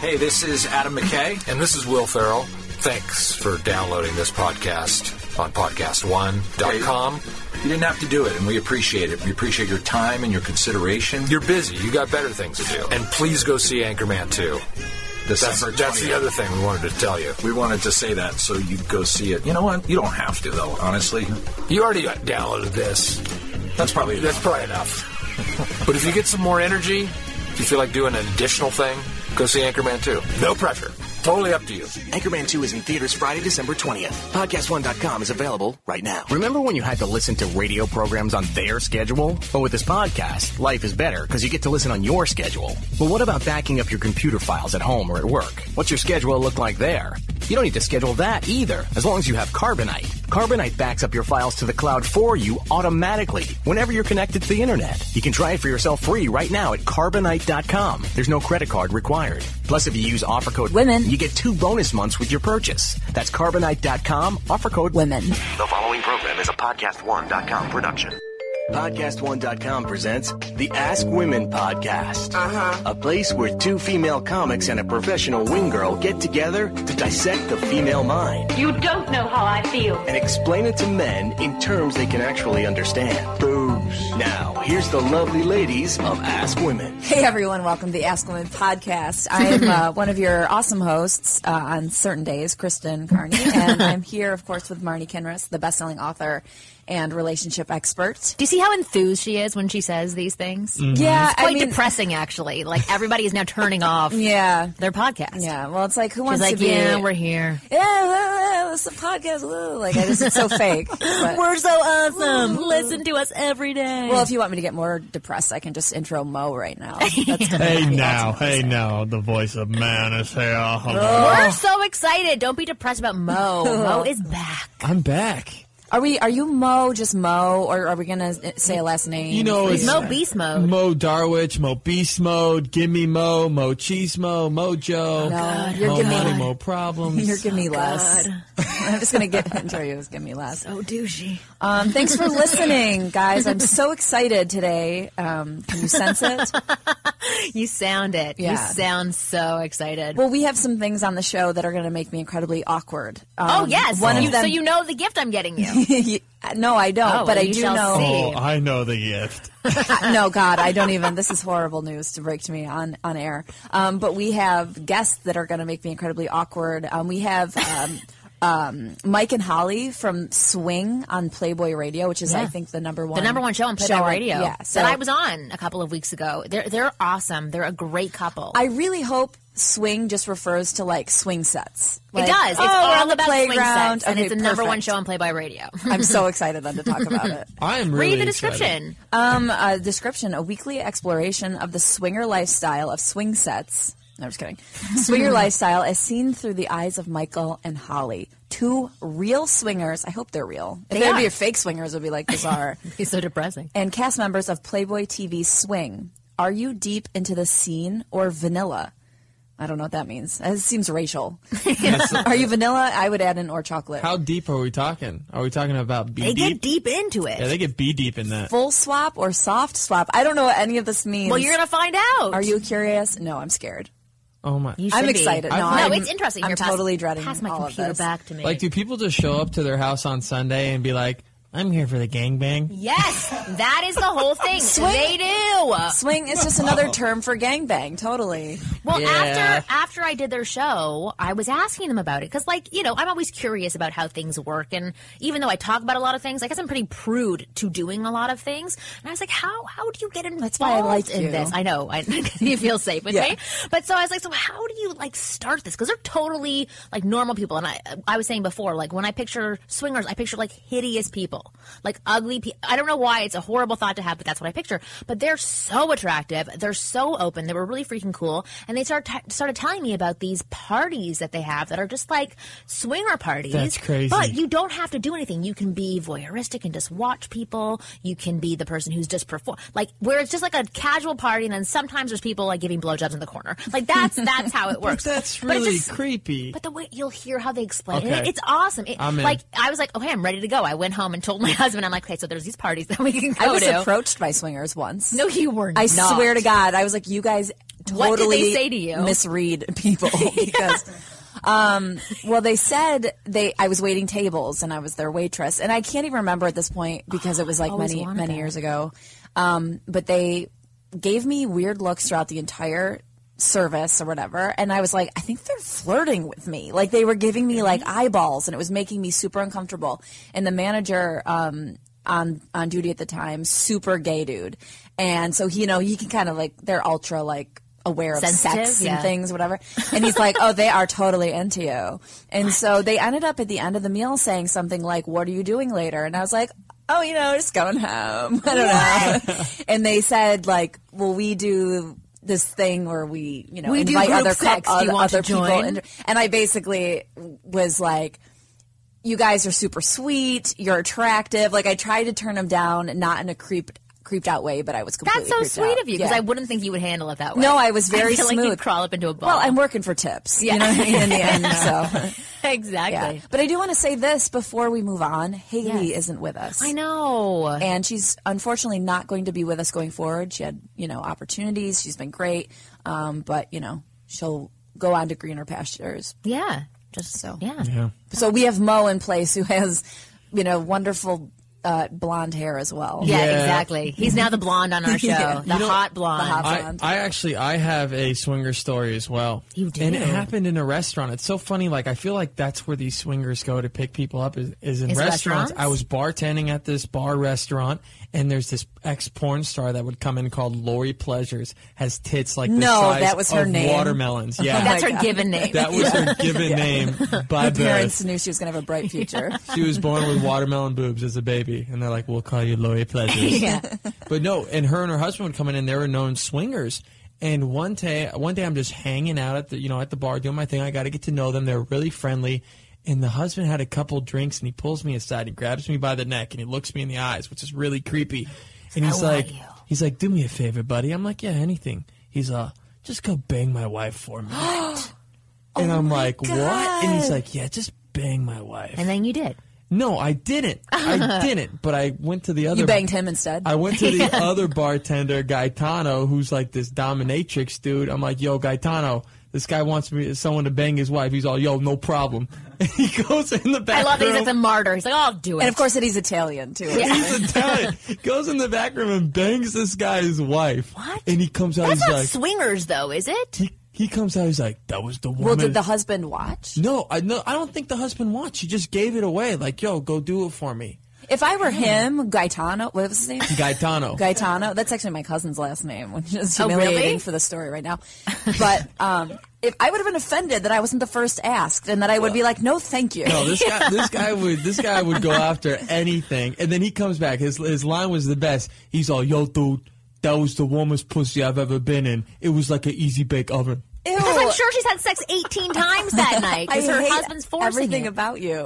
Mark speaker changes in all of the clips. Speaker 1: Hey, this is Adam McKay.
Speaker 2: And this is Will Farrell. Thanks for downloading this podcast on podcast1.com.
Speaker 1: You didn't have to do it, and we appreciate it. We appreciate your time and your consideration.
Speaker 2: You're busy. You got better things to do. And please go see Anchorman 2. That's,
Speaker 1: December
Speaker 2: that's the
Speaker 1: 20th.
Speaker 2: other thing we wanted to tell you.
Speaker 1: We wanted to say that so you'd go see it. You know what? You don't have to, though, honestly.
Speaker 2: You already downloaded this.
Speaker 1: That's probably
Speaker 2: That's probably enough. but if you get some more energy, if you feel like doing an additional thing, go see Anchorman 2. No pressure. Totally up to you.
Speaker 3: Anchorman 2 is in theaters Friday, December 20th. Podcast1.com is available right now.
Speaker 4: Remember when you had to listen to radio programs on their schedule? Well, with this podcast, life is better because you get to listen on your schedule. But what about backing up your computer files at home or at work? What's your schedule look like there? You don't need to schedule that either, as long as you have Carbonite. Carbonite backs up your files to the cloud for you automatically whenever you're connected to the internet. You can try it for yourself free right now at carbonite.com. There's no credit card required. Plus, if you use offer code
Speaker 5: Women.
Speaker 4: you get two bonus months with your purchase. That's carbonite.com, offer code
Speaker 5: Women.
Speaker 3: The following program is a podcast1.com production. Podcast1.com presents the Ask Women podcast. A place where two female comics and a professional wing girl get together to dissect the female mind
Speaker 6: You don't know how I feel.
Speaker 3: and explain it to men in terms they can actually understand. Boobs. Now, here's the lovely ladies of Ask Women.
Speaker 5: Hey everyone, welcome to the Ask Women podcast. I am uh, one of your awesome hosts uh, on certain days, Kristen Carney, and I'm here, of course, with Marnie Kinross, the best-selling author and relationship expert.
Speaker 7: Do you see how enthused she is when she says these things?
Speaker 5: Yeah,
Speaker 7: Mm-hmm. Quite
Speaker 5: Mm. I mean,
Speaker 7: depressing, actually. Like everybody is now turning off
Speaker 5: yeah,
Speaker 7: their podcast.
Speaker 5: yeah. Well, it's like who
Speaker 7: She's
Speaker 5: wants
Speaker 7: like,
Speaker 5: to be?
Speaker 7: yeah, we're here.
Speaker 5: Yeah, well, well, it's a podcast. Woo. Like I just, it's so fake. But-
Speaker 7: We're so awesome. Listen to us every day.
Speaker 5: well, if you want me to get more depressed, I can just intro Mo right now. That's gonna
Speaker 8: Hey
Speaker 5: be
Speaker 8: now,
Speaker 5: awesome.
Speaker 8: hey now, the voice of man is here.
Speaker 5: Oh.
Speaker 7: we're so excited. Don't be depressed about Mo. Mo is back.
Speaker 8: I'm back.
Speaker 5: Are we? Are you Mo? Just Mo, or are we gonna say a last name?
Speaker 8: You know, it's
Speaker 7: Mo Beast Mode.
Speaker 8: Mo Darwich, Mo Beast Mode, Gimme Mo, Mo Cheese Mo, Mojo,
Speaker 5: No, you're
Speaker 8: Mo
Speaker 5: giving
Speaker 8: Money,
Speaker 5: me-
Speaker 8: Mo Problems.
Speaker 5: You're give me less. I'm just gonna get enjoy you. Give me less.
Speaker 7: Oh, douchey.
Speaker 5: Um, thanks for listening, guys. I'm so excited today. Um, can you sense it?
Speaker 7: You sound it. You
Speaker 5: Yeah.
Speaker 7: sound so excited.
Speaker 5: Well, we have some things on the show that are gonna make me incredibly awkward. Um,
Speaker 7: oh, yes.
Speaker 5: One
Speaker 7: You-
Speaker 5: of them.
Speaker 7: so you know the gift I'm getting you.
Speaker 5: no, I don't.
Speaker 7: Oh,
Speaker 5: but
Speaker 7: well,
Speaker 5: I
Speaker 7: you
Speaker 5: do
Speaker 7: shall see.
Speaker 5: know.
Speaker 8: Oh, I know the gift.
Speaker 5: no, God, I don't even. This is horrible news to break to me on on air. Um, but we have guests that are going to make me incredibly awkward. Um, we have. Um, Um, Mike and Holly from Swing on Playboy Radio, which is, I
Speaker 7: Yeah.
Speaker 5: think, the number one
Speaker 7: The number one show on Playboy Radio
Speaker 5: Yeah, so
Speaker 7: that I was on a couple of weeks ago. They're they're awesome. They're a great couple.
Speaker 5: I really hope Swing just refers to like swing sets.
Speaker 7: it
Speaker 5: Like,
Speaker 7: does. It's
Speaker 5: oh, we're on
Speaker 7: all
Speaker 5: the
Speaker 7: about swing
Speaker 5: playground,
Speaker 7: sets, and
Speaker 5: Okay,
Speaker 7: it's the number one
Speaker 5: perfect.
Speaker 7: show on Playboy Radio.
Speaker 5: I'm so excited then to talk about it.
Speaker 8: I am really
Speaker 7: Read the
Speaker 8: excited.
Speaker 7: description.
Speaker 5: Um, uh, description: A weekly exploration of the swinger lifestyle of swing sets. No, I'm just kidding. Swinger lifestyle as seen through the eyes of Michael and Holly, two real swingers. I hope they're real. If
Speaker 7: They
Speaker 5: they'd
Speaker 7: are.
Speaker 5: be fake swingers, it would be like bizarre.
Speaker 7: It's so depressing.
Speaker 5: and cast members of Playboy TV Swing. Are you deep into the scene or vanilla? I don't know what that means. It seems racial. Are you vanilla? I would add in or chocolate.
Speaker 8: How deep are we talking? Are we talking about B
Speaker 7: They get
Speaker 8: deep?
Speaker 7: deep into it.
Speaker 8: Yeah, they get B deep in that.
Speaker 5: Full swap or soft swap? I don't know what any of this means.
Speaker 7: well, you're gonna find out.
Speaker 5: Are you curious? No, I'm scared.
Speaker 8: Oh my!
Speaker 7: You should
Speaker 5: I'm
Speaker 7: be.
Speaker 5: excited. No,
Speaker 7: No,
Speaker 5: I'm-
Speaker 7: it's interesting.
Speaker 5: I'm
Speaker 7: Here, pass-
Speaker 5: totally dreading
Speaker 7: Pass my
Speaker 5: all of
Speaker 7: computer
Speaker 5: this.
Speaker 7: back to me.
Speaker 8: Like, do people just show up to their house on Sunday and be like, "I'm here for the gangbang"?
Speaker 7: yes, that is the whole thing.
Speaker 5: Swing-
Speaker 7: They do.
Speaker 5: Swing is just another term for gangbang. Totally.
Speaker 7: Well,
Speaker 8: Yeah.
Speaker 7: after after I did their show, I was asking them about it because, like, you know, I'm always curious about how things work, and even though I talk about a lot of things, I guess I'm pretty prude to doing a lot of things. And I was like, how how do you get involved
Speaker 5: why I like
Speaker 7: in
Speaker 5: you.
Speaker 7: this? I know I, you feel safe with
Speaker 5: Yeah.
Speaker 7: me, but so I was like, so how do you like start this? Because they're totally like normal people, and I I was saying before, like when I picture swingers, I picture like hideous people, like ugly people. I don't know why it's a horrible thought to have, but that's what I picture. But they're so attractive, they're so open, they were really freaking cool, and they started t- started telling me about these parties that they have that are just like swinger parties.
Speaker 8: That's crazy.
Speaker 7: But you don't have to do anything. You can be voyeuristic and just watch people. You can be the person who's just perform like where it's just like a casual party, and then sometimes there's people like giving blowjobs in the corner. Like that's that's how it works.
Speaker 8: That's
Speaker 7: But it's
Speaker 8: really
Speaker 7: just-
Speaker 8: creepy.
Speaker 7: But the way you'll hear how they explain it,
Speaker 8: Okay.
Speaker 7: it's awesome. It,
Speaker 8: I'm in.
Speaker 7: Like I was like, okay, I'm ready to go. I went home and told my husband, I'm like, okay, so there's these parties that we can go
Speaker 5: I was
Speaker 7: to.
Speaker 5: approached by swingers once.
Speaker 7: no, you were.
Speaker 5: I
Speaker 7: not.
Speaker 5: swear to God, I was like, you guys totally
Speaker 7: What did they say to you?
Speaker 5: misread people because um well they said they I was waiting tables and I was their waitress and I can't even remember at this point because it was like
Speaker 7: always
Speaker 5: many
Speaker 7: wanted
Speaker 5: many
Speaker 7: that.
Speaker 5: years ago. Um but they gave me weird looks throughout the entire service or whatever and I was like I think they're flirting with me. Like they were giving me like eyeballs and it was making me super uncomfortable. And the manager um on on duty at the time, super gay dude. And so he, you know, he can kind of like they're ultra like aware of
Speaker 7: Sensitive,
Speaker 5: sex
Speaker 7: yeah.
Speaker 5: and things, whatever. And he's like, "Oh, they are totally into you." And so they ended up at the end of the meal saying something like, "What are you doing later?" And I was like, "Oh, you know, just going home." I don't know. and they said like, "Well, we do." This thing where we, you know,
Speaker 7: We do
Speaker 5: invite
Speaker 7: group
Speaker 5: other
Speaker 7: sex. Do
Speaker 5: cou-
Speaker 7: you want to
Speaker 5: other people,
Speaker 7: join?
Speaker 5: and, and I basically was like, you guys are super sweet. You're attractive. Like I tried to turn him down, not in a creeped creeped out way, but I was completely.
Speaker 7: That's so
Speaker 5: creeped
Speaker 7: sweet
Speaker 5: out.
Speaker 7: of you because
Speaker 5: Yeah.
Speaker 7: I wouldn't think you would handle it that way.
Speaker 5: No, I was very
Speaker 7: I feel Like
Speaker 5: smooth.
Speaker 7: you'd crawl up into a ball.
Speaker 5: Well, I'm working for tips. You know what I mean? In the end, so
Speaker 7: exactly.
Speaker 5: yeah. But I do want to say this before we move on. Haley
Speaker 7: Yes.
Speaker 5: isn't with us.
Speaker 7: I know.
Speaker 5: And she's unfortunately not going to be with us going forward. She had, you know, opportunities. She's been great, um, but you know, she'll go on to greener pastures.
Speaker 7: yeah. Just
Speaker 5: So.
Speaker 7: so. Yeah.
Speaker 5: So we have Mo in place, who has, you know, wonderful uh, blonde hair as well.
Speaker 7: Yeah,
Speaker 8: Yeah.
Speaker 7: exactly. He's now the blonde on our show,
Speaker 5: Yeah.
Speaker 7: the hot blonde.
Speaker 5: hot blonde.
Speaker 8: I, I actually I have a swinger story as well.
Speaker 7: You do?
Speaker 8: and it happened in a restaurant. It's so funny. Like I feel like that's where these swingers go to pick people up is, is in
Speaker 7: Is
Speaker 8: restaurants.
Speaker 7: restaurants?
Speaker 8: I was bartending at this bar restaurant, and there's this ex porn star that would come in called Lori Pleasures has tits like the
Speaker 5: No,
Speaker 8: size
Speaker 5: that was her
Speaker 8: of
Speaker 5: name.
Speaker 8: watermelons. Yeah,
Speaker 7: That's her
Speaker 5: Oh God.
Speaker 7: given name.
Speaker 8: that was her given name by
Speaker 5: Her
Speaker 8: birth.
Speaker 5: parents knew she was going to have a bright future.
Speaker 8: She was born with watermelon boobs as a baby, and they're like, "We'll call you Lori Pleasures."
Speaker 7: Yeah.
Speaker 8: But no, and her and her husband would come in, and they were known swingers. And one day, one day, I'm just hanging out at the you know at the bar doing my thing. I got to get to know them. They're really friendly. And the husband had a couple drinks, and he pulls me aside, he grabs me by the neck, and he looks me in the eyes, which is really creepy. And he's
Speaker 7: "I want
Speaker 8: like,
Speaker 7: you."
Speaker 8: he's like, "Do me a favor, buddy." I'm like, "Yeah, anything." He's uh, just go bang my wife for me. and
Speaker 7: Oh
Speaker 8: I'm like, "What?" And he's like, "Yeah, just bang my wife."
Speaker 7: and then you did.
Speaker 8: No, I didn't. I didn't. But I went to the other.
Speaker 5: You banged him instead.
Speaker 8: I went to the other bartender, Gaetano, who's like this dominatrix dude. I'm like, yo, Gaetano, this guy wants me someone to bang his wife. He's all, yo, no problem. And he goes in the
Speaker 7: I
Speaker 8: back.
Speaker 7: love that he's
Speaker 8: room.
Speaker 7: like the martyr. He's like, "Oh, I'll do it.
Speaker 5: and of course, that he's Italian too.
Speaker 8: He's Italian. Goes in the back room and bangs this guy's wife.
Speaker 7: What?
Speaker 8: And he comes out.
Speaker 7: that's
Speaker 8: he's
Speaker 7: not
Speaker 8: like,
Speaker 7: swingers, though, is it?
Speaker 8: he, he comes out. He's like, that was the woman.
Speaker 5: Well, did the husband watch?
Speaker 8: no, I no, I don't think the husband watched. He just gave it away. Like, yo, go do it for me,
Speaker 5: If I were him, Gaetano, what was his name?
Speaker 8: Gaetano.
Speaker 5: Gaetano. That's actually my cousin's last name, which is
Speaker 7: Oh, really?
Speaker 5: humiliating for the story right now. But um, if I would have been offended that I wasn't the first asked, and that I would be like, "No, thank you."
Speaker 8: No, this guy, this guy would, this guy would go after anything, and then he comes back. His his line was the best. He's all, "Yo, dude, that was the warmest pussy I've ever been in. It was like an easy bake oven."
Speaker 5: Ew.
Speaker 7: Because I'm sure she's had sex 18 times that night.
Speaker 5: I
Speaker 7: Because her
Speaker 5: hate
Speaker 7: husband's forcing
Speaker 5: everything
Speaker 7: it.
Speaker 5: about you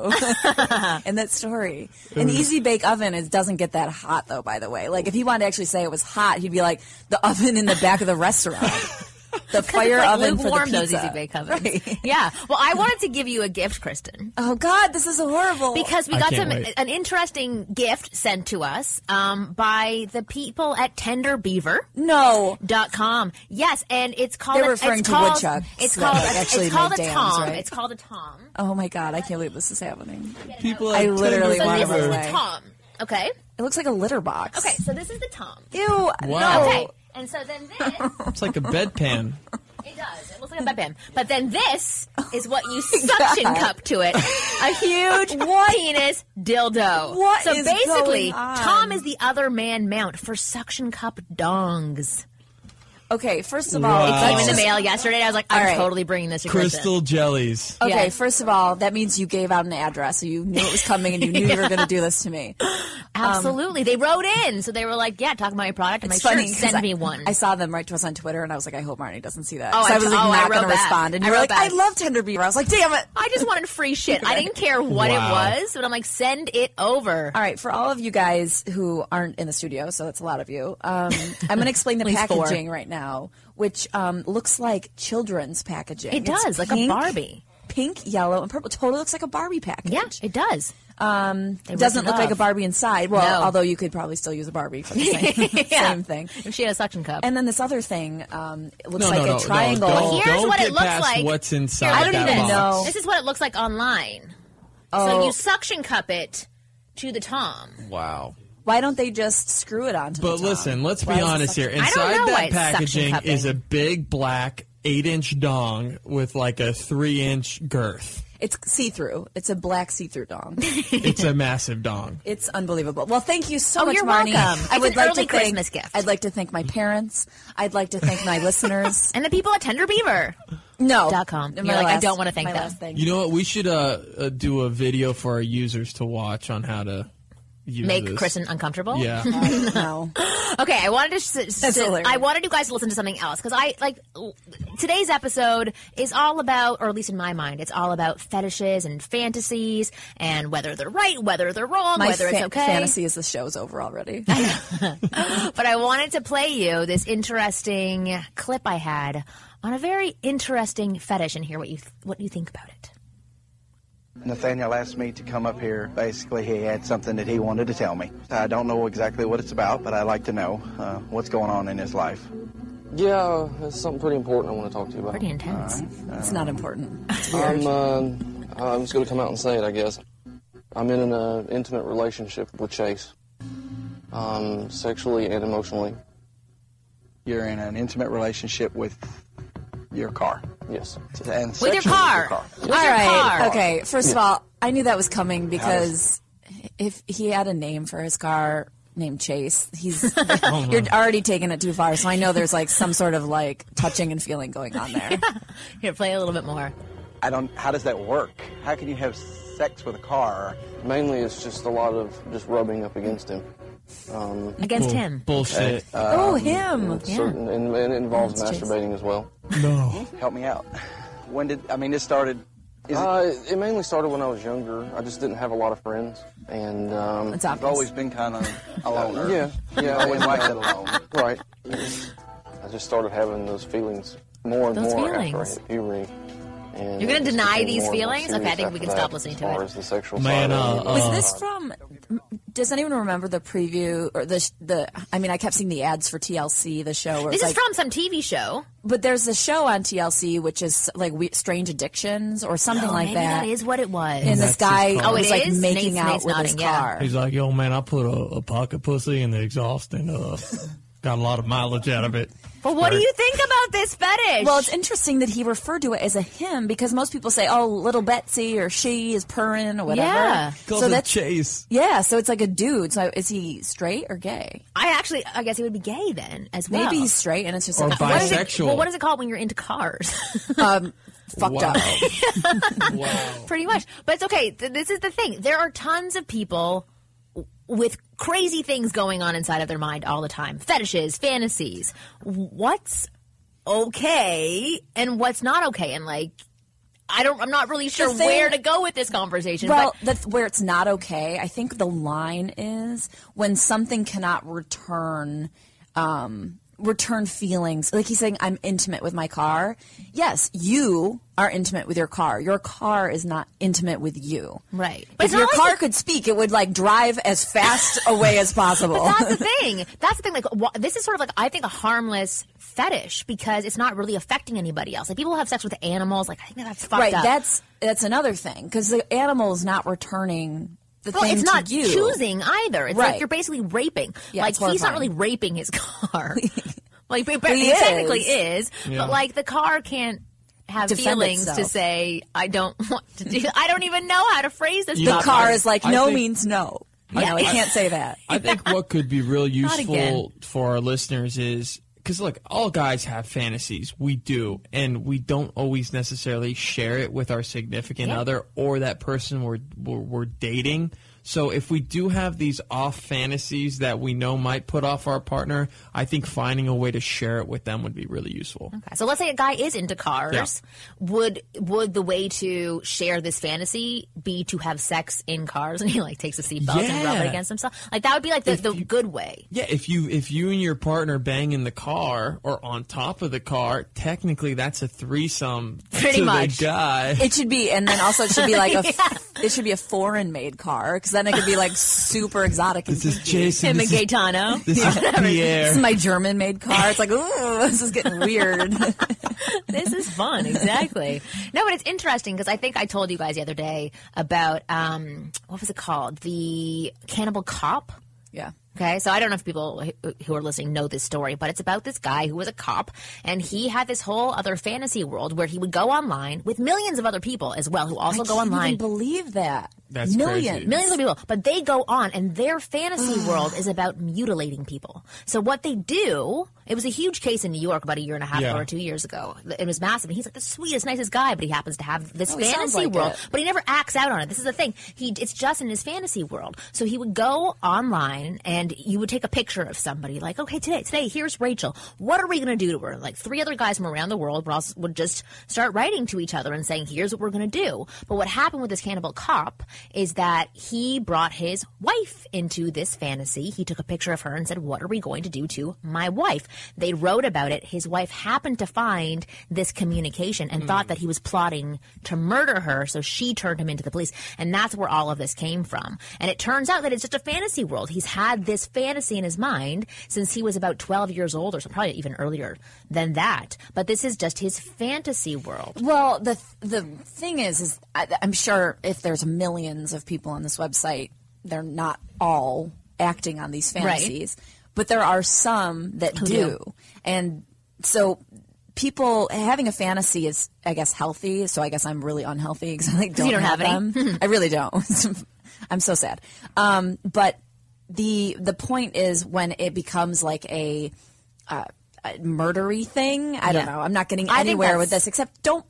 Speaker 5: in that story. An easy bake oven is doesn't get that hot though. By the way, like if he wanted to actually say it was hot, he'd be like the oven in the back of the restaurant, the fire
Speaker 7: It's like
Speaker 5: oven for the
Speaker 7: lukewarm,
Speaker 5: pizza.
Speaker 7: those easy bake ovens.
Speaker 5: Right.
Speaker 7: Yeah. Well, I wanted to give you a gift, Kristen,
Speaker 5: Oh God, this is horrible.
Speaker 7: because we
Speaker 8: I
Speaker 7: got
Speaker 8: can't
Speaker 7: some
Speaker 8: wait.
Speaker 7: an interesting gift sent to us um, by the people at Tender Beaver.
Speaker 5: no,
Speaker 7: Dot com. Yes, and it's called.
Speaker 5: They're referring
Speaker 7: it's
Speaker 5: to
Speaker 7: called,
Speaker 5: woodchucks
Speaker 7: It's
Speaker 5: that,
Speaker 7: called.
Speaker 5: like, actually
Speaker 7: it's called a
Speaker 5: make dams,
Speaker 7: tom.
Speaker 5: right?
Speaker 7: It's called a tom.
Speaker 5: oh my God, I can't believe this is happening.
Speaker 8: People,
Speaker 5: I
Speaker 8: at
Speaker 5: literally
Speaker 8: Tender
Speaker 7: So
Speaker 5: wanna Whatever.
Speaker 7: this is
Speaker 8: Beaver-
Speaker 7: the tom. Okay.
Speaker 5: It looks like a litter box.
Speaker 7: Okay. So this is the tom.
Speaker 5: Ew.
Speaker 8: Wow.
Speaker 5: No.
Speaker 7: Okay. And so then this.
Speaker 8: It's like a bedpan.
Speaker 7: It does. It looks like a bedpan. But then this is what you suction cup to it. A huge penis dildo.
Speaker 5: What
Speaker 7: so
Speaker 5: is
Speaker 7: basically,
Speaker 5: going on?
Speaker 7: Tom is the other man mount for suction cup dongs.
Speaker 5: Okay. First of all,
Speaker 8: Wow.
Speaker 7: Came
Speaker 5: that's
Speaker 7: in the
Speaker 5: Uh, just-
Speaker 7: mail yesterday. I was like, I'm
Speaker 5: All right.
Speaker 7: totally bringing this to Kristen.
Speaker 8: Crystal jellies.
Speaker 5: Okay,
Speaker 7: Yeah.
Speaker 5: first of all, that means you gave out an address, so you knew it was coming, and you knew you were going to do this to me.
Speaker 7: Absolutely. they wrote in. So they were like, yeah, talk about your product. and am
Speaker 5: It's
Speaker 7: like,
Speaker 5: funny.
Speaker 7: sure,
Speaker 5: 'cause
Speaker 7: send
Speaker 5: I,
Speaker 7: me one.
Speaker 5: I saw them write to us on Twitter, and I was like, I hope Marnie doesn't see that.
Speaker 7: Oh,
Speaker 5: 'Cause
Speaker 7: I
Speaker 5: I was like,
Speaker 7: t- oh, I
Speaker 5: not
Speaker 7: wrote
Speaker 5: going to
Speaker 7: back.
Speaker 5: respond. And
Speaker 7: I
Speaker 5: you were
Speaker 7: wrote
Speaker 5: like, I
Speaker 7: back.
Speaker 5: love Tender Beaver. I was like, damn it.
Speaker 7: I just wanted free shit. I didn't care what
Speaker 8: Wow.
Speaker 7: it was, but I'm like, send it over.
Speaker 5: All right, for all of you guys who aren't in the studio, so that's a lot of you, um, I'm going to explain the
Speaker 7: least four.
Speaker 5: packaging right now, which um, looks like children's packaging.
Speaker 7: It
Speaker 5: It's
Speaker 7: does, like a
Speaker 5: pink-
Speaker 7: Barbie.
Speaker 5: Pink, yellow, and purple. Totally looks like a Barbie package.
Speaker 7: Yeah, it does.
Speaker 5: Um,
Speaker 7: rip
Speaker 5: doesn't
Speaker 7: it
Speaker 5: look like a
Speaker 7: off.
Speaker 5: Barbie inside. Well,
Speaker 7: No.
Speaker 5: although you could probably still use a Barbie for the same, same thing.
Speaker 7: If she had a suction cup.
Speaker 5: And then this other thing um, it looks
Speaker 8: No,
Speaker 5: like
Speaker 8: no, no,
Speaker 5: a
Speaker 8: no,
Speaker 5: triangle.
Speaker 8: don't-
Speaker 7: Well, here's
Speaker 8: don't
Speaker 7: what it
Speaker 8: get
Speaker 7: looks
Speaker 8: past
Speaker 7: like.
Speaker 8: what's inside
Speaker 7: Here,
Speaker 5: I don't
Speaker 8: that
Speaker 5: even
Speaker 8: box.
Speaker 5: know.
Speaker 7: This is what it looks like online. So
Speaker 5: Oh.
Speaker 7: you suction cup it to the tom.
Speaker 8: Wow.
Speaker 5: Why don't they just screw it onto?
Speaker 8: But
Speaker 5: the top?
Speaker 8: listen, let's
Speaker 5: Why
Speaker 8: be
Speaker 5: is it
Speaker 8: honest
Speaker 5: such-
Speaker 8: here.
Speaker 7: I don't know
Speaker 8: Inside
Speaker 7: why
Speaker 8: that
Speaker 7: it's suction
Speaker 8: packaging
Speaker 7: cupping.
Speaker 8: is a big black eight-inch dong with like a three-inch girth.
Speaker 5: It's see through. It's a black see through dong.
Speaker 8: It's a massive dong.
Speaker 5: It's unbelievable. Well, thank you so
Speaker 7: Oh,
Speaker 5: much,
Speaker 7: you're
Speaker 5: Marnie.
Speaker 7: welcome.
Speaker 5: I
Speaker 7: It's
Speaker 5: would
Speaker 7: an
Speaker 5: like
Speaker 7: early
Speaker 5: to thank,
Speaker 7: Christmas gift.
Speaker 5: I'd like to thank my parents. I'd like to thank my listeners.
Speaker 7: And the people at Tender Beaver.
Speaker 5: No.
Speaker 7: Dot com.
Speaker 5: My
Speaker 7: You're like, I
Speaker 5: last-
Speaker 7: don't wanna thank
Speaker 5: my
Speaker 7: them.
Speaker 5: last thing.
Speaker 8: You know what? We should uh, uh, do a video for our users to watch on how to use
Speaker 7: Make
Speaker 8: this.
Speaker 7: Kristen uncomfortable.
Speaker 8: Yeah.
Speaker 5: no.
Speaker 7: Okay, I wanted to. s- s-
Speaker 5: That's hilarious.
Speaker 7: I wanted you guys to listen to something else because I like l- today's episode is all about, or at least in my mind, it's all about fetishes and fantasies and whether they're right, whether they're wrong,
Speaker 5: My
Speaker 7: whether it's
Speaker 5: fa-
Speaker 7: okay.
Speaker 5: fantasy is the show's over already.
Speaker 7: But I wanted to play you this interesting clip I had on a very interesting fetish and hear what you th- what you think about it.
Speaker 9: Nathaniel asked me to come up here. Basically, he had something that he wanted to tell me. I don't know exactly what it's about, but I'd like to know uh, what's going on in his life.
Speaker 10: Yeah, it's something pretty important I want to talk to you about.
Speaker 7: Pretty intense.
Speaker 5: it's not important.
Speaker 7: Um,
Speaker 10: I'm, uh, I'm just going to come out and say it, I guess. I'm in an uh, intimate relationship with Chase, um, sexually and emotionally.
Speaker 9: You're in an intimate relationship with your car.
Speaker 10: Yes.
Speaker 9: And
Speaker 7: With
Speaker 9: sexually
Speaker 7: your car.
Speaker 9: With your car.
Speaker 7: With
Speaker 5: All
Speaker 7: your
Speaker 5: right.
Speaker 7: car.
Speaker 5: Okay. First of all, I knew that was coming because if he had a name for his car named Chase, he's
Speaker 7: Oh,
Speaker 5: you're already taking it too far. So I know there's like some sort of like touching and feeling going on there.
Speaker 7: Here, play a little bit more.
Speaker 9: I don't. How does that work? How can you have sex with a car?
Speaker 10: Mainly, it's just a lot of just rubbing up against him. Um,
Speaker 7: Against
Speaker 8: Bull-
Speaker 7: him.
Speaker 8: Bullshit.
Speaker 5: oh, him.
Speaker 10: certain, and, and it involves
Speaker 5: That's Chase.
Speaker 10: masturbating as well.
Speaker 8: no.
Speaker 9: Help me out. When did I mean this started? Is it,
Speaker 10: Uh, it mainly started when I was younger. I just didn't have a lot of friends, and um,
Speaker 5: It's
Speaker 9: I've always
Speaker 5: obvious.
Speaker 9: been kind of a loner.
Speaker 10: yeah, yeah,
Speaker 9: I always liked it alone.
Speaker 10: Right. I just started having those feelings more and
Speaker 7: Those
Speaker 10: more
Speaker 7: feelings.
Speaker 10: after I hit puberty. And
Speaker 7: You're gonna
Speaker 10: it just
Speaker 7: deny
Speaker 10: became
Speaker 7: these
Speaker 10: more and more
Speaker 7: feelings? Okay, I
Speaker 10: serious
Speaker 7: think we
Speaker 10: after
Speaker 7: can stop
Speaker 10: that,
Speaker 7: listening
Speaker 10: as
Speaker 7: to
Speaker 10: far
Speaker 7: it.
Speaker 10: As the sexual
Speaker 8: Man,
Speaker 10: side
Speaker 8: uh,
Speaker 10: of it.
Speaker 5: Was this from? Does anyone remember the preview or the sh- the? I mean, I kept seeing the ads for TLC, the show. Where
Speaker 7: This
Speaker 5: it's
Speaker 7: is
Speaker 5: like,
Speaker 7: from some TV show.
Speaker 5: but there's a show on TLC which is like we- Strange Addictions or something like
Speaker 7: Oh, Maybe
Speaker 5: that.
Speaker 7: that is what it was.
Speaker 5: and
Speaker 8: That's
Speaker 5: this
Speaker 8: his
Speaker 5: guy
Speaker 8: car. Oh, it
Speaker 5: was like
Speaker 7: is?
Speaker 5: making
Speaker 7: Nate's-
Speaker 5: out
Speaker 7: Nate's
Speaker 5: with his
Speaker 7: nodding, yeah.
Speaker 5: car.
Speaker 8: He's like, yo, man, I put a, a pocket pussy in the exhaust and uh, got a lot of mileage out of it.
Speaker 7: But what do you think about this fetish?
Speaker 5: Well, it's interesting that he referred to it as a him because most people say, "Oh, little Betsy" or "she" is purring or whatever.
Speaker 7: Yeah.
Speaker 8: Calls
Speaker 5: so
Speaker 8: it
Speaker 5: that's
Speaker 8: Chase.
Speaker 5: yeah. So it's like a dude. So is he straight or gay?
Speaker 7: I actually, I guess he would be gay then as well.
Speaker 5: Maybe he's straight and it's just
Speaker 8: Or
Speaker 5: like,
Speaker 7: What is it-
Speaker 8: bisexual.
Speaker 7: well, what is it called when you're into cars?
Speaker 5: fucked
Speaker 8: wow.
Speaker 5: up.
Speaker 8: wow.
Speaker 7: Pretty much. But it's okay. Th- This is the thing. There are tons of people w- with crazy things going on inside of their mind all the time fetishes, fantasies. What's okay and what's not okay? And like, I don't, I'm not really sure
Speaker 5: thing-
Speaker 7: where to go with this conversation.
Speaker 5: Well,
Speaker 7: but
Speaker 5: that's where it's not okay. I think the line is when something cannot return um, return feelings. Like he's saying, I'm intimate with my car. Yes, you are intimate with your car. Your car is not intimate with you.
Speaker 7: Right. But
Speaker 5: But
Speaker 7: it's
Speaker 5: if your
Speaker 7: not like
Speaker 5: car
Speaker 7: the-
Speaker 5: could speak, it would like drive as fast away as possible.
Speaker 7: that's the thing. That's the thing. Like, wha- this is sort of like I think a harmless fetish because it's not really affecting anybody else. Like, people have sex with animals. Like, I think that's fucked
Speaker 5: right.
Speaker 7: up.
Speaker 5: That's that's another thing because the animal is not returning the
Speaker 7: well,
Speaker 5: thing
Speaker 7: it's not
Speaker 5: to you.
Speaker 7: choosing either. It's like
Speaker 5: Right.
Speaker 7: you're basically raping.
Speaker 5: Yeah,
Speaker 7: like
Speaker 5: it's
Speaker 7: he's not
Speaker 5: horrifying.
Speaker 7: really raping his car. like he,
Speaker 5: He
Speaker 7: he technically is,
Speaker 8: Yeah.
Speaker 7: but like the car can't have
Speaker 5: Defend
Speaker 7: feelings to
Speaker 5: itself.
Speaker 7: say I don't want to do. I don't even know how to phrase this.
Speaker 8: You
Speaker 5: The
Speaker 8: know,
Speaker 7: properly.
Speaker 5: car is like
Speaker 8: I
Speaker 5: no
Speaker 8: think-
Speaker 5: means no. You know, it can't say that.
Speaker 8: I think what could be real
Speaker 7: again.
Speaker 8: useful for our listeners is because look, all guys have fantasies. We do, and we don't always necessarily share it with our significant other or that person we're, we're we're dating. So if we do have these off fantasies that we know might put off our partner, I think finding a way to share it with them would be really useful.
Speaker 7: Okay, So let's say a guy is into cars. Would would the way to share this fantasy be to have sex in cars and he like takes a seatbelt and rub it
Speaker 8: Yeah.
Speaker 7: against himself? Like that would be like the, the good way.
Speaker 8: Yeah, if you if you and your partner bang in the car or on top of the car, technically that's a threesome
Speaker 7: Pretty
Speaker 8: to
Speaker 7: much.
Speaker 8: the guy.
Speaker 5: It should be, and then also it should be like a f- it should be a foreign made car because then it could be like super exotic. And
Speaker 8: This is
Speaker 5: kinky.
Speaker 8: Jason, Him this and is-
Speaker 7: Gaetano.
Speaker 8: this is Pierre.
Speaker 5: This is my German made car. It's like, ooh, this is getting weird.
Speaker 7: this is fun. Exactly. no, but it's interesting because I think I told you guys the other day about um, what was it called? The Cannibal Cop.
Speaker 5: yeah.
Speaker 7: Okay, so I don't know if people who- who are listening know this story, but it's about this guy who was a cop, and he had this whole other fantasy world where he would go online with millions of other people as well, who also
Speaker 5: I
Speaker 7: go
Speaker 5: can't even
Speaker 7: online.
Speaker 5: believe that.
Speaker 8: That's
Speaker 5: Millions.
Speaker 8: crazy.
Speaker 7: Millions of people, but they go on, and their fantasy world is about mutilating people. So what they do, it was a huge case in New York about a year and a half
Speaker 8: Yeah.
Speaker 7: or two years ago. It was massive, and he's like the sweetest, nicest guy, but he happens to have this
Speaker 5: Oh, he sounds
Speaker 7: fantasy
Speaker 5: like
Speaker 7: world,
Speaker 5: it.
Speaker 7: but he never acts out on it. This is the thing; he it's just in his fantasy world. So he would go online, and you would take a picture of somebody, like, okay, today, today, here's Rachel. What are we going to do to her? Like three other guys from around the world would also would just start writing to each other and saying, here's what we're going to do. But what happened with this cannibal cop is that he brought his wife into this fantasy. He took a picture of her and said, what are we going to do to my wife? They wrote about it. His wife happened to find this communication and
Speaker 8: Mm.
Speaker 7: thought that he was plotting to murder her, so she turned him into the police. And that's where all of this came from. And it turns out that it's just a fantasy world. He's had this fantasy in his mind since he was about 12 years old, or so probably even earlier than that. But this is just his fantasy world.
Speaker 5: Well, the the thing is, is I, I'm sure if there's millions of people on this website, they're not all acting on these fantasies, but there are some that do.
Speaker 7: do.
Speaker 5: and so people having a fantasy is, I guess, healthy. So I guess I'm really unhealthy because I like, don't,
Speaker 7: you don't have any.
Speaker 5: them. I really don't. I'm so sad. Um, but the the point is when it becomes like a uh, a murdery thing. I don't
Speaker 7: Yeah.
Speaker 5: know. I'm not getting
Speaker 7: I think
Speaker 5: anywhere with
Speaker 7: that's-
Speaker 5: this except don't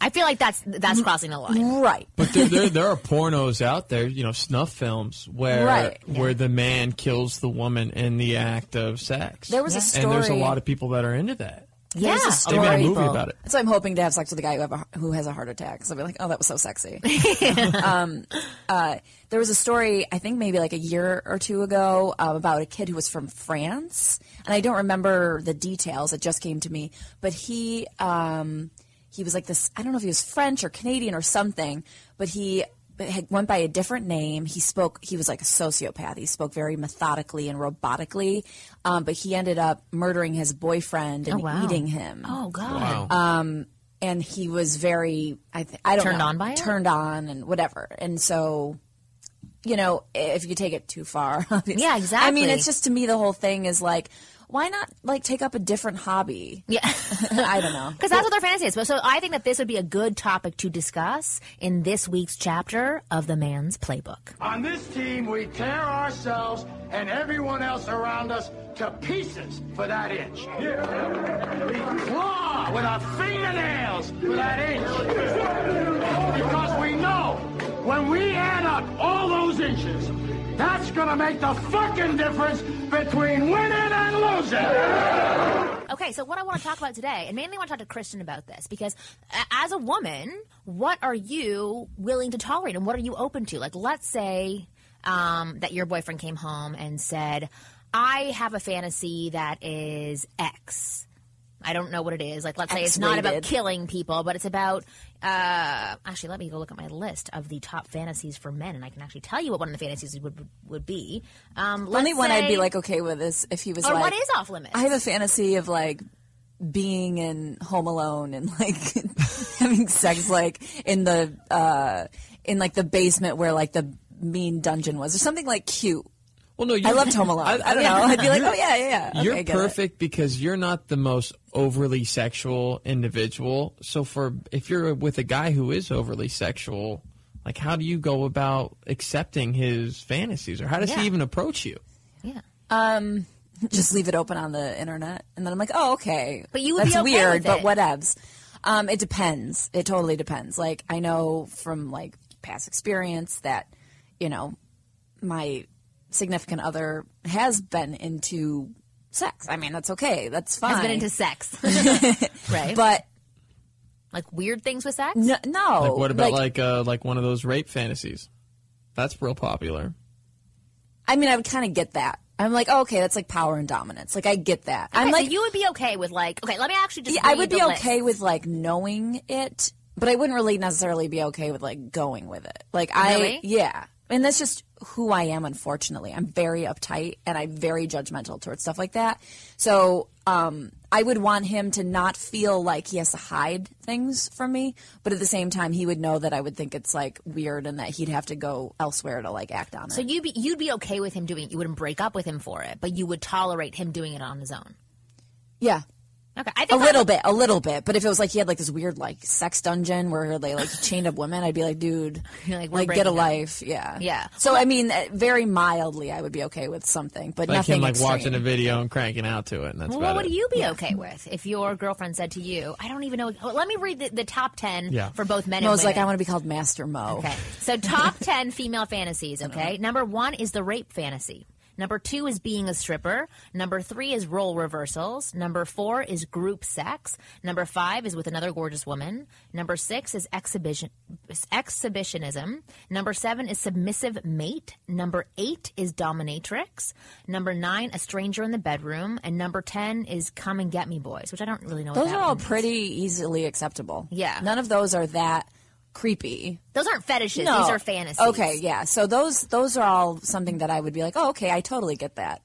Speaker 7: I feel like that's
Speaker 8: Mm.
Speaker 7: that's crossing the line.
Speaker 5: Right.
Speaker 8: But there, there, there are pornos out there, you know, snuff films where
Speaker 5: Right, yeah.
Speaker 8: where the man kills the woman in the act of sex.
Speaker 5: There was a
Speaker 8: and there's a
Speaker 5: story-
Speaker 8: lot of people that are into that.
Speaker 7: Yeah,
Speaker 5: There's a
Speaker 8: They made a
Speaker 5: Right.
Speaker 8: movie about it.
Speaker 5: So I'm hoping to have sex with a guy who have a, who has a heart attack. So I'll be like, oh, that was so sexy. um, uh, there was a story, I think maybe like a year or two ago, uh, about a kid who was from France, and I don't remember the details. It just came to me, but he um, he was like this. I don't know if he was French or Canadian or something, but he. Had, went by a different name. He spoke. He was like a sociopath. He spoke very methodically and robotically, um, but he ended up murdering his boyfriend and
Speaker 7: Oh, wow.
Speaker 5: eating him
Speaker 7: Oh God.
Speaker 5: and he was very I, th- I don't
Speaker 7: Turned
Speaker 5: know,
Speaker 7: on by it?
Speaker 5: turned on and whatever and so you know if you take it too far obviously.
Speaker 7: Yeah,
Speaker 5: I mean
Speaker 7: exactly.
Speaker 5: it's just to me the whole thing is like why not like take up a different hobby
Speaker 7: Yeah.
Speaker 5: I don't know
Speaker 7: Because that's what their fantasy is. But so I think that this would be a good topic to discuss in this week's chapter of the man's playbook.
Speaker 11: On this team, we tear ourselves and everyone else around us to pieces for that inch. We claw with our fingernails for that inch. Because we know when we add up all those inches, that's gonna make the fucking difference between winning and losing.
Speaker 7: Okay, so what I want to talk about today, and mainly want to talk to Kristen about this, because a- as a woman, what are you willing to tolerate and what are you open to? Like, let's say um, that your boyfriend came home and said, I have a fantasy that is X. I don't know what it is. Like, let's say it's not about
Speaker 5: X-rated.
Speaker 7: killing people, but it's about. Uh, actually, let me go look at my list of the top fantasies for men, and I can actually tell you what one of the fantasies would would be. Um,
Speaker 5: only
Speaker 7: let's
Speaker 5: one I'd be
Speaker 7: say-
Speaker 5: like okay with is if he was
Speaker 7: or
Speaker 5: like
Speaker 7: what is off limits?
Speaker 5: I have a fantasy of like being in Home Alone and like having sex like in the uh, in like the basement where like the mean dungeon was or something like cute
Speaker 8: Well, no, you
Speaker 5: I loved Home Alone. I, don't know. I'd be like, oh yeah, yeah, yeah.
Speaker 8: you're
Speaker 5: Okay, I get it.
Speaker 8: perfect because you're not the most overly sexual individual. So for if you're with a guy who is overly sexual, like how do you go about accepting his fantasies or how does
Speaker 7: Yeah.
Speaker 8: he even approach you?
Speaker 7: yeah.
Speaker 5: Just leave it open on the internet, and then I'm like, oh okay.
Speaker 7: But you would
Speaker 5: that's
Speaker 7: be okay
Speaker 5: weird,
Speaker 7: with
Speaker 5: but
Speaker 7: it.
Speaker 5: whatevs. Um, it depends. It totally depends. Like I know from like past experience that you know my significant other has been into sex. I mean, that's okay. That's fine.
Speaker 7: has been into sex. right. But
Speaker 5: but
Speaker 7: like weird things with sex?
Speaker 5: no, no.
Speaker 8: Like what about like uh, like one of those rape fantasies? That's real popular.
Speaker 5: I mean, I would kind of get that. I'm like, oh, okay, that's like power and dominance. Like I get that. I'm
Speaker 7: Okay, so
Speaker 5: like
Speaker 7: you would be okay with like okay, let me actually just
Speaker 5: Yeah, I
Speaker 7: read
Speaker 5: would
Speaker 7: the
Speaker 5: be
Speaker 7: list.
Speaker 5: okay with like knowing it but I wouldn't really necessarily be okay with like going with it. Like I,
Speaker 7: Really?
Speaker 5: yeah, and that's just who I am. Unfortunately, I'm very uptight and I'm very judgmental towards stuff like that. So um, I would want him to not feel like he has to hide things from me, but at the same time, he would know that I would think it's like weird and that he'd have to go elsewhere to like act on it.
Speaker 7: So you'd be you'd be okay with him doing it. You wouldn't break up with him for it, but you would tolerate him doing it on his own.
Speaker 5: yeah.
Speaker 7: Okay, I
Speaker 5: A
Speaker 7: think
Speaker 5: little bit, a little bit. But if it was like he had like this weird like sex dungeon where they like chained up women, I'd be like, dude, like,
Speaker 7: we're
Speaker 5: get a
Speaker 7: breaking up.
Speaker 5: life. Yeah.
Speaker 7: Yeah.
Speaker 5: So I mean, uh, very mildly, I would be okay with something, but
Speaker 8: like
Speaker 5: nothing
Speaker 8: him like
Speaker 5: extreme.
Speaker 8: watching a video and cranking out to it, and that's
Speaker 7: Well,
Speaker 8: about
Speaker 7: what would
Speaker 8: it.
Speaker 7: you be okay with if your girlfriend said to you, "I don't even know"? oh, Let me read the, the top ten
Speaker 5: Yeah.
Speaker 7: for both men. and
Speaker 5: Mo's
Speaker 7: women.
Speaker 5: like, I want to be called Master Mo.
Speaker 7: Okay. So top 10 female fantasies,
Speaker 5: Uh-huh.
Speaker 7: okay? Number 1 is the rape fantasy. Number 2 is being a stripper. Number 3 is role reversals. Number 4 is group sex. Number 5 is with another gorgeous woman. Number 6 is exhibition is exhibitionism. Number 7 is submissive mate. Number 8 is dominatrix. Number 9 a stranger in the bedroom and number 10 is come and get me boys, which I don't really know what
Speaker 5: Those
Speaker 7: that
Speaker 5: are all
Speaker 7: one-
Speaker 5: pretty easily acceptable.
Speaker 7: Yeah.
Speaker 5: None of those are that creepy.
Speaker 7: Those aren't fetishes,
Speaker 5: No.
Speaker 7: these are fantasies.
Speaker 5: Okay, yeah. So those those are all something that I would be like, oh, okay, I totally get that.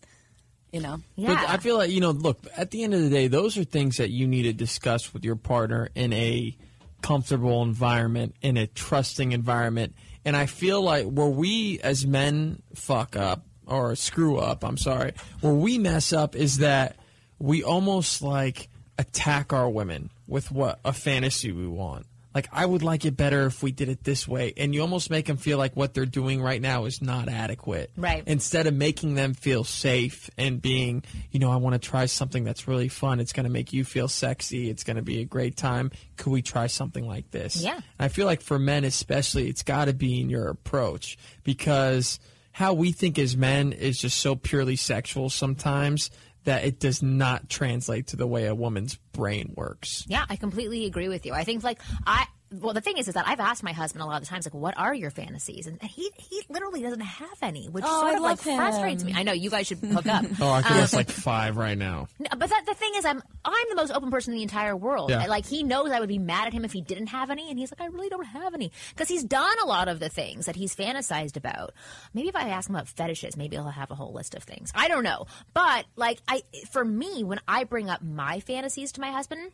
Speaker 5: You know.
Speaker 8: But I feel like, you know, look, at the end of the day, those are things that you need to discuss with your partner in a comfortable environment, in a trusting environment. And I feel like where we as men fuck up or screw up, I'm sorry, where we mess up is that we almost like attack our women with what a fantasy we want. Like I would like it better if we did it this way, and you almost make them feel like what they're doing right now is not adequate.
Speaker 7: Right.
Speaker 8: Instead of making them feel safe and being, you know, I want to try something that's really fun. It's going to make you feel sexy. It's going to be a great time. Could we try something like this?
Speaker 7: Yeah.
Speaker 8: I feel like for men especially, it's got to be in your approach because how we think as men is just so purely sexual sometimes that it does not translate to the way a woman's brain works.
Speaker 7: Yeah, I completely agree with you. I think like I well the thing is is that I've asked my husband a lot of times like what are your fantasies and he he literally doesn't have any, which
Speaker 5: Oh,
Speaker 7: sort
Speaker 5: I
Speaker 7: of like
Speaker 5: love him.
Speaker 7: frustrates me. I know you guys should hook up.
Speaker 8: Oh, I could
Speaker 7: Um,
Speaker 8: list like five right now.
Speaker 7: no, but that, the thing is, I'm I'm the most open person in the entire world.
Speaker 8: Yeah.
Speaker 7: I- Like he knows I would be mad at him if he didn't have any, and he's like, I really don't have any because he's done a lot of the things that he's fantasized about. Maybe if I ask him about fetishes, maybe he'll have a whole list of things. I don't know, but like I, for me, when I bring up my fantasies to my husband.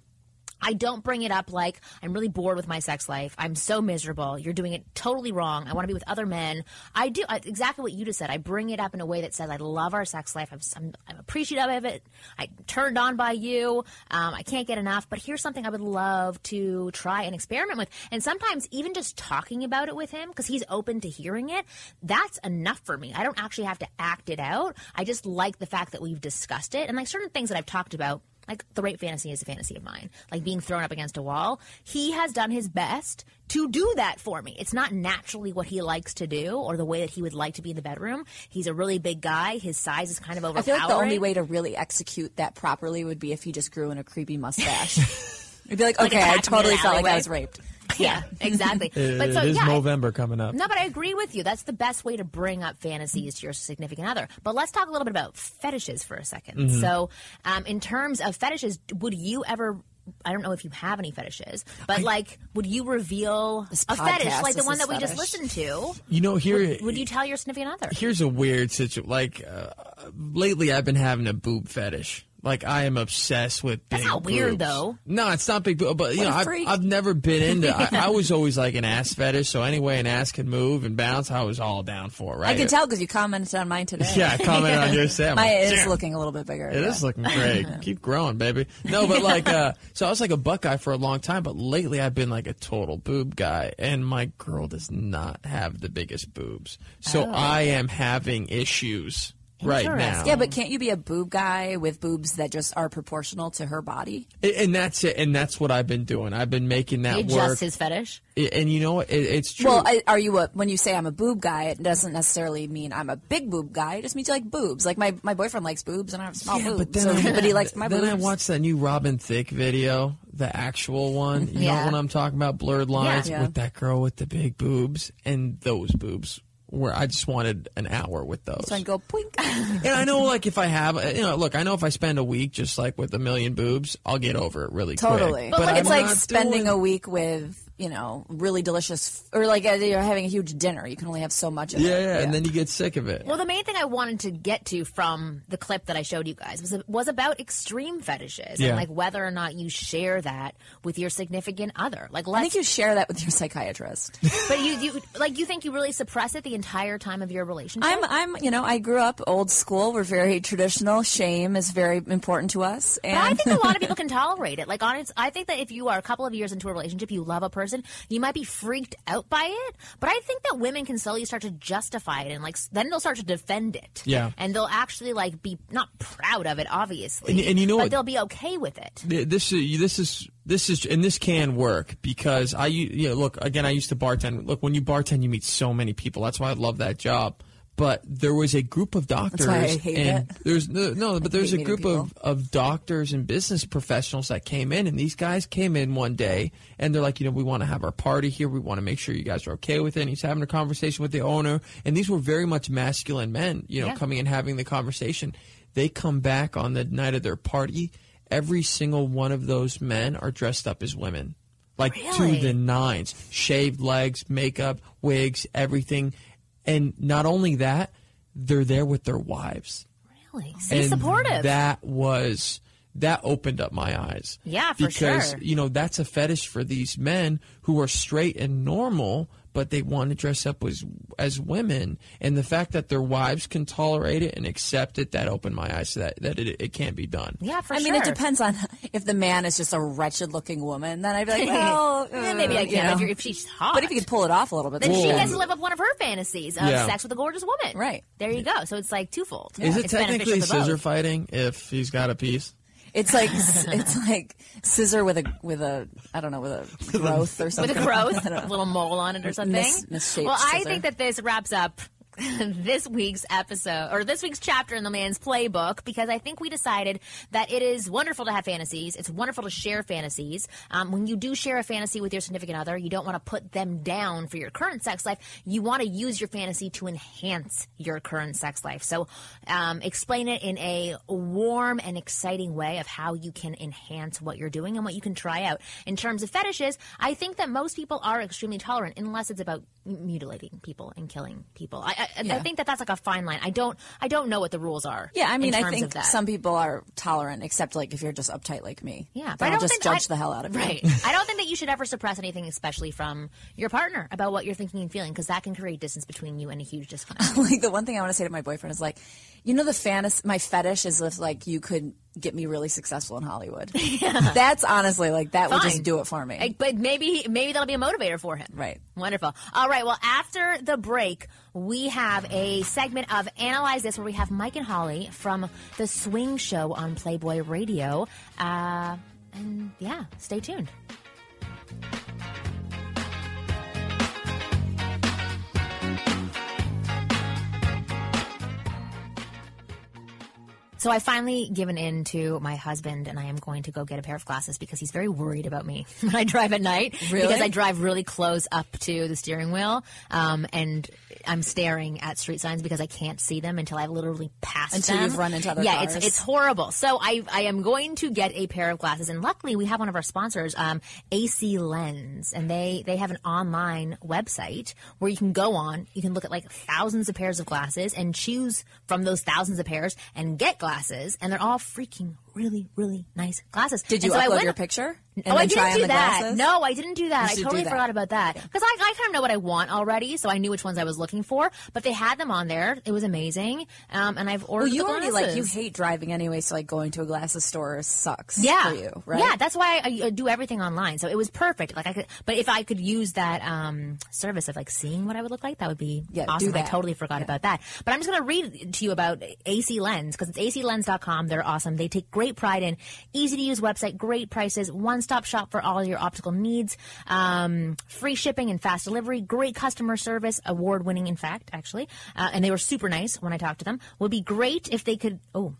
Speaker 7: I don't bring it up like I'm really bored with my sex life. I'm so miserable. You're doing it totally wrong. I want to be with other men. I do I, exactly what you just said. I bring it up in a way that says I love our sex life. I'm, I'm, I'm appreciative of it. I turned on by you. Um, I can't get enough. But here's something I would love to try and experiment with. And sometimes even just talking about it with him because he's open to hearing it. That's enough for me. I don't actually have to act it out. I just like the fact that we've discussed it and like certain things that I've talked about like the rape fantasy is a fantasy of mine like being thrown up against a wall he has done his best to do that for me it's not naturally what he likes to do or the way that he would like to be in the bedroom he's a really big guy his size is kind of
Speaker 5: I
Speaker 7: overpowering
Speaker 5: feel like the only way to really execute that properly would be if he just grew in a creepy mustache. It'd be like,
Speaker 7: Like
Speaker 5: okay,
Speaker 7: attack
Speaker 5: I
Speaker 7: me in
Speaker 5: totally
Speaker 7: an
Speaker 5: felt like I
Speaker 7: alleyway.
Speaker 5: was raped.
Speaker 7: yeah exactly but
Speaker 8: It
Speaker 7: so
Speaker 8: is
Speaker 7: yeah
Speaker 8: November coming up.
Speaker 7: No, but I agree with you. That's the best way to bring up fantasies to your significant other. But let's talk a little bit about fetishes for a 2nd
Speaker 8: Mhm.
Speaker 7: So, um, in terms of fetishes, would you ever? I don't know if you have any fetishes, but like, would you reveal a fetish
Speaker 5: podcast
Speaker 7: like the
Speaker 5: is
Speaker 7: one
Speaker 5: his
Speaker 7: that we just
Speaker 5: fetish.
Speaker 7: listened to?
Speaker 8: You know, here
Speaker 7: would, would you tell your significant other?
Speaker 8: Here's a weird situation. Like uh, lately, I've been having a boob fetish. Like I am obsessed with. Big
Speaker 7: That's not
Speaker 8: boobs.
Speaker 7: weird, though.
Speaker 8: No, it's not big, boob, but you
Speaker 7: What
Speaker 8: know,
Speaker 7: a
Speaker 8: I've,
Speaker 7: freak.
Speaker 8: I've never been into. I, I was always like an ass fetish, so anyway, an ass can move and bounce. I was all down for it, right.
Speaker 5: I can tell because you commented on mine today.
Speaker 8: Yeah, I commented on yours today. I'm
Speaker 5: Mine
Speaker 8: like,
Speaker 5: is
Speaker 8: "Damn."
Speaker 5: looking a little bit bigger.
Speaker 8: It is
Speaker 5: yeah.
Speaker 8: looking great. Keep growing, baby. No, but like, uh, so I was like a buck guy for a long time, but lately I've been like a total boob guy, and my girl does not have the biggest boobs, so
Speaker 5: Oh.
Speaker 8: I am having issues right now.
Speaker 5: Yeah, but can't you be a boob guy with boobs that just are proportional to her body?
Speaker 8: And- and that's it. And that's what I've been doing. I've been making that
Speaker 5: You adjust
Speaker 8: work.
Speaker 5: his
Speaker 7: fetish.
Speaker 8: And you know what? It, it's true.
Speaker 5: Well, I, are you a, when you say I'm a boob guy, it doesn't necessarily mean I'm a big boob guy. It just means you like boobs. Like my, my boyfriend likes boobs and I have small
Speaker 8: yeah,
Speaker 5: boobs.
Speaker 8: but then
Speaker 5: so
Speaker 8: I,
Speaker 5: everybody likes my
Speaker 8: then
Speaker 5: boobs.
Speaker 8: I watched that new Robin Thicke video, the actual one. You
Speaker 5: Yeah.
Speaker 8: know what I'm talking about? Blurred lines
Speaker 5: Yeah.
Speaker 8: with that girl with the big boobs and those boobs. Where I just wanted an hour with those.
Speaker 5: so I go poink.
Speaker 8: and I know, like, if I have, you know, look, I know if I spend a week just like with a million boobs, I'll get over it really quick.
Speaker 5: Totally.
Speaker 8: But,
Speaker 5: like,
Speaker 8: I'm
Speaker 5: it's like
Speaker 8: not
Speaker 5: spending a week with you know, really delicious, f- or like uh, you're having a huge dinner. You can only have so much of
Speaker 8: Yeah,
Speaker 5: it.
Speaker 8: yeah, and then you get sick of it.
Speaker 7: Well, the main thing I wanted to get to from the clip that I showed you guys was was about extreme fetishes
Speaker 5: Yeah.
Speaker 7: and like whether or not you share that with your significant other. Like,
Speaker 5: I
Speaker 7: let's,
Speaker 5: think you share that with your psychiatrist.
Speaker 7: but you, you like you think you really suppress it the entire time of your relationship.
Speaker 5: I'm, I'm, you know, I grew up old school. We're very traditional. Shame is very important to us. And
Speaker 7: But I think a lot of people can tolerate it. Like, on its, I think that if you are a couple of years into a relationship, you love a person, you might be freaked out by it. But I think that women can slowly start to justify it, and like, s- then they'll start to defend it.
Speaker 8: Yeah.
Speaker 7: and they'll actually like be not proud of it, obviously,
Speaker 8: And- and you know
Speaker 7: but
Speaker 8: what-
Speaker 7: they'll be okay with it.
Speaker 8: Th- This is this is this is and this can work because I u- yeah look again I used to bartend. Look, when you bartend, you meet so many people. That's why I love that job. But there was a group of doctors
Speaker 5: why I hate
Speaker 8: and
Speaker 5: it.
Speaker 8: there's no, no but there's a
Speaker 5: hate meeting
Speaker 8: group of, of doctors and business professionals that came in and these guys came in one day and they're like you know we want to have our party here we want to make sure you guys are okay with it and he's having a conversation with the owner and these were very much masculine men you know
Speaker 12: Yeah.
Speaker 8: coming and having the conversation they come back on the night of their party every single one of those men are dressed up as women like
Speaker 12: Really?
Speaker 8: to the nines shaved legs makeup wigs everything and not only that they're there with their wives
Speaker 7: Really? See,
Speaker 8: and
Speaker 7: supportive.
Speaker 8: That was that opened up my eyes.
Speaker 7: Yeah, for
Speaker 8: because,
Speaker 7: sure.
Speaker 8: you know that's a fetish for these men who are straight and normal, but they want to dress up as as women. And the fact that their wives can tolerate it and accept it, that opened my eyes to that that it, it can't be done.
Speaker 7: Yeah, for
Speaker 5: I mean, it
Speaker 7: sure.
Speaker 5: depends on if the man is just a wretched looking woman. Then I'd be like, well,
Speaker 7: Yeah, maybe I
Speaker 5: you
Speaker 7: can
Speaker 5: know.
Speaker 7: if, you're, if she's hot.
Speaker 5: Uh, But if you could pull it off a little bit,
Speaker 7: then she
Speaker 5: better.
Speaker 7: gets to live up one of her fantasies of
Speaker 8: Yeah.
Speaker 7: sex with a gorgeous woman. Right. There you go. So it's like twofold.
Speaker 8: Is it
Speaker 7: It's beneficial
Speaker 8: technically
Speaker 7: to both.
Speaker 8: scissor fighting if he's got a piece?
Speaker 5: It's like it's like scissor with a with a I don't know with a growth or something
Speaker 7: With a growth,
Speaker 5: I don't
Speaker 7: a
Speaker 5: know.
Speaker 7: little mole on it or
Speaker 5: Mis-
Speaker 7: something.
Speaker 5: misshaped
Speaker 7: well, I
Speaker 5: scissor.
Speaker 7: think that this wraps up this week's episode or this week's chapter in the man's playbook because I think we decided that it is wonderful to have fantasies. It's wonderful to share fantasies. Um, when you do share a fantasy with your significant other, you don't want to put them down for your current sex life. You want to use your fantasy to enhance your current sex life. So um, explain it in a warm and exciting way of how you can enhance what you're doing and what you can try out. In terms of fetishes, I think that most people are extremely tolerant unless it's about m- mutilating people and killing people. I, I, I
Speaker 5: Yeah.
Speaker 7: think that that's like a fine line. I don't I don't know what the rules are.
Speaker 5: Yeah, I
Speaker 7: in
Speaker 5: mean, I
Speaker 7: terms of
Speaker 5: think
Speaker 7: that.
Speaker 5: some people are tolerant, except like if you're just uptight like me.
Speaker 7: Yeah,
Speaker 5: but
Speaker 7: I
Speaker 5: I'll
Speaker 7: don't
Speaker 5: just
Speaker 7: think
Speaker 5: judge
Speaker 7: I-
Speaker 5: the hell out of you.
Speaker 7: Right. I don't think that you should ever suppress anything, especially from your partner, about what you're thinking and feeling, because that can create distance between you and a huge disconnect.
Speaker 5: like the one thing I want to say to my boyfriend is like, you know, the fantasy, my fetish is if like you could get me really successful in Hollywood. That's honestly like that would
Speaker 7: Fine.
Speaker 5: just do it for me.
Speaker 7: Like, But maybe maybe that'll be a motivator for him. Right. Wonderful. All right. Well, after the break, we have a segment of Analyze This where we have Mike and Holly from the Swing Show on Playboy Radio. Uh, and yeah, stay tuned. So I finally given in to my husband, and I am going to go get a pair of glasses because he's very worried about me when I drive at night.
Speaker 5: Really?
Speaker 7: Because I drive really close up to the steering wheel, um, and I'm staring at street signs because I can't see them until I've literally passed
Speaker 5: Until
Speaker 7: them.
Speaker 5: you've run into other
Speaker 7: yeah,
Speaker 5: cars.
Speaker 7: it's it's horrible. So I I am going to get a pair of glasses, and luckily we have one of our sponsors, um, AC Lens, and they they have an online website where you can go on, you can look at like thousands of pairs of glasses and choose from those thousands of pairs and get glasses, and they're all freaking really really nice glasses.
Speaker 5: Did you
Speaker 7: and so I
Speaker 5: upload
Speaker 7: went-
Speaker 5: your picture?
Speaker 7: oh,
Speaker 5: And then
Speaker 7: I didn't
Speaker 5: try on
Speaker 7: do
Speaker 5: the
Speaker 7: that.
Speaker 5: glasses?
Speaker 7: No, I didn't do
Speaker 5: You
Speaker 7: that. I
Speaker 5: should
Speaker 7: totally
Speaker 5: do that.
Speaker 7: forgot about that because I, I kind of know what I want already, so I knew which ones I was looking for. But they had them on there. It was amazing, um, and I've ordered.
Speaker 5: Well, you
Speaker 7: the
Speaker 5: already like you
Speaker 7: glasses.
Speaker 5: hate driving anyway, so like going to a glasses store sucks
Speaker 7: yeah.
Speaker 5: for you, right?
Speaker 7: Yeah, that's why I, I do everything online. So it was perfect. Like I could, but if I could use that um, service of like seeing what I would look like, that would be
Speaker 5: Yeah, do
Speaker 7: awesome. I
Speaker 5: that.
Speaker 7: totally forgot about that. But I'm just gonna read to you about AC Lens because it's aclens.com. They're awesome. They take great pride in easy to use website, great prices, one stop shop for all your optical needs, um, free shipping and fast delivery, great customer service, award winning in fact, actually. Uh, and they were super nice when I talked to them. Would be great if they could. Oh.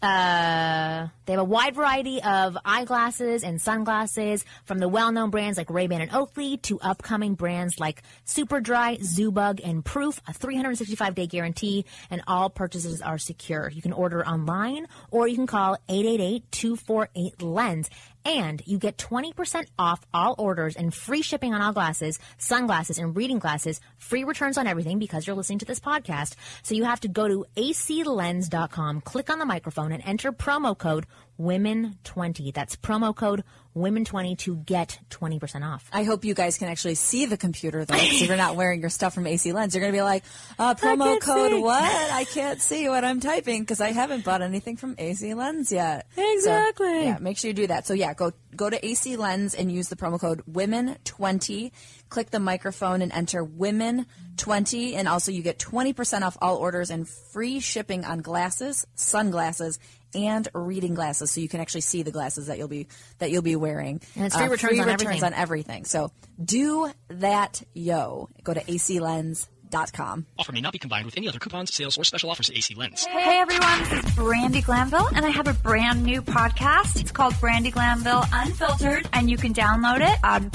Speaker 7: Uh, they have a wide variety of eyeglasses and sunglasses from the well-known brands like Ray-Ban and Oakley to upcoming brands like Superdry, Zubug, and Proof, a 365-day guarantee, and all purchases are secure. You can order online or you can call 888-248-LENS. And you get 20% off all orders and free shipping on all glasses, sunglasses, and reading glasses, free returns on everything because you're listening to this podcast. So you have to go to aclens.com, click on the microphone, and enter promo code WOMEN20. That's promo code WOMEN20 to get 20% off.
Speaker 5: I hope you guys can actually see the computer though, so you're not wearing your stuff from AC Lens. You're going to be like, uh, promo
Speaker 7: can't
Speaker 5: code
Speaker 7: see.
Speaker 5: what? I can't see what I'm typing because I haven't bought anything from AC Lens yet.
Speaker 7: Exactly.
Speaker 5: So, yeah, make sure you do that. So yeah, go go to AC Lens and use the promo code Women20. Click the microphone and enter Women20, and also you get 20% off all orders and free shipping on glasses, sunglasses. And reading glasses, so you can actually see the glasses that you'll be that you'll be wearing.
Speaker 7: And it's free returns
Speaker 5: Uh, free
Speaker 7: on
Speaker 5: returns
Speaker 7: everything.
Speaker 5: on everything. So do that, yo. Go to aclens.com.
Speaker 12: Offer may not be combined with any other coupons, sales, or special offers at AC Lens.
Speaker 13: Hey everyone, this is Brandy Glanville, and I have a brand new podcast. It's called Brandy Glanville Unfiltered, and you can download it on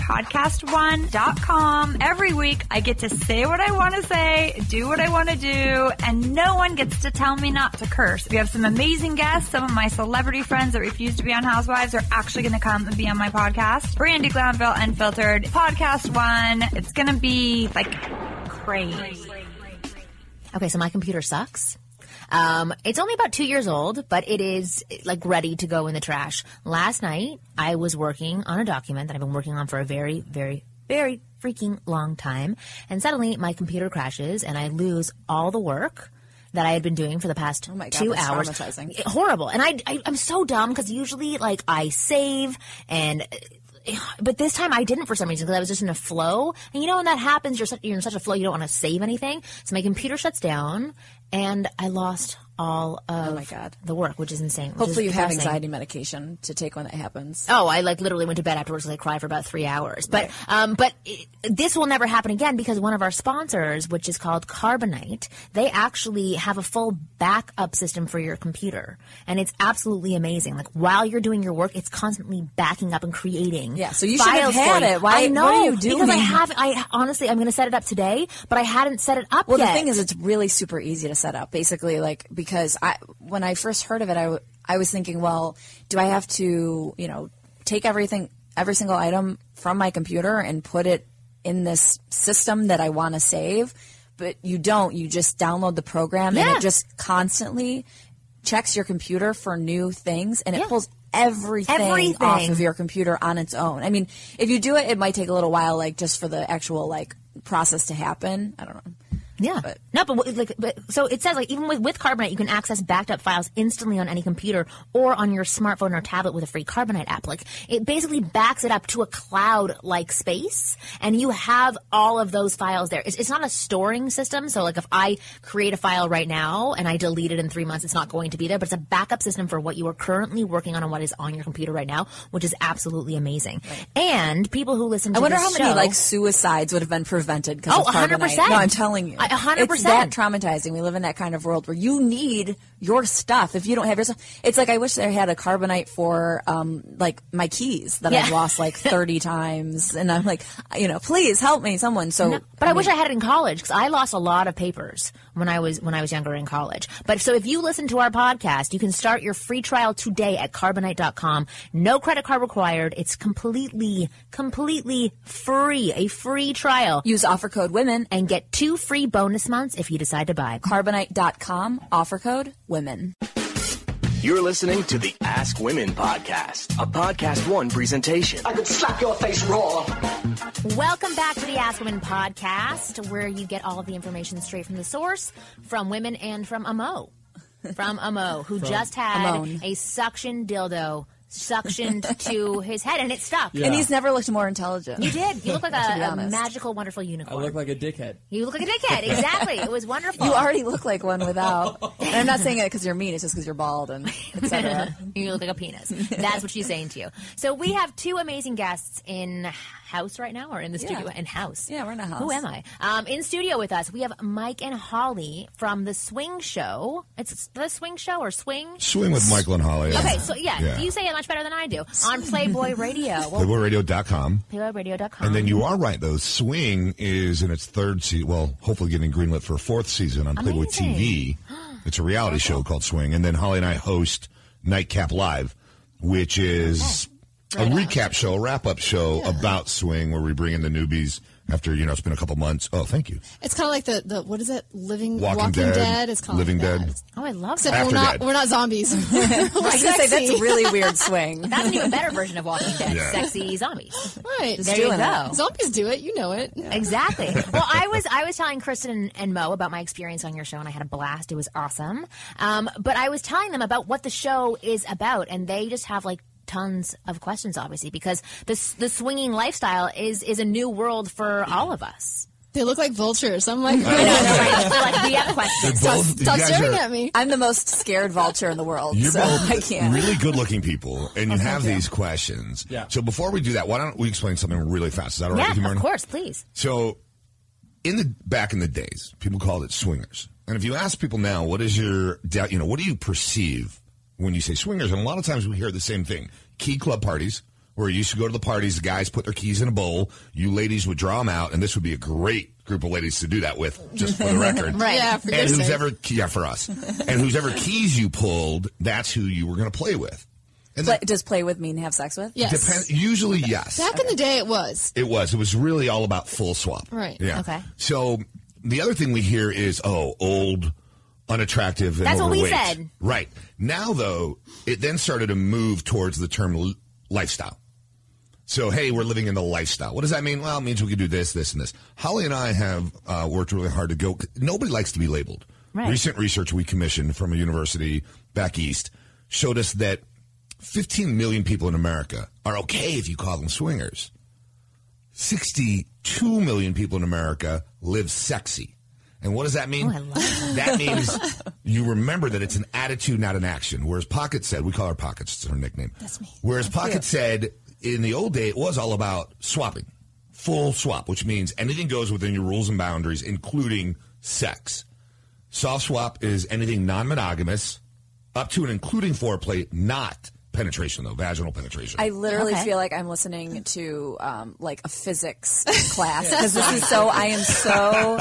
Speaker 13: podcastone.com. Every week, I get to say what I want to say, do what I want to do, and no one gets to tell me not to curse. We have some amazing guests. Some of my celebrity friends that refuse to be on Housewives are actually going to come and be on my podcast. Brandy Glanville Unfiltered, Podcast One. It's going to be like crazy.
Speaker 7: Okay, so my computer sucks. Um, it's only about two years old, but it is like ready to go in the trash. Last night, I was working on a document that I've been working on for a very, very, very freaking long time, and suddenly my computer crashes and I lose all the work that I had been doing for the past
Speaker 5: Oh my God,
Speaker 7: two
Speaker 5: that's
Speaker 7: hours.
Speaker 5: traumatizing.
Speaker 7: It- horrible, and I, I I'm so dumb because usually like I save and but this time I didn't for some reason because I was just in a flow. And you know when that happens, you're such, you're in such a flow you don't want to save anything. So my computer shuts down, and I lost all of
Speaker 5: Oh my God.
Speaker 7: the work, which is insane. which is
Speaker 5: Hopefully, you have
Speaker 7: depressing.
Speaker 5: anxiety medication to take when that happens.
Speaker 7: Oh, I like literally went to bed afterwards because I cried for about three hours. But um, but it, this will never happen again because one of our sponsors, which is called Carbonite, they actually have a full backup system for your computer, and it's absolutely amazing. Like while you're doing your work, it's constantly backing up and creating.
Speaker 5: Yeah, so you should have
Speaker 7: files
Speaker 5: had
Speaker 7: for you.
Speaker 5: it. Why-
Speaker 7: I know
Speaker 5: what are you
Speaker 7: because I
Speaker 5: doing?
Speaker 7: have. I honestly, I'm going to set it up today, but I hadn't set it up
Speaker 5: Well,
Speaker 7: yet.
Speaker 5: the thing is, it's really super easy to set up. Basically, like because I when I first heard of it, I, w- I was thinking, well, do I have to you know take everything every single item from my computer and put it in this system that I want to save? But you don't. You just download the program and
Speaker 7: Yeah.
Speaker 5: it just constantly checks your computer for new things and it pulls everything,
Speaker 7: Everything.
Speaker 5: off of your computer on its own. I mean, if you do it, it might take a little while, like just for the actual like process to happen. I don't know.
Speaker 7: Yeah. no, but what- like, but so it says like even with with Carbonite, you can access backed up files instantly on any computer or on your smartphone or tablet with a free Carbonite app. Like it basically backs it up to a cloud like space, and you have all of those files there. It's, it's not a storing system, so like if I create a file right now and I delete it in three months, it's not going to be there. But it's a backup system for what you are currently working on and what is on your computer right now, which is absolutely amazing. And people who listen, to
Speaker 5: I wonder
Speaker 7: this
Speaker 5: how many
Speaker 7: show-
Speaker 5: like suicides would have been prevented because
Speaker 7: Oh,
Speaker 5: of carbonite.
Speaker 7: 100%.
Speaker 5: No, I'm telling you,
Speaker 7: I- 100%.
Speaker 5: It's that traumatizing. We live in that kind of world where you need your stuff. If you don't have your stuff, it's like I wish I had a carbonite for um like my keys that I've
Speaker 7: Yeah.
Speaker 5: lost like 30 times, and I'm like, you know, please help me, someone. So,
Speaker 7: But I, wish I had it in college because I lost a lot of papers when I was when I was younger in college. But so if you listen to our podcast, you can start your free trial today at carbonite.com. No credit card required. It's completely completely free. A free trial.
Speaker 5: Use offer code women
Speaker 7: and get two free bonus months if you decide to buy.
Speaker 5: Carbonite.com offer code women.
Speaker 3: You're listening to the Ask Women podcast, a podcast one presentation. I could slap your face raw.
Speaker 7: Welcome back to the Ask Women podcast, where you get all of the information straight from the source, from women and from Amo. From Amo, who
Speaker 5: From
Speaker 7: just had
Speaker 5: Amon.
Speaker 7: a suction dildo suctioned to his head and it stuck.
Speaker 5: And he's never looked more intelligent.
Speaker 7: You did. You look like
Speaker 5: To be
Speaker 7: a, a
Speaker 5: honest.
Speaker 7: magical, wonderful unicorn.
Speaker 8: like a dickhead.
Speaker 7: you look like a dickhead. Exactly. it was wonderful.
Speaker 5: You already look like one without. And I'm not saying it because you're mean. It's just because you're bald and etc.
Speaker 7: you look like a penis. That's what she's saying to you. So we have two amazing guests in house right now, or in the
Speaker 5: Yeah.
Speaker 7: studio in house.
Speaker 5: Yeah, we're in a house.
Speaker 7: Who am I? Um, in studio with us, we have Mike and Holly from the Swing Show. It's the Swing Show or Swing.
Speaker 14: Swing with Michael and Holly.
Speaker 7: Okay, so yeah,
Speaker 14: Yeah.
Speaker 7: you say it much better than I do on Playboy Radio. Well,
Speaker 14: Playboyradio.com.
Speaker 7: PlayboyRadio.com.
Speaker 14: And then you are right, though. Swing is in its third season. Well, hopefully getting greenlit for a fourth season on Playboy TV. It's a reality show called Swing. And then Holly and I host Nightcap Live, which is a recap show, a wrap up show about swing where we bring in the newbies after, you know, it's been a couple months. Oh, thank you.
Speaker 15: It's kind of like the, the what is it? Living
Speaker 14: Walking,
Speaker 15: Dead.
Speaker 14: Dead,
Speaker 15: It's called
Speaker 14: Living
Speaker 15: that.
Speaker 14: Dead.
Speaker 7: Oh, I love
Speaker 15: Except
Speaker 14: After
Speaker 15: we're not
Speaker 14: Dead.
Speaker 15: we're not zombies. We're
Speaker 5: I was gonna say that's
Speaker 15: sexy.
Speaker 5: a really weird swing.
Speaker 7: That's an even better version of Walking Dead.
Speaker 15: Yeah.
Speaker 7: Sexy zombies.
Speaker 15: Right.
Speaker 7: Just There you doing go. it.
Speaker 15: Zombies do it. You know it.
Speaker 7: Exactly. well, I was I was telling Kristen and, and Mo about my experience on your show, and I had a blast. It was awesome. Um, but I was telling them about what the show is about, and they just have like tons of questions, obviously, because this the swinging lifestyle is is a new world for all of us.
Speaker 15: They look like vultures. I'm like,
Speaker 7: Like we have questions.
Speaker 14: They're both- you guys are-
Speaker 5: me. I'm the most scared vulture in the world,
Speaker 14: You're
Speaker 5: so
Speaker 14: both
Speaker 5: I can't.
Speaker 14: really good looking people, and you
Speaker 5: Oh,
Speaker 14: have
Speaker 5: thank you.
Speaker 14: these questions.
Speaker 5: Yeah.
Speaker 14: So before we do that, why don't we explain something really fast? Is that all right
Speaker 7: yeah,
Speaker 14: with you, Myrna?
Speaker 7: of course, please.
Speaker 14: So, in the back in the days, people called it swingers. And if you ask people now, what is your doubt? You know, what do you perceive when you say swingers? And a lot of times we hear the same thing: key club parties, where you used to go to the parties, the guys put their keys in a bowl, you ladies would draw them out, and this would be a great group of ladies to do that with, just for the record.
Speaker 15: Right. Yeah, for your
Speaker 14: and who's
Speaker 15: sake.
Speaker 14: ever yeah for us, and who's ever keys you pulled, that's who you were going to play with.
Speaker 5: Play- does play with mean have sex with?
Speaker 14: Depend- usually, yes.
Speaker 15: Back in the day, it was.
Speaker 14: It was. It was really all about full swap.
Speaker 15: Right.
Speaker 14: Yeah.
Speaker 15: Okay.
Speaker 14: So the other thing we hear is, oh, old, unattractive, and
Speaker 7: That's what we
Speaker 14: overweight.
Speaker 7: said.
Speaker 14: Right. Now, though, it then started to move towards the term l- lifestyle. So, hey, we're living in the lifestyle. What does that mean? Well, it means we could do this, this, and this. Holly and I have uh, worked really hard to go. Nobody likes to be labeled.
Speaker 16: Right.
Speaker 14: Recent research we commissioned from a university back east showed us that 15 million people in America are okay if you call them swingers. 62 million people in America live sexy. And what does that
Speaker 7: Oh,
Speaker 14: mean? that means you remember that it's an attitude, not an action. Whereas Pocket said, we call her Pockets, it's her nickname. That's me. Whereas Pocket said, in the old day, it was all about swapping, full swap, which means anything goes within your rules and boundaries, including sex. Soft swap is anything non monogamous, up to and including foreplay, not penetration, though, vaginal penetration.
Speaker 5: I literally
Speaker 14: Okay.
Speaker 5: feel like I'm listening to um, like a physics class because this is so. I am so.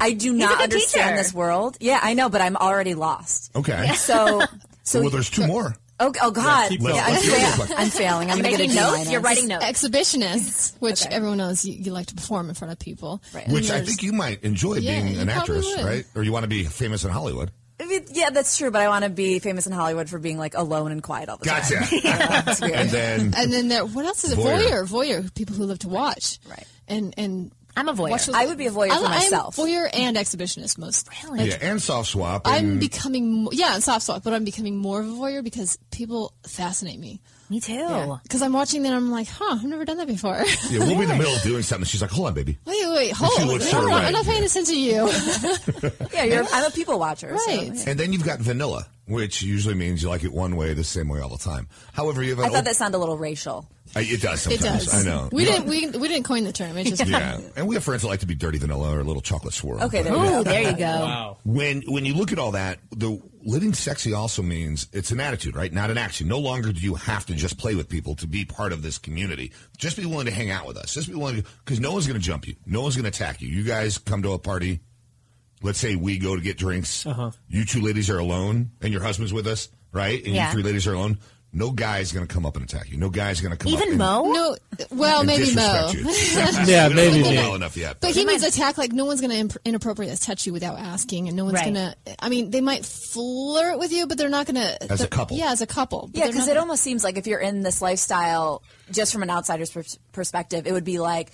Speaker 5: I do
Speaker 14: He's a
Speaker 5: not
Speaker 14: good
Speaker 5: understand
Speaker 14: teacher.
Speaker 5: this world. Yeah, I know, but I'm already lost.
Speaker 14: Okay.
Speaker 5: So, so
Speaker 14: well, there's two more.
Speaker 5: oh, oh God,
Speaker 14: keep
Speaker 5: Yeah,
Speaker 14: going.
Speaker 5: I'm,
Speaker 14: Let's go real
Speaker 5: fa-
Speaker 14: quick.
Speaker 5: I'm failing. I'm
Speaker 15: You're
Speaker 5: going to get a
Speaker 15: making
Speaker 5: D
Speaker 15: notes?
Speaker 5: minus.
Speaker 15: You're writing Exhibitionists, which everyone knows you, you like to perform in front of people. Right.
Speaker 14: Which I think you might enjoy
Speaker 15: Yeah,
Speaker 14: being
Speaker 15: you
Speaker 14: an
Speaker 15: probably
Speaker 14: actress,
Speaker 15: would.
Speaker 14: right? Or you want to be famous in Hollywood.
Speaker 5: I mean, yeah, that's true. But I want to be famous in Hollywood for being like alone and quiet all the
Speaker 14: Gotcha.
Speaker 5: time. That's weird.
Speaker 14: and then
Speaker 15: And then there, what else is it?
Speaker 14: Voyeur.
Speaker 15: Voyeur. voyeur, people who live to watch. Right. And and
Speaker 7: I'm a voyeur.
Speaker 5: I would be a voyeur for myself.
Speaker 15: I'm voyeur and exhibitionist most. Like,
Speaker 14: yeah, and soft swap.
Speaker 15: I'm
Speaker 14: and-
Speaker 15: becoming mo- yeah, and soft swap, but I'm becoming more of a voyeur because people fascinate me.
Speaker 7: Me too.
Speaker 15: Because I'm watching them, I'm like, huh, I've never done that before.
Speaker 14: yeah, we'll be in the middle of doing something. She's like, "Hold on, baby."
Speaker 15: Wait, wait,
Speaker 14: And
Speaker 15: hold.
Speaker 14: she
Speaker 15: on.
Speaker 14: looks her
Speaker 15: I'm, not,
Speaker 14: way.
Speaker 15: I'm not paying attention to you.
Speaker 5: yeah, you're, I'm a people watcher. so,
Speaker 15: Right.
Speaker 5: yeah.
Speaker 14: And then you've got vanilla, which usually means you like it one way, the same way all the time. However, you have an
Speaker 5: I thought
Speaker 14: op-
Speaker 5: that sounded a little racial.
Speaker 14: Uh, it does
Speaker 15: It
Speaker 14: sometimes.
Speaker 15: does.
Speaker 14: I know.
Speaker 15: We
Speaker 14: You
Speaker 15: didn't. We, we didn't coin the term. It's just
Speaker 14: yeah, and we have friends that like to be dirty vanilla or a little chocolate swirl.
Speaker 15: Okay,
Speaker 14: But-
Speaker 15: there you go. Ooh, there you go.
Speaker 7: Wow.
Speaker 14: When when you look at all that, the living sexy also means it's an attitude, right? Not an action. No longer do you have to just play with people to be part of this community. Just be willing to hang out with us. Just be willing to because no one's going to jump you. No one's going to attack you. You guys come to a party. Let's say we go to get drinks.
Speaker 8: Uh-huh.
Speaker 14: You two ladies are alone, and your husband's with us, right? And
Speaker 15: Yeah.
Speaker 14: you three ladies are alone. No guy's going to come up and attack you. No guy's going to come up.
Speaker 15: even
Speaker 14: and-
Speaker 15: Mo. No. Well,
Speaker 14: and
Speaker 15: maybe Mo.
Speaker 14: disrespect you.
Speaker 8: Yeah,
Speaker 14: we don't know
Speaker 8: maybe
Speaker 14: Mo
Speaker 8: me.
Speaker 14: well enough yet.
Speaker 15: But he means attack like no one's going to imp- inappropriately touch you without asking, and no one's
Speaker 14: Right.
Speaker 15: going to. I mean, they might flirt with you, but they're not going to.
Speaker 14: As a couple.
Speaker 15: Yeah, as a couple. but
Speaker 5: Yeah,
Speaker 15: they're
Speaker 5: because
Speaker 15: not
Speaker 5: it almost seems like if you're in this lifestyle, just from an outsider's pers- perspective, it would be like,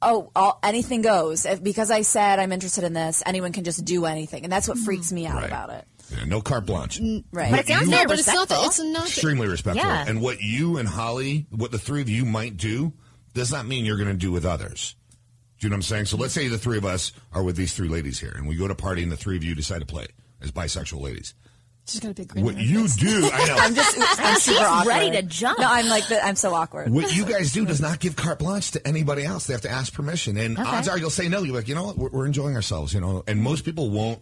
Speaker 5: oh, all, anything goes. If, because I said I'm interested in this, anyone can just do anything, and that's what freaks me out about it.
Speaker 14: Yeah, no carte blanche.
Speaker 5: Right.
Speaker 14: But it sounds very
Speaker 15: but it's not that- it's not that-
Speaker 14: Extremely respectful.
Speaker 15: Yeah.
Speaker 14: And what you and Holly, what the three of you might do, does not mean you're going to do with others. Do you know what I'm saying? So let's say the three of us are with these three ladies here, and we go to a party, and the three of you decide to play as bisexual ladies.
Speaker 15: She's got a big grin.
Speaker 14: What you do, I know.
Speaker 5: I'm just, I'm super
Speaker 7: She's
Speaker 5: awkward.
Speaker 7: ready to jump.
Speaker 5: No, I'm like, the, I'm so awkward.
Speaker 14: What you guys do does not give carte blanche to anybody else. They have to ask permission. And
Speaker 5: Okay.
Speaker 14: odds are you'll say no. You're like, you know what? We're, we're enjoying ourselves, you know? And most people won't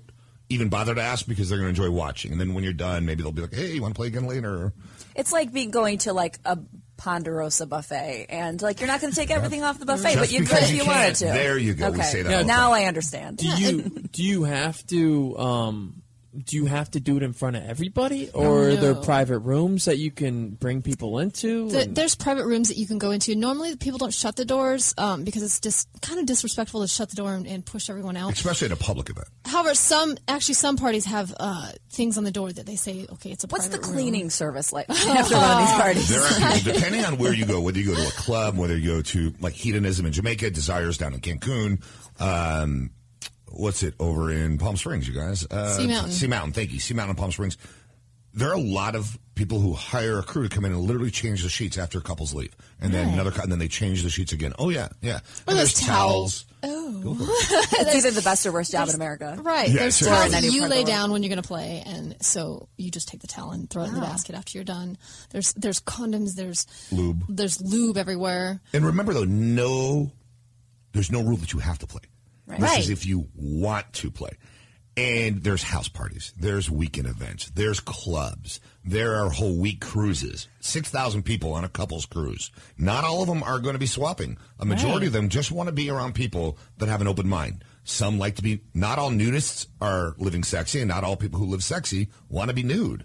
Speaker 14: even bother to ask because they're going to enjoy watching. And then when you're done, maybe they'll be like, hey, you want to play again later?
Speaker 5: It's like being going to like a Ponderosa buffet, and like you're not going to take everything off the buffet,
Speaker 14: Just
Speaker 5: but you could
Speaker 14: because
Speaker 5: if
Speaker 14: you
Speaker 5: you wanted
Speaker 14: can't.
Speaker 5: to.
Speaker 14: There you go. We
Speaker 5: Okay.
Speaker 14: say that all
Speaker 5: Now,
Speaker 14: the
Speaker 5: I understand.
Speaker 8: Do you do you have to um, do you have to do it in front of everybody,
Speaker 7: Oh,
Speaker 8: or are there
Speaker 15: No.
Speaker 8: private rooms that you can bring people into?
Speaker 14: Mm.
Speaker 15: The,
Speaker 8: and-
Speaker 15: there's private rooms that you can go into. Normally, people don't shut the doors um, because it's just kind of disrespectful to shut the door and, and push everyone out.
Speaker 14: especially at a public event.
Speaker 15: However, some actually some parties have uh, things on the door that they say, okay, it's a. What's the
Speaker 5: cleaning service like after one of these parties?
Speaker 14: There are people, depending on where you go, whether you go to a club, whether you go to like hedonism in Jamaica, desires down in Cancun, um, what's it over in Palm Springs, you guys? Uh,
Speaker 15: Sea Mountain.
Speaker 14: Sea Mountain, thank you. Sea Mountain, Palm Springs. There are a lot of people who hire a crew to come in and literally change the sheets after couples leave, and then
Speaker 15: Right.
Speaker 14: another, cou- and then they change the sheets again. Oh yeah, yeah.
Speaker 15: Or
Speaker 14: And
Speaker 15: those
Speaker 14: there's
Speaker 15: towels.
Speaker 5: it's either the best or worst job in America.
Speaker 15: Right.
Speaker 14: Yeah,
Speaker 15: There's
Speaker 14: sure.
Speaker 15: towels
Speaker 14: Or in
Speaker 15: that
Speaker 14: any
Speaker 15: you
Speaker 14: part of
Speaker 15: lay
Speaker 14: the world.
Speaker 15: down when you're going to play, and so you just take the towel and throw it in the
Speaker 5: Wow.
Speaker 15: basket after you're done. There's there's condoms. There's
Speaker 14: Lube.
Speaker 15: There's lube everywhere.
Speaker 14: And remember though, no, there's no rule that you have to play.
Speaker 15: Right.
Speaker 14: This
Speaker 15: Right.
Speaker 14: is if you want to play. And there's house parties, there's weekend events, there's clubs, there are whole week cruises. Six thousand people on a couple's cruise. Not all of them are going to be swapping. A majority
Speaker 16: Right.
Speaker 14: of them just want to be around people that have an open mind. Some like to be. Not all nudists are living sexy, and not all people who live sexy want to be nude.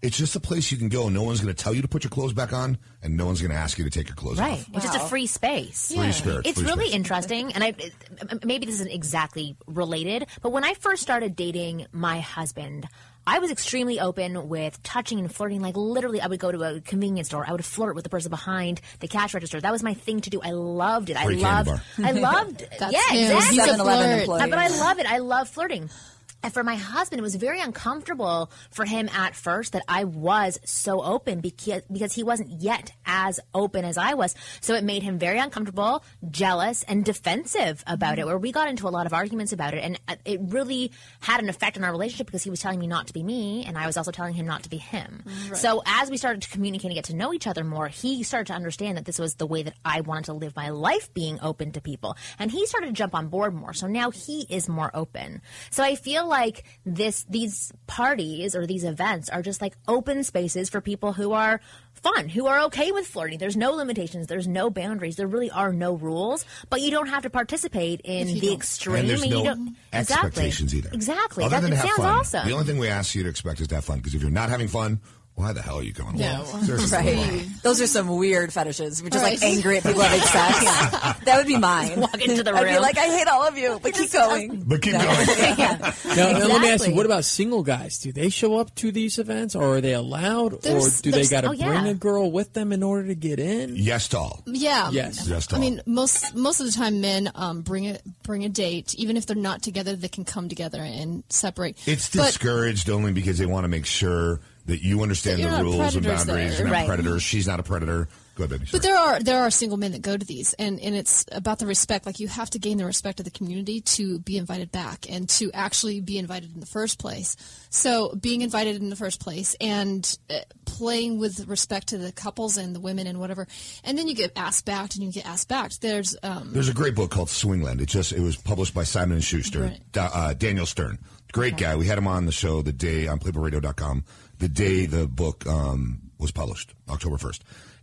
Speaker 14: It's just a place you can go. No one's going to tell you to put your clothes back on, and no one's going to ask you to take your clothes off.
Speaker 7: Right. It's just a free space.
Speaker 14: Free spirit,
Speaker 7: It's
Speaker 14: free
Speaker 7: really
Speaker 14: space.
Speaker 7: interesting. And I, it- m- maybe this isn't exactly related, but when I first started dating my husband, I was extremely open with touching and flirting. Like, literally, I would go to a convenience store. I would flirt with the person behind the cash register. That was my thing to do. I loved it. I
Speaker 17: Free candy
Speaker 7: loved
Speaker 17: bar.
Speaker 7: I loved
Speaker 17: That's
Speaker 7: yeah,
Speaker 17: new.
Speaker 7: exactly.
Speaker 17: He's a 7-Eleven flirt. employee.
Speaker 7: Uh, But I love it. I love flirting. And for my husband, it was very uncomfortable for him at first that I was so open because because he wasn't yet as open as I was. So it made him very uncomfortable, jealous, and defensive about
Speaker 17: Mm-hmm.
Speaker 7: it. Where we got into a lot of arguments about it, and uh, it really had an effect on our relationship because he was telling me not to be me, and I was also telling him not to be him.
Speaker 17: Right.
Speaker 7: So as we started to communicate and get to know each other more, he started to understand that this was the way that I wanted to live my life being open to people. And he started to jump on board more. So now he is more open. So I feel like this these parties or these events are just like open spaces for people who are fun, who are okay with flirting. There's no limitations, there's no boundaries, there really are no rules, but you don't have to participate in the extreme.
Speaker 14: And there's
Speaker 7: you
Speaker 14: no
Speaker 7: don't- Exactly.
Speaker 14: expectations either.
Speaker 7: Exactly.
Speaker 14: Other
Speaker 7: that
Speaker 14: than
Speaker 7: it
Speaker 14: have
Speaker 7: sounds
Speaker 14: fun.
Speaker 7: awesome.
Speaker 14: The only thing we ask you to expect is to have fun. Because if you're not having fun, why the hell are you going
Speaker 5: Yeah,
Speaker 14: along? Seriously, come on.
Speaker 5: right. Those are some weird fetishes. We're just like
Speaker 7: Right.
Speaker 5: angry at people having sex. Yeah. That would be mine.
Speaker 7: Walk into the
Speaker 5: I'd be
Speaker 7: room.
Speaker 5: like, I hate all of you, but keep going.
Speaker 14: But keep going.
Speaker 8: Now, now let me ask
Speaker 5: Exactly.
Speaker 8: you: What about single guys? Do they show up to these events, or are they allowed,
Speaker 15: There's-
Speaker 8: or do they
Speaker 15: there's-
Speaker 8: got to
Speaker 15: oh, yeah.
Speaker 8: bring a girl with them in order to get in?
Speaker 14: Yes to all.
Speaker 15: Yeah.
Speaker 7: Um,
Speaker 8: Yes.
Speaker 14: Yes
Speaker 15: I mean, most most of the time, men um, bring a bring a date, even if they're not together. They can come together and separate.
Speaker 14: It's
Speaker 15: But-
Speaker 14: discouraged only because they want to make sure that you understand
Speaker 15: That you're
Speaker 14: the
Speaker 15: not
Speaker 14: rules and
Speaker 15: predators
Speaker 14: boundaries.
Speaker 15: there.
Speaker 14: You're not
Speaker 15: Right.
Speaker 14: predators. She's not a predator. Go ahead, baby.
Speaker 15: But there are there are single men that go to these, and, and it's about the respect. Like you have to gain the respect of the community to be invited back, and to actually be invited in the first place. So being invited in the first place, and uh, playing with respect to the couples and the women and whatever, and then you get asked back, and you get asked back. There's um,
Speaker 14: There's a great book called Swingland. It just it was published by Simon and Schuster.
Speaker 15: Right.
Speaker 14: Da- uh, Daniel Stern, great guy. We had him on the show the day on PlayboyRadio.com, the day the book um, was published, October 1st.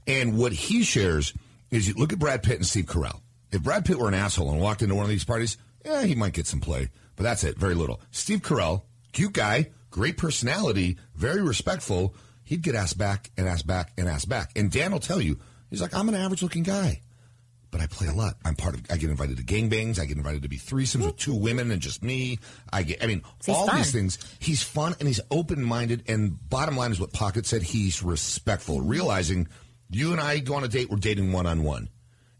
Speaker 14: And what he shares is you look at Brad Pitt and Steve Carell. If Brad Pitt were an asshole and walked into one of these parties, yeah, he might get some play, but that's it. Very little. Steve Carell, cute guy, great personality, very respectful. He'd get asked back and asked back and asked back. And Dan will tell you, he's like, I'm an average looking guy but I play a lot. I'm part of. I get invited to gangbangs. I get invited to be threesomes with two women and just me. I get. I mean,
Speaker 18: So he's
Speaker 14: all these
Speaker 18: fun.
Speaker 14: things. He's fun and he's open minded. And bottom line is what Pocket said. He's respectful, realizing you and I go on a date. We're dating one on one.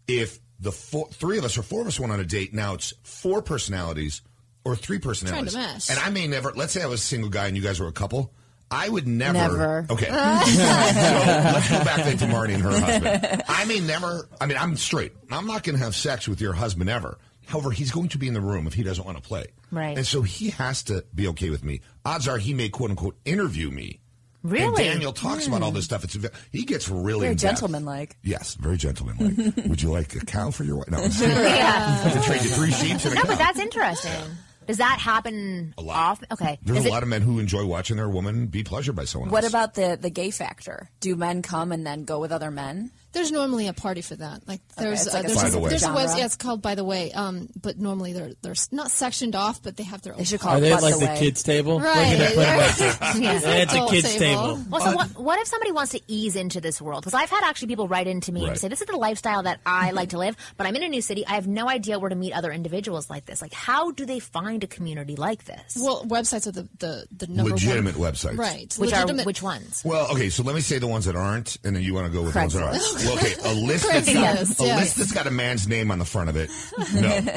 Speaker 14: If the four, three of us or four of us went on a date, now it's four personalities or three personalities.
Speaker 15: mesh.
Speaker 14: And I may never. Let's say I was a single guy and you guys were a couple. I would never.
Speaker 5: Never.
Speaker 14: Okay. So, let's go back then to Marnie and her husband. I may never, I mean, I'm straight. I'm not going to have sex with your husband ever. However, he's going to be in the room if he doesn't want to play.
Speaker 7: Right.
Speaker 14: And so he has to be okay with me. Odds are he may, quote unquote, interview me. And
Speaker 5: Really?
Speaker 14: Daniel talks about all this stuff. It's He gets really
Speaker 5: Very
Speaker 14: in depth.
Speaker 5: gentlemanlike.
Speaker 14: Yes, very gentlemanly. Would you like a cow for your wife? No, I'm just kidding.
Speaker 7: Yeah.
Speaker 14: I have to trade you three sheep and a
Speaker 7: No,
Speaker 14: cow.
Speaker 7: but that's interesting. Does that happen
Speaker 14: A lot.
Speaker 7: off? Okay.
Speaker 14: There's
Speaker 7: Is
Speaker 14: a
Speaker 7: it-
Speaker 14: lot of men who enjoy watching their woman be pleasured by someone
Speaker 5: What
Speaker 14: else.
Speaker 5: about the the gay factor? Do men come and then go with other men?
Speaker 15: There's normally a party for that. Like
Speaker 5: Okay,
Speaker 15: there's
Speaker 5: it's like
Speaker 15: uh,
Speaker 5: a
Speaker 15: there's,
Speaker 14: By the way.
Speaker 15: there's a
Speaker 14: genre.
Speaker 15: website. Yeah, it's called By the Way. Um, but normally they're they're s- not sectioned off, but they have their own.
Speaker 8: Are they at, like the kids' table?
Speaker 15: Right.
Speaker 8: We're gonna put 'em at the-
Speaker 15: Yeah.
Speaker 8: at the
Speaker 15: Adult
Speaker 8: kids'
Speaker 15: table.
Speaker 8: table.
Speaker 7: Well, so what, what if somebody wants to ease into this world? Because I've had actually people write into me and
Speaker 8: Right.
Speaker 7: say, "This is the lifestyle that I like to live, but I'm in a new city. I have no idea where to meet other individuals like this. Like, how do they find a community like this?
Speaker 15: Well, websites are the the, the number
Speaker 14: Legitimate
Speaker 15: one.
Speaker 14: websites.
Speaker 15: right?
Speaker 7: Which
Speaker 15: legitimate,
Speaker 7: are which ones?
Speaker 14: Well, okay, so let me say the ones that aren't, and then you want to go with the ones that are.
Speaker 15: Craigslist.
Speaker 14: Well, okay, a list, that's got,
Speaker 15: Craigslist,
Speaker 14: a
Speaker 15: yeah.
Speaker 14: list that's got a man's name on the front of it. No.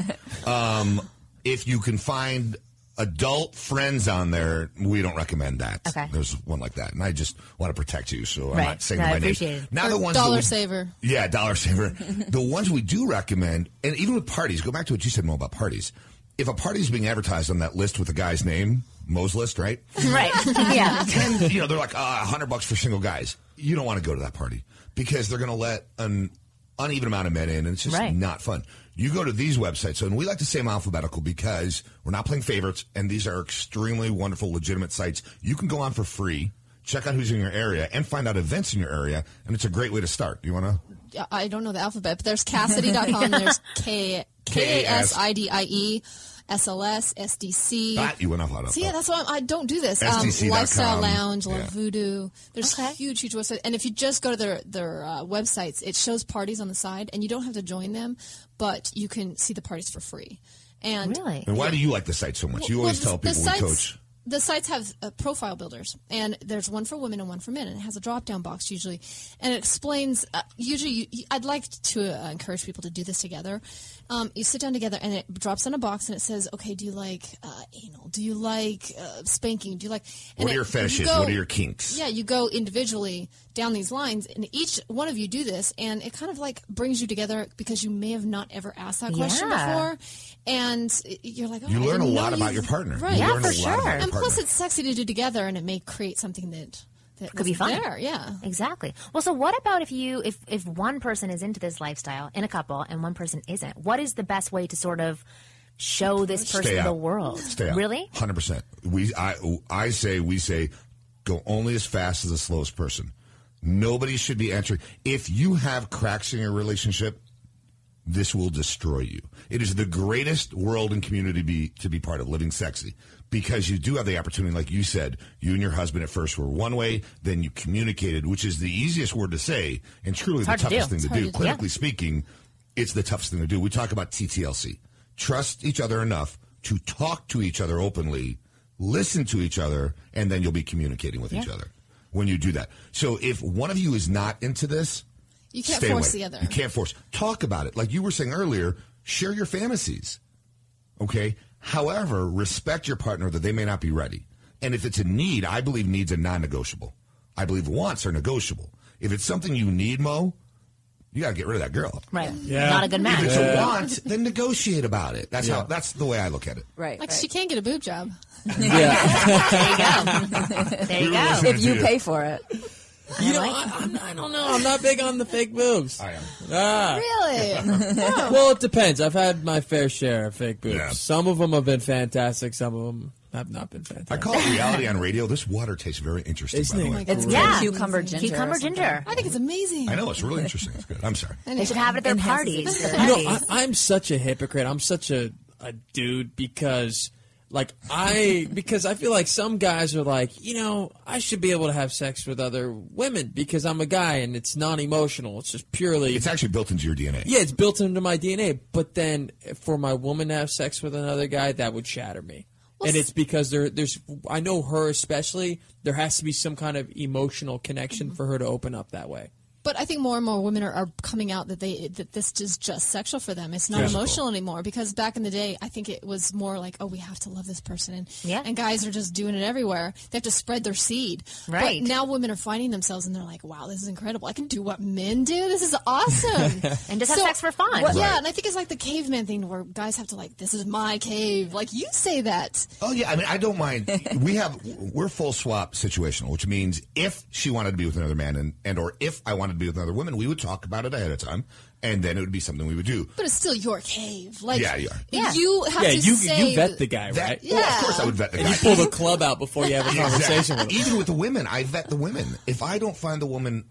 Speaker 14: Um, if you can find adult friends on there, we don't recommend that.
Speaker 15: Okay.
Speaker 14: There's one like that, and I just want to protect you, so I'm
Speaker 15: Right.
Speaker 14: not saying
Speaker 15: No, I
Speaker 14: my
Speaker 15: appreciate
Speaker 14: name.
Speaker 15: it.
Speaker 14: Now
Speaker 15: Or
Speaker 14: the ones that
Speaker 15: Dollar
Speaker 14: we-
Speaker 15: Saver.
Speaker 14: Yeah, dollar saver. the ones we do recommend, and even with parties, go back to what you said, Mo, about parties. If a party's being advertised on that list with a guy's name, Mo's list, right?
Speaker 7: right? yeah.
Speaker 14: Ten, you know, they're like "Ah, a hundred bucks for single guys. You don't want to go to that party because they're going to let an uneven amount of men in, and it's just
Speaker 16: Right.
Speaker 14: not fun. You go to these websites, so- and we like to say them alphabetical because we're not playing favorites, and these are extremely wonderful, legitimate sites. You can go on for free, check out who's in your area, and find out events in your area, and it's a great way to start. You want to?
Speaker 15: Yeah, I don't know the alphabet, but there's Cassidy.com. There's K K A S I D I E, SLS, SDC.
Speaker 14: That you went off on a-
Speaker 15: So yeah, that's why I'm, I don't do this. Um,
Speaker 14: SDC.com.
Speaker 15: Lifestyle Lounge, Love
Speaker 14: Yeah.
Speaker 15: Voodoo. There's huge, huge websites. And if you just go to their their uh, websites, it shows parties on the side, and you don't have to join them, but you can see the parties for free. And
Speaker 7: really,
Speaker 14: And why do you like the site so much? You
Speaker 15: Well,
Speaker 14: always
Speaker 15: the-
Speaker 14: tell
Speaker 15: the
Speaker 14: people we
Speaker 15: sites-
Speaker 14: coach.
Speaker 15: The sites have uh, profile builders, and there's one for women and one for men, and it has a drop down box usually, and it explains. Uh, usually, you, you- I'd like to uh, encourage people to do this together. Um, you sit down together, and it drops down a box, and it says, "Okay, do you like uh, anal? Do you like uh, spanking? Do you like?" and
Speaker 14: What are
Speaker 15: it-
Speaker 14: your fetishes?
Speaker 15: you go-
Speaker 14: What are your kinks?
Speaker 15: yeah, you go individually down these lines, and each one of you do this, and it kind of like brings you together because you may have not ever asked that question
Speaker 14: Yeah.
Speaker 15: before, and y- you're like, oh,
Speaker 14: You
Speaker 15: I
Speaker 14: learn a
Speaker 15: didn't know
Speaker 14: lot
Speaker 15: you-
Speaker 14: about your partner.
Speaker 15: Right,
Speaker 14: You Yeah, learn a for lot about sure. your
Speaker 15: And plus,
Speaker 14: partner.
Speaker 15: it's sexy to do together, and it may create something that that
Speaker 7: Could be
Speaker 15: wasn't
Speaker 7: fun.
Speaker 15: There, yeah.
Speaker 7: Exactly. Well, so what about if you if if one person is into this lifestyle in a couple and one person isn't? What is the best way to sort of show this person
Speaker 14: Stay out.
Speaker 7: the world?
Speaker 14: Stay out.
Speaker 7: Really?
Speaker 14: Hundred percent. We, I, I say, we say, go only as fast as the slowest person. Nobody should be entering. If you have cracks in your relationship, this will destroy you. It is the greatest world and community be, to be part of, living sexy, because you do have the opportunity, like you said, you and your husband at first were one way, then you communicated, which is the easiest word to say and truly
Speaker 16: It's
Speaker 14: the
Speaker 16: hard to
Speaker 14: toughest
Speaker 16: do.
Speaker 14: thing to
Speaker 16: It's hard
Speaker 14: do.
Speaker 16: to do.
Speaker 14: Clinically speaking, it's the toughest thing to do. We talk about TTLC. Trust each other enough to talk to each other openly, listen to each other, and then you'll be communicating with each
Speaker 15: Yeah.
Speaker 14: other when you do that. So if one of you is not into this,
Speaker 15: You can't
Speaker 14: stay
Speaker 15: force
Speaker 14: away.
Speaker 15: the other.
Speaker 14: You can't force. Talk about it. Like you were saying earlier, share your fantasies. Okay? However, respect your partner that they may not be ready. And if it's a need, I believe needs are non negotiable. I believe wants are negotiable. If it's something you need, Mo, you gotta get rid of that girl.
Speaker 7: Right. Not a good match.
Speaker 14: If it's a want, then negotiate about it. That's how that's the way I look at it.
Speaker 5: Right.
Speaker 15: Like she can't get a boob job.
Speaker 7: There you
Speaker 14: We were
Speaker 7: go.
Speaker 14: listening
Speaker 5: If
Speaker 14: to
Speaker 5: you
Speaker 14: you.
Speaker 5: pay for it.
Speaker 8: You know, I, I'm, I don't know. I'm not big on the fake boobs. I am.
Speaker 15: Really?
Speaker 8: well, it depends. I've had my fair share of fake boobs. Some of them have been fantastic. Some of them have not been fantastic.
Speaker 14: I call it Oh, reality on radio. This water tastes very interesting.
Speaker 8: Isn't
Speaker 14: by the
Speaker 8: it
Speaker 14: way.
Speaker 8: great? It's
Speaker 7: Yeah.
Speaker 5: Cucumber ginger.
Speaker 7: Cucumber ginger.
Speaker 15: I think it's amazing.
Speaker 14: I know it's really interesting. It's good. I'm sorry.
Speaker 7: They should have it at their parties.
Speaker 8: You know, I, I'm such a hypocrite. I'm such a, a dude because, like, I because I feel like some guys are like, you know, I should be able to have sex with other women because I'm a guy and it's non-emotional. It's just purely.
Speaker 14: It's actually built into your DNA.
Speaker 8: Yeah, it's built into my DNA. But then for my woman to have sex with another guy, that would shatter me. and it's because there, there's, I know her especially. There has to be some kind of emotional connection for her to open up that way.
Speaker 15: But I think more and more women are, are coming out that they that this is just sexual for them. It's not
Speaker 8: Physical.
Speaker 15: emotional anymore because back in the day, I think it was more like, oh, we have to love this person, and
Speaker 7: Yeah.
Speaker 15: and guys are just doing it everywhere. They have to spread their seed.
Speaker 7: Right.
Speaker 15: But now women are finding themselves and they're like, wow, this is incredible. I can do what men do. This is awesome.
Speaker 7: And just have sex for fun.
Speaker 15: Well,
Speaker 14: Right.
Speaker 15: Yeah, and I think it's like the caveman thing where guys have to like, this is my cave. Like you say that.
Speaker 14: Oh yeah, I mean I don't mind. We have we're full swap situational, which means if she wanted to be with another man and, and or if I wanted to be with another woman, we would talk about it ahead of time, and then it would be something we would do.
Speaker 15: But it's still your cave. Like
Speaker 14: Yeah, yeah.
Speaker 15: You have
Speaker 8: yeah,
Speaker 15: to
Speaker 8: you,
Speaker 15: say
Speaker 8: you vet the guy, right?
Speaker 14: Yeah. Well, of course I would vet the
Speaker 8: And
Speaker 14: guy.
Speaker 8: you pull the club out before you have a
Speaker 14: Exactly.
Speaker 8: conversation with him.
Speaker 14: Even with the women, I vet the women. If I don't find the woman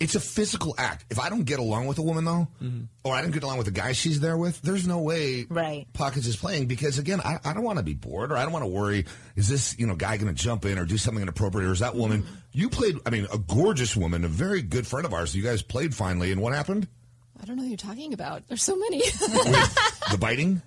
Speaker 14: It's a physical act. If I don't get along with a woman, though,
Speaker 8: Mm-hmm.
Speaker 14: or I don't get along with the guy she's there with, there's no way right. Pockets is playing because, again, I, I don't want to be bored or I don't want to worry. Is this you know guy going to jump in or do something inappropriate or is that woman?
Speaker 8: Mm-hmm.
Speaker 14: You played, I mean, a gorgeous woman, a very good friend of ours. You guys played finally, and what happened?
Speaker 15: I don't know who you're talking about. There's so many.
Speaker 14: The biting.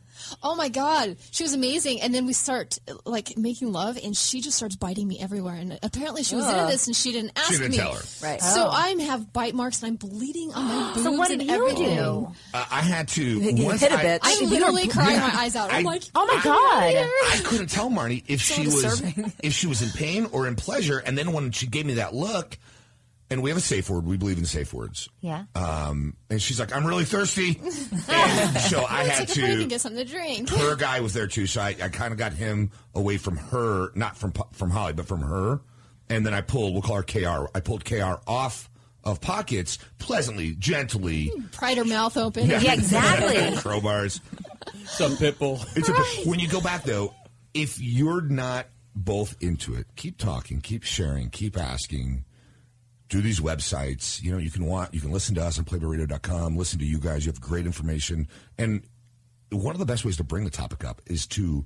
Speaker 15: oh my god, she was amazing. And then we start like making love, and she just starts biting me everywhere. And apparently she was
Speaker 14: Ugh.
Speaker 15: into this, and she didn't ask
Speaker 14: She didn't
Speaker 15: me.
Speaker 14: tell her. Right.
Speaker 15: So
Speaker 14: Oh.
Speaker 15: I have bite marks, and I'm bleeding on my boobs.
Speaker 7: So what did
Speaker 15: and
Speaker 7: you
Speaker 15: everything.
Speaker 7: do?
Speaker 14: Uh, I had to.
Speaker 15: you
Speaker 14: once
Speaker 15: hit a
Speaker 14: I-
Speaker 15: bitch. I'm You hit a literally br- crying my eyes out. I'm like, Oh my
Speaker 14: I-
Speaker 15: God.
Speaker 14: I couldn't tell Marnie if
Speaker 15: So
Speaker 14: she was
Speaker 15: disturbing.
Speaker 14: if she was in pain or in pleasure. And then when she gave me that look, and we have a safe word. We believe in safe words.
Speaker 7: Yeah.
Speaker 14: Um, and she's like, "I'm really thirsty," and so I
Speaker 15: Let's
Speaker 14: had
Speaker 15: take a break and
Speaker 14: to.
Speaker 15: get something to drink.
Speaker 14: Her guy was there too, so I, I kind of got him away from her, not from Po- from Holly, but from her. And then I pulled. We'll call her Kr. I pulled Kr off of pockets pleasantly, gently.
Speaker 15: Pried her mouth open.
Speaker 14: Crowbars.
Speaker 8: Some pitbull.
Speaker 14: It's a, when you go back though, if you're not both into it, keep talking, keep sharing, keep asking. Do these websites. You know, you can want you can listen to us on playboyradio.com, listen to you guys. You have great information. And one of the best ways to bring the topic up is to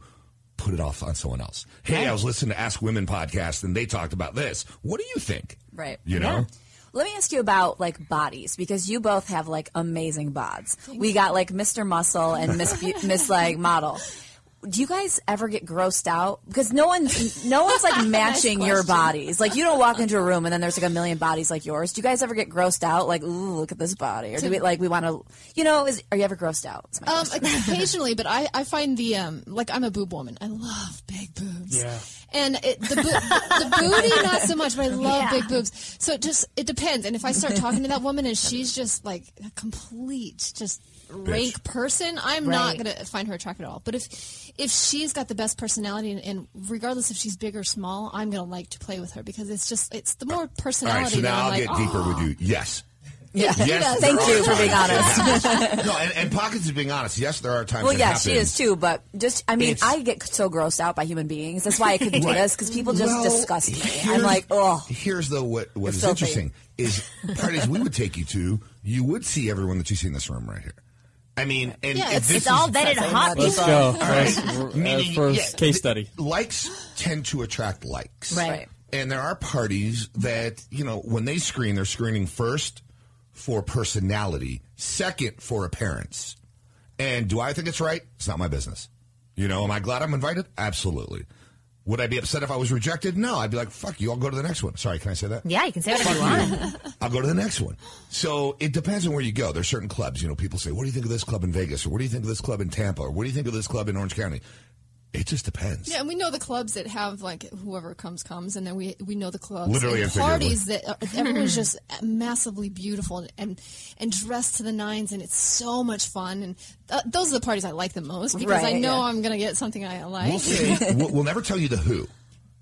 Speaker 14: put it off on someone else. Hey, I was listening to Ask Women podcast and they talked about this. What do you think?
Speaker 5: Right.
Speaker 14: You know?
Speaker 5: Let me ask you about like bodies because you both have like amazing bods. We got like Mr. Muscle and Miss Bu- Miss like Model. Do you guys ever get grossed out? Because no one, no one's like
Speaker 16: Nice
Speaker 5: matching your
Speaker 16: question.
Speaker 5: bodies. Like you don't walk into a room and then there's like a million bodies like yours. Do you guys ever get grossed out? Like, ooh, look at this body, or do we like we want to? You know, is are you ever grossed out? It's my
Speaker 15: Um, occasionally, but I, I find the um, like I'm a boob woman. I love big boobs.
Speaker 5: Yeah.
Speaker 15: And it, the, bo- the booty, not so much, but I love big boobs. So it just it depends. And if I start talking to that woman and she's just like a complete just rank person, I'm not
Speaker 5: Right.
Speaker 15: gonna find her attractive at all. But if if she's got the best personality, and, and regardless if she's big or small, I'm gonna like to play with her because it's just it's the more
Speaker 14: All right,
Speaker 15: personality.
Speaker 14: so now I'll
Speaker 15: that I'm
Speaker 14: get
Speaker 15: like,
Speaker 14: deeper
Speaker 15: "Oh."
Speaker 14: with you. Yes.
Speaker 5: Yeah.
Speaker 14: Yes,
Speaker 5: Thank
Speaker 14: there
Speaker 5: you
Speaker 14: are
Speaker 5: for being
Speaker 14: times
Speaker 5: honest.
Speaker 14: it happens. no, and, and Pockets is being honest. Yes, there are times.
Speaker 5: Well,
Speaker 14: it
Speaker 5: yeah, she
Speaker 14: happens.
Speaker 5: is too. But just, I mean,
Speaker 14: It's-
Speaker 5: I get so grossed out by human beings. That's why I couldn't do
Speaker 14: Right.
Speaker 5: this because people just
Speaker 14: Well,
Speaker 5: disgust me. I'm
Speaker 14: here's-
Speaker 5: like, oh,
Speaker 14: Here's though what what
Speaker 5: You're
Speaker 14: is
Speaker 5: filthy.
Speaker 14: interesting is parties we would take you to. You would see everyone that you see in this room right here. I mean, and
Speaker 7: Yeah,
Speaker 14: and
Speaker 7: it's-
Speaker 14: this
Speaker 7: it's all
Speaker 14: is-
Speaker 7: vetted hot Let's people. go.
Speaker 14: All right.
Speaker 8: First- uh,
Speaker 14: Meaning,
Speaker 8: first
Speaker 14: th-
Speaker 8: case study.
Speaker 14: Likes tend to attract likes,
Speaker 7: Right. Right.
Speaker 14: And there are parties that you know when they screen, they're screening first for personality, second for appearance. And do I think it's right? It's not my business. You know, am I glad I'm invited? Absolutely. Would I be upset if I was rejected? No, I'd be like, "Fuck you! I'll go to the next one." Sorry, can I say that?
Speaker 7: Yeah, you can say whatever you want.
Speaker 14: I'll go to the next one. So it depends on where you go. There's certain clubs. You know, people say, "What do you think of this club in Vegas?" or "What do you think of this club in Tampa?" or "What do you think of this club in Orange County?" It just depends.
Speaker 15: Yeah, and we know the clubs that have like whoever comes comes, and then we we know the clubs,
Speaker 14: Literally
Speaker 15: and
Speaker 14: and figuratively.
Speaker 15: parties that are, everyone's just massively beautiful and, and and dressed to the nines, and it's so much fun. And th- those are the parties I like the most because I
Speaker 14: Right,
Speaker 15: know
Speaker 14: yeah.
Speaker 15: I'm gonna get something I like.
Speaker 14: We'll say we'll, we'll never tell you the who.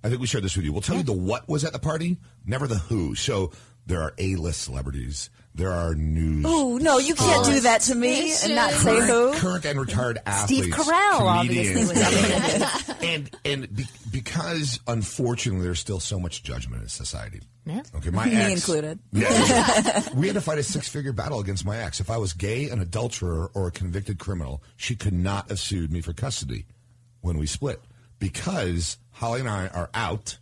Speaker 14: I think we shared this with you. We'll tell you the what was at the party, never the who. So there are A-list celebrities. There are news.
Speaker 5: Ooh, no, you can't do that to me and not say who.
Speaker 14: Current, current and retired athletes.
Speaker 5: Steve Carell, obviously,
Speaker 14: comedians,
Speaker 5: was up in
Speaker 14: and and be, because unfortunately there's still so much judgment in society.
Speaker 5: Yeah.
Speaker 14: Okay, my
Speaker 5: Me
Speaker 14: ex,
Speaker 5: included.
Speaker 14: Yeah. we had to fight a six-figure battle against my ex. If I was gay, an adulterer, or a convicted criminal, she could not have sued me for custody when we split because Holly and I are out.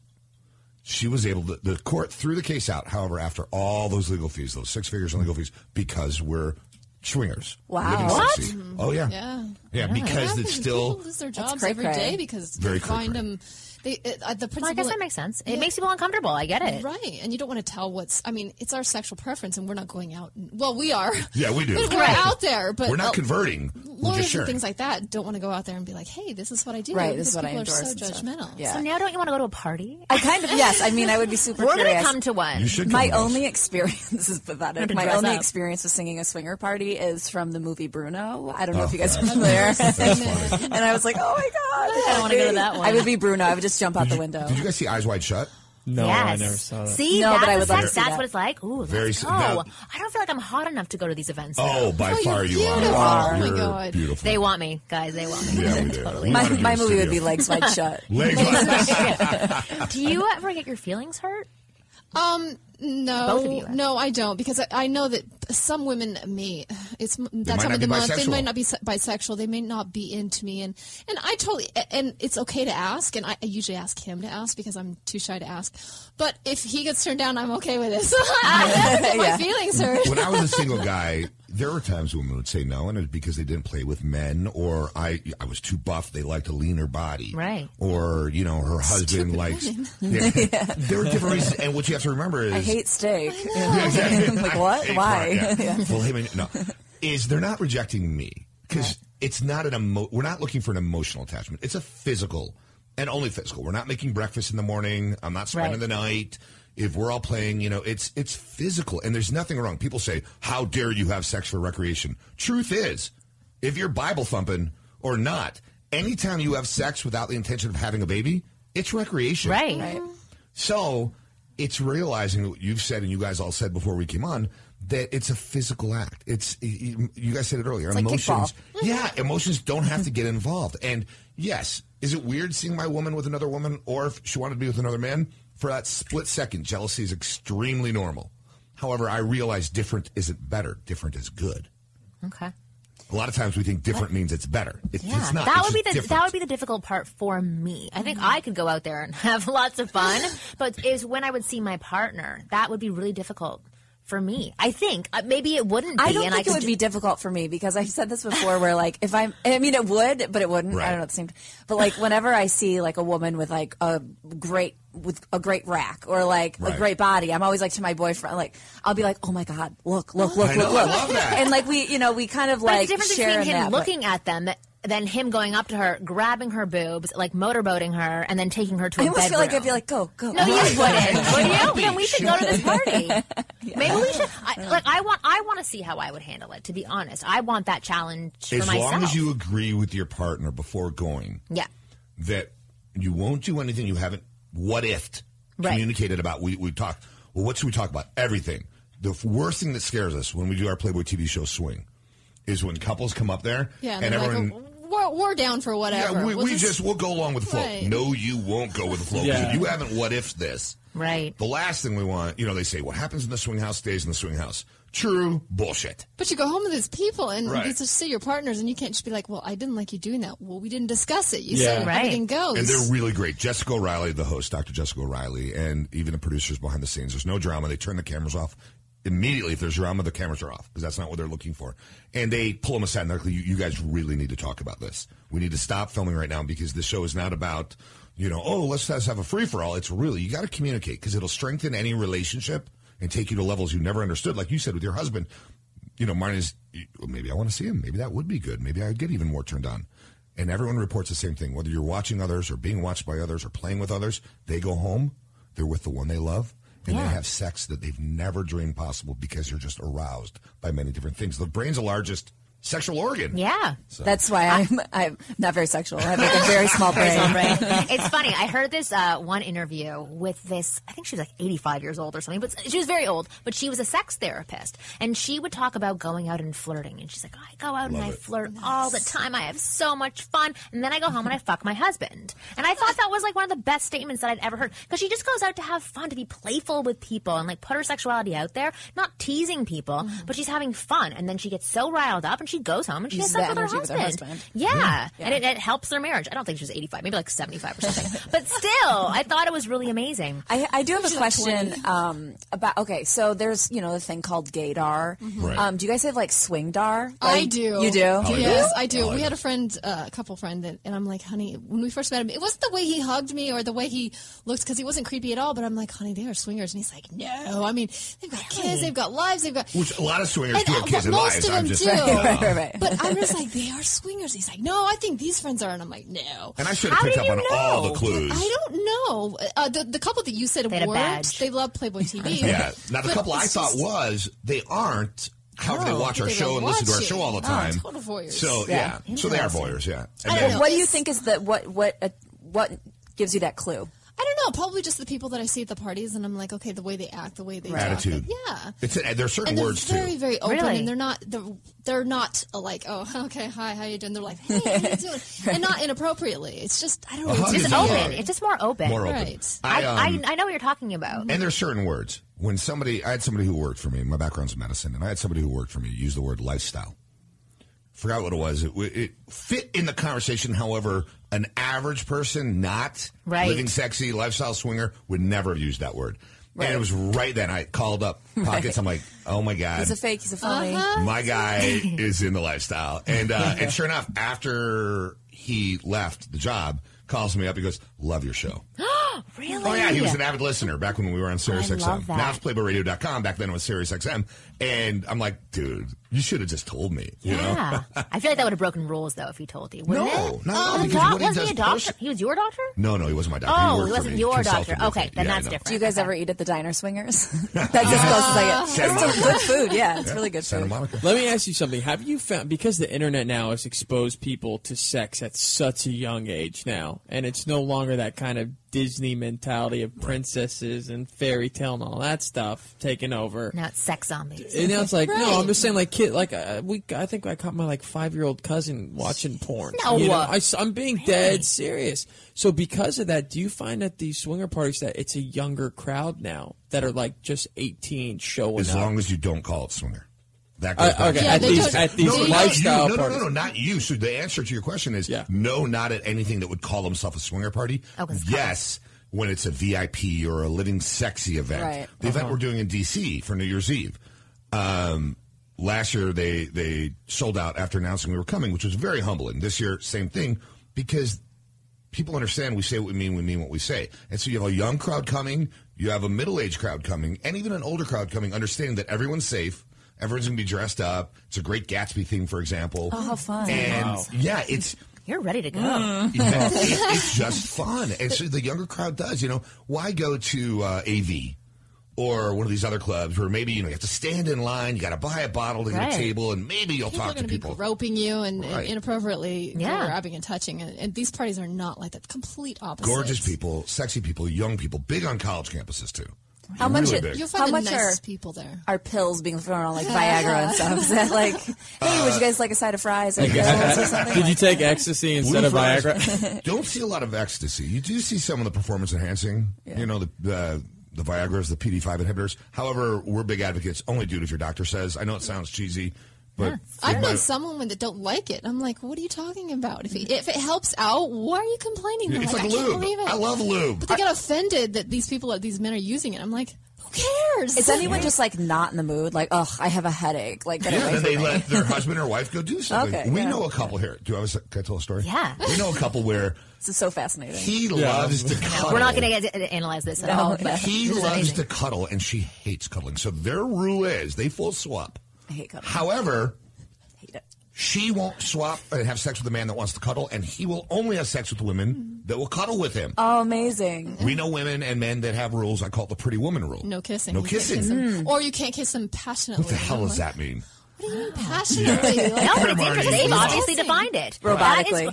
Speaker 14: She was able to. The court threw the case out. However, after all those legal fees, those six figures in legal fees, because we're swingers.
Speaker 15: Wow.
Speaker 14: living
Speaker 15: What?
Speaker 14: sexy. Oh yeah.
Speaker 15: Yeah.
Speaker 14: Yeah,
Speaker 15: Wow.
Speaker 14: because
Speaker 15: Happens.
Speaker 14: it's still
Speaker 15: People lose their
Speaker 7: That's
Speaker 15: jobs
Speaker 7: cray
Speaker 15: every day
Speaker 7: cray.
Speaker 15: because
Speaker 14: Very
Speaker 15: they
Speaker 14: cray
Speaker 15: find them. They, uh, the principal,
Speaker 7: Well, I guess that makes sense. It makes people uncomfortable. I get it.
Speaker 15: Right, and you don't want to tell what's. I mean, it's our sexual preference, and we're not going out. and- well, we are.
Speaker 14: Yeah, we do.
Speaker 15: But we're
Speaker 14: Right.
Speaker 15: out there, but
Speaker 14: we're
Speaker 15: uh,
Speaker 14: not converting. We're just
Speaker 15: lawyers and
Speaker 14: sharing.
Speaker 15: things like that don't want to go out there and be like, "Hey, this is what I do."
Speaker 5: Right,
Speaker 15: because
Speaker 5: this is what I
Speaker 15: people are
Speaker 5: endorse
Speaker 15: so
Speaker 5: and stuff.
Speaker 15: judgmental.
Speaker 5: Yeah.
Speaker 7: So now don't you want to go to a party?
Speaker 5: I kind of yes. I mean, I would be super.
Speaker 7: We're gonna
Speaker 5: curious.
Speaker 7: come to one. You should come
Speaker 5: My
Speaker 7: to us.
Speaker 5: only experience this is
Speaker 7: Have
Speaker 5: pathetic.
Speaker 7: to
Speaker 5: My
Speaker 7: dress
Speaker 5: only
Speaker 7: up.
Speaker 5: experience with singing a swinger party is from the movie Bruno. I don't know
Speaker 16: Oh,
Speaker 5: if you guys
Speaker 16: God.
Speaker 5: are familiar.
Speaker 16: That's
Speaker 5: and I was like, oh my god,
Speaker 7: I don't wanna go to that one.
Speaker 5: I would be Bruno. I would just jump out the window.
Speaker 14: Did you guys see Eyes Wide Shut?
Speaker 8: No,
Speaker 7: I Yes. never
Speaker 8: saw
Speaker 7: See,
Speaker 5: No,
Speaker 7: that's,
Speaker 5: but I
Speaker 7: the
Speaker 5: would like to
Speaker 7: sex-
Speaker 5: see
Speaker 7: that's
Speaker 5: that.
Speaker 7: what it's like. Ooh,
Speaker 14: Very
Speaker 7: let's
Speaker 14: s-
Speaker 7: go.
Speaker 14: now-
Speaker 7: I don't feel like I'm hot enough to go to these events.
Speaker 14: Oh,
Speaker 7: though.
Speaker 14: by far you are.
Speaker 15: Oh
Speaker 14: You're beautiful.
Speaker 7: They want me, guys. They want me.
Speaker 14: Yeah, we do. We
Speaker 7: Totally.
Speaker 5: My-
Speaker 14: wanna do
Speaker 5: my
Speaker 14: a
Speaker 5: movie would be
Speaker 14: studio.
Speaker 5: Legs Wide Shut.
Speaker 14: Legs Wide Shut.
Speaker 7: Do you ever get your feelings hurt?
Speaker 15: Um, no,
Speaker 7: Both of you, actually.
Speaker 15: no, I don't because I, I know that some women may. It's m-
Speaker 14: might
Speaker 15: that time
Speaker 14: not
Speaker 15: of
Speaker 14: be
Speaker 15: the month they
Speaker 14: bisexual.
Speaker 15: might not be se- bisexual. They may not be into me, and and I totally and it's okay to ask, and I, I usually ask him to ask because I'm too shy to ask. But if he gets turned down, I'm okay with it. So I never get my feelings hurt.
Speaker 14: when I was a single guy, there were times women would say no, and it was because they didn't play with men, or I I was too buff. They liked a leaner body,
Speaker 7: Right.
Speaker 14: Or you know, her husband
Speaker 5: Stupid
Speaker 14: likes.
Speaker 5: women.
Speaker 14: Yeah. there were different reasons, and what you have to remember is
Speaker 5: I hate steak.
Speaker 14: Yeah, exactly.
Speaker 5: I'm like, what?
Speaker 14: Hey,
Speaker 5: Why?
Speaker 14: Clark, yeah.
Speaker 5: Yeah.
Speaker 14: Well, him and no, is they're not rejecting me because it's not an emo- We're not looking for an emotional attachment. It's a physical and only physical. We're not making breakfast in the morning. I'm not spending
Speaker 16: Right.
Speaker 14: the night. If we're all playing, you know, it's it's physical, and there's nothing wrong. People say, "How dare you have sex for recreation?" Truth is, if you're Bible thumping or not, anytime you have sex without the intention of having a baby, it's recreation.
Speaker 7: Right. Right.
Speaker 14: So it's realizing what you've said and you guys all said before we came on that it's a physical act. It's you you guys said it earlier.
Speaker 16: It's like
Speaker 14: emotions,
Speaker 16: kickball.
Speaker 14: yeah, emotions don't have to get involved. And yes, is it weird seeing my woman with another woman, or if she wanted to be with another man for that split second? Jealousy is extremely normal. However, I realize different isn't better. Different is good.
Speaker 7: Okay.
Speaker 14: A lot of times we think different means it's better. It,
Speaker 7: Yeah,
Speaker 14: It's not.
Speaker 7: that
Speaker 14: It's
Speaker 7: would be
Speaker 14: just
Speaker 7: the
Speaker 14: different.
Speaker 7: that would be the difficult part for me. I
Speaker 15: Mm-hmm.
Speaker 7: think I could go out there and have lots of fun, but is when I would see my partner. That would be really difficult for me. I think uh, maybe it wouldn't. Be,
Speaker 5: I don't
Speaker 7: and
Speaker 5: think
Speaker 7: I
Speaker 5: it would be difficult for me because I've said this before where like if I'm I mean it would, but it wouldn't. I don't know at the same time. But like whenever I see like a woman with like a great with a great rack or like
Speaker 17: Right.
Speaker 5: a great body, I'm always like to my boyfriend like I'll be like, Oh my god, look, look, look,
Speaker 17: I
Speaker 5: look,
Speaker 17: know,
Speaker 5: look.
Speaker 17: I love that.
Speaker 5: And like we you know, we kind of
Speaker 7: But
Speaker 5: like
Speaker 7: it's the difference
Speaker 5: share
Speaker 7: between
Speaker 5: in
Speaker 7: him
Speaker 5: that, but-
Speaker 7: looking at them than him going up to her, grabbing her boobs, like motorboating her, and then taking her to a
Speaker 5: I almost feel like
Speaker 7: bedroom.
Speaker 5: I'd be like, Go, go.
Speaker 7: No, you wouldn't. Would you? Then we should go to this
Speaker 5: Sure.
Speaker 7: party. Maybe we should. I, like, I want. I want to see how I would handle it. To be honest, I want that challenge for
Speaker 14: as
Speaker 7: myself.
Speaker 14: long as you agree with your partner before going,
Speaker 7: yeah.
Speaker 14: that you won't do anything you haven't what if
Speaker 7: Right.
Speaker 14: communicated about. We we talked. Well, what should we talk about? Everything. The f- worst thing that scares us when we do our Playboy TV show swing is when couples come up there
Speaker 15: Yeah,
Speaker 14: and
Speaker 15: they're like,
Speaker 14: everyone.
Speaker 15: "Oh, we're, we're down for whatever.
Speaker 14: yeah, we,
Speaker 15: We'll
Speaker 14: we just, we'll go along with the flow.
Speaker 15: Right.
Speaker 14: No, you won't go with the flow. 'cause
Speaker 16: Yeah.
Speaker 14: You haven't what if this.
Speaker 7: Right.
Speaker 14: The last thing we want, you know, they say what happens in the swing house stays in the swing house. True bullshit.
Speaker 15: But you go home with these people, and
Speaker 14: Right.
Speaker 15: these are still your partners, and you can't just be like, "Well, I didn't like you doing that." Well, we didn't discuss it. You said everything goes.
Speaker 14: And they're really great. Jessica O'Reilly, the host, Dr. Jessica O'Reilly, and even the producers behind the scenes. There's no drama. They turn the cameras off immediately. If there's drama, the cameras are off because that's not what they're looking for. And they pull them aside and they're like, you, you guys really need to talk about this. We need to stop filming right now because this show is not about, you know, oh, let's just have a free for all. It's really, you got to communicate because it'll strengthen any relationship and take you to levels you never understood. Like you said with your husband, you know, mine is well, maybe I want to see him. Maybe that would be good. Maybe I'd get even more turned on. And everyone reports the same thing. Whether you're watching others or being watched by others or playing with others, they go home, they're with the one they love, and they
Speaker 16: Yeah.
Speaker 14: have sex that they've never dreamed possible because you're just aroused by many different things. The brain's the largest sexual organ.
Speaker 7: Yeah.
Speaker 14: So-
Speaker 5: That's why I'm I'm not very sexual. I have like a very small brain.
Speaker 7: it's funny. I heard this uh, one interview with this. I think she was like 85 years old or something, but she was very old. But she was a sex therapist, and she would talk about going out and flirting. And she's like, I go out and I
Speaker 17: Love it.
Speaker 7: flirt all the time. I have so much fun, and then I go home and I fuck my husband. And I thought that was like one of the best statements that I'd ever heard because she just goes out to have fun, to be playful with people, and like put her sexuality out there, not teasing people, but she's having fun. And then she gets so riled up, and she goes home and she
Speaker 5: Uses
Speaker 7: has sex
Speaker 5: that
Speaker 7: with her
Speaker 5: energy with
Speaker 7: husband.
Speaker 5: her husband.
Speaker 7: Yeah.
Speaker 5: Yeah.
Speaker 7: and it, it helps their marriage. I don't think she was 85, maybe like 75 or something. but still, I thought it was really amazing.
Speaker 5: I, I do have a question um, about. Okay, so there's you know the thing called gaydar.
Speaker 15: Mhm. Right.
Speaker 5: Um, do you guys have like swingdar?
Speaker 15: I
Speaker 5: Like,
Speaker 15: do.
Speaker 5: You do?
Speaker 14: Oh,
Speaker 15: Yes, I do. We had a friend, uh, a couple friend, that, and I'm like, honey, when we first met him, it wasn't the way he hugged me or the way he looked because he wasn't creepy at all. But I'm like, honey, they are swingers, and he's like, no. I mean, they've got kids, they've got lives, they've got.
Speaker 14: Which a lot of swingers do
Speaker 15: And,
Speaker 14: have
Speaker 15: uh,
Speaker 14: kids and
Speaker 15: most
Speaker 14: lives.
Speaker 15: of
Speaker 14: I'm
Speaker 15: them
Speaker 14: just
Speaker 15: do.
Speaker 14: uh,
Speaker 15: But I'm just like, they are swingers. He's like, no, I think these friends are, and I'm like, no.
Speaker 14: And I should have picked up on all the clues.
Speaker 15: I don't know. Uh, the, the couple that you said
Speaker 7: had a
Speaker 15: worked,
Speaker 7: badge.
Speaker 15: they love Playboy TV.
Speaker 14: Yeah. Now the
Speaker 15: But
Speaker 14: couple I
Speaker 15: it's
Speaker 14: thought
Speaker 15: just-
Speaker 14: was they aren't. However,
Speaker 15: No,
Speaker 14: they watch our
Speaker 15: they
Speaker 14: show
Speaker 15: don't
Speaker 14: and listen to our
Speaker 15: watch it.
Speaker 14: show all the
Speaker 15: Oh,
Speaker 14: time.
Speaker 15: total voyeurs.
Speaker 14: So yeah,
Speaker 15: Yeah.
Speaker 14: so they are
Speaker 15: Interesting.
Speaker 14: voyeurs. Yeah.
Speaker 5: I don't know. What do you think is the what what uh, what gives you that clue?
Speaker 15: I don't No, probably just the people that I see at the parties, and I'm like, okay, the way they act, the way they
Speaker 14: Right.
Speaker 15: talk,
Speaker 14: Attitude.
Speaker 15: yeah.
Speaker 14: It's there are certain
Speaker 15: and
Speaker 14: words
Speaker 15: they're very,
Speaker 14: too.
Speaker 15: very open,
Speaker 14: Really?
Speaker 15: and they're not they're, they're not uh, like, oh, okay, hi, how you doing? They're like, hey, how you doing? and not inappropriately. It's just I don't know.
Speaker 14: A hug
Speaker 15: It's
Speaker 14: is
Speaker 15: just
Speaker 14: a
Speaker 15: open.
Speaker 14: hug.
Speaker 15: It's
Speaker 7: just more open.
Speaker 14: More open.
Speaker 15: Right.
Speaker 14: I, um,
Speaker 7: I, I know what you're talking about.
Speaker 14: And there's certain words. When somebody, I had somebody who worked for me. My background's in medicine, and I had somebody who worked for me use the word lifestyle. Forgot what it was. It, it fit in the conversation. However, an average person, not
Speaker 16: Right.
Speaker 14: living sexy lifestyle swinger, would never have used that word. And it was right then I called up pockets.
Speaker 5: Right.
Speaker 14: I'm like, oh my god,
Speaker 5: He's a fake. He's a phony.
Speaker 15: Uh-huh.
Speaker 14: my guy is in the lifestyle. And uh, and sure enough, after he left the job, calls me up. He goes, "Love your show."
Speaker 7: really?
Speaker 14: Oh yeah, he was an avid listener back when we were on Sirius
Speaker 7: I
Speaker 14: XM.
Speaker 7: love that.
Speaker 14: Now it's playboyradio.com. Back then it was Sirius XM, and I'm like, dude, you should have just told me. You
Speaker 7: Yeah.
Speaker 14: know?
Speaker 7: I feel like that would have broken rules though if you told you.
Speaker 14: No,
Speaker 7: Wouldn't
Speaker 14: not at
Speaker 7: it?
Speaker 14: all,
Speaker 7: The
Speaker 14: because
Speaker 7: doc-
Speaker 14: what he
Speaker 7: wasn't he a
Speaker 14: does
Speaker 7: doctor?
Speaker 14: person-
Speaker 7: He was your doctor.
Speaker 14: no, no, he wasn't my doctor.
Speaker 7: Oh,
Speaker 14: he worked
Speaker 7: he
Speaker 14: for
Speaker 7: wasn't
Speaker 14: me,
Speaker 7: your
Speaker 14: consulted
Speaker 7: doctor.
Speaker 14: with me.
Speaker 7: Okay, then
Speaker 14: Yeah, I
Speaker 7: that's
Speaker 14: know.
Speaker 7: different.
Speaker 5: Do you guys ever eat at the diner swingers? That's as close as
Speaker 15: Uh-huh.
Speaker 5: I
Speaker 8: Santa
Speaker 5: get. It's still
Speaker 8: Monica.
Speaker 5: good food. Yeah, it's really good food.
Speaker 8: Let me ask you something. Have you found because the internet now has exposed people to sex at such a young age now, and it's no longer that kind of Disney mentality of princesses and fairy tale and all that stuff taking over.
Speaker 7: Now it's sex zombies.
Speaker 8: And now it's like
Speaker 7: Right.
Speaker 8: no, I'm just saying like kid, like uh, we. I think I caught my like five year old cousin watching porn.
Speaker 7: No.
Speaker 8: You know, I, am being dead serious. So because of that, do you find at these swinger parties that it's a younger crowd now that are like just 18 showing
Speaker 14: As
Speaker 8: up?
Speaker 14: long as you don't call it swinger. That
Speaker 8: Uh,
Speaker 14: goes back
Speaker 8: okay,
Speaker 14: to-
Speaker 8: Yeah, at they least- don't- at these
Speaker 14: no, no,
Speaker 8: lifestyle
Speaker 14: no, you. No, no, no, no,
Speaker 8: parties.
Speaker 14: not you. So the answer to your question is no, not at anything that would call themselves a swinger party. yes, when it's a VIP or a living sexy event.
Speaker 16: Right.
Speaker 14: The event
Speaker 16: Uh-huh.
Speaker 14: we're doing in D.C. for New Year's Eve. Um, last year they they sold out after announcing we were coming, which was very humbling. This year, same thing because people understand we say what we mean, we mean what we say. And so you have a young crowd coming, you have a middle aged crowd coming, and even an older crowd coming, understanding that everyone's safe. Everyone's going to be dressed up. It's a great Gatsby theme, for example.
Speaker 7: Oh, how fun.
Speaker 14: And
Speaker 7: Wow.
Speaker 14: yeah, it's.
Speaker 7: You're ready to go.
Speaker 15: Mm.
Speaker 14: Yeah, it- it's just fun. And so the younger crowd does, you know, why go to uh, AV or one of these other clubs where maybe, you know, you have to stand in line, you got to buy a bottle to get
Speaker 15: Right.
Speaker 14: a table, and maybe you'll
Speaker 15: People are
Speaker 14: talk to
Speaker 15: going to be
Speaker 14: people.
Speaker 15: groping you and, and
Speaker 14: Right.
Speaker 15: inappropriately
Speaker 14: Yeah.
Speaker 15: grabbing and touching, and, and these parties are not like that. Complete opposite.
Speaker 14: Gorgeous people, sexy people, young people, big on college campuses, too.
Speaker 5: How much?
Speaker 14: Really
Speaker 5: are-
Speaker 14: big.
Speaker 15: You'll find
Speaker 5: how
Speaker 15: the
Speaker 5: much are
Speaker 15: nicest people there?
Speaker 5: Are pills being thrown around like Viagra and stuff? Is that like, hey, would you guys like a side of fries or pills or something?
Speaker 8: Did you take ecstasy instead
Speaker 14: Blue
Speaker 8: of
Speaker 14: fries.
Speaker 8: Viagra?
Speaker 14: Don't see a lot of ecstasy. You do see some of the performance enhancing, you know, the, the the Viagra's, the PD5 inhibitors. However, we're big advocates. Only do it if your doctor says. I know it sounds cheesy, but
Speaker 15: I've
Speaker 14: but-
Speaker 15: known some women that don't like it. I'm like, what are you talking about? If it, if it helps out, why are you complaining? They're
Speaker 14: It's like
Speaker 15: I can't
Speaker 14: lube.
Speaker 15: believe it.
Speaker 14: I love lube.
Speaker 15: But they get offended that these people, are, these men, are using it. I'm like, who cares?
Speaker 5: Is anyone just like not in the mood? Like, ugh, I have a headache. Like, get
Speaker 14: yeah,
Speaker 5: away
Speaker 14: then
Speaker 5: from
Speaker 14: they
Speaker 5: me.
Speaker 14: let their husband or wife go do something.
Speaker 5: Okay,
Speaker 14: we
Speaker 5: yeah.
Speaker 14: know a couple here. Do I was can I tell a story?
Speaker 7: Yeah.
Speaker 14: we know a couple where
Speaker 5: This is so fascinating.
Speaker 14: he loves to cuddle.
Speaker 7: We're not going to analyze this at all. But
Speaker 14: He
Speaker 7: this is
Speaker 14: loves
Speaker 7: amazing.
Speaker 14: to cuddle, and she hates cuddling. So their rule is they full swap.
Speaker 5: I hate cuddling.
Speaker 14: However, she won't swap and have sex with a man that wants to cuddle, and he will only have sex with women that will cuddle with him.
Speaker 5: Oh, amazing.
Speaker 14: We know women and men that have rules. I call it the pretty woman rule.
Speaker 15: No kissing. Mm.
Speaker 14: No
Speaker 15: You can't
Speaker 14: kissing.
Speaker 15: kiss them. Or you can't kiss them passionately.
Speaker 14: What the hell does that mean?
Speaker 15: What do you mean passionately?
Speaker 14: Yeah.
Speaker 15: Like-
Speaker 7: No, but it's
Speaker 14: Everybody
Speaker 7: interesting. They've
Speaker 14: loves-
Speaker 7: obviously defined it That
Speaker 5: Robotically.
Speaker 7: is-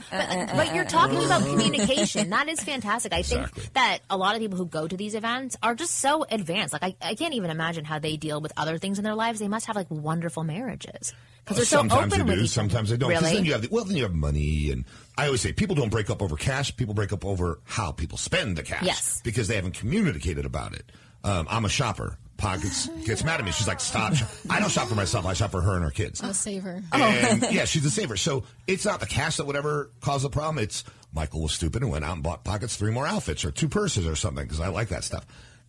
Speaker 15: Uh,
Speaker 7: but, but you're talking about communication. That is fantastic. I think that a lot of people who go to these events are just so advanced. Like I, I can't even imagine how they deal with other things in their lives. They must have like wonderful marriages because they're so
Speaker 14: sometimes
Speaker 7: open
Speaker 14: they
Speaker 7: with
Speaker 14: do,
Speaker 7: each
Speaker 14: sometimes they don't. 'Cause
Speaker 7: Really?
Speaker 14: then you have the, well, then you have money, and I always say people don't break up over cash. People break up over how people spend the cash.
Speaker 16: Yes.
Speaker 14: because they haven't communicated about it. Um, I'm a shopper. Pockets gets mad at me. She's like, "Stop! I don't shop for myself. I shop for her and her kids."
Speaker 15: I'm a saver.
Speaker 7: Oh.
Speaker 14: And, yeah, she's a saver. So it's not the cash that would ever cause the problem. It's Michael was stupid and went out and bought pockets three more outfits or two purses or something because I like that stuff.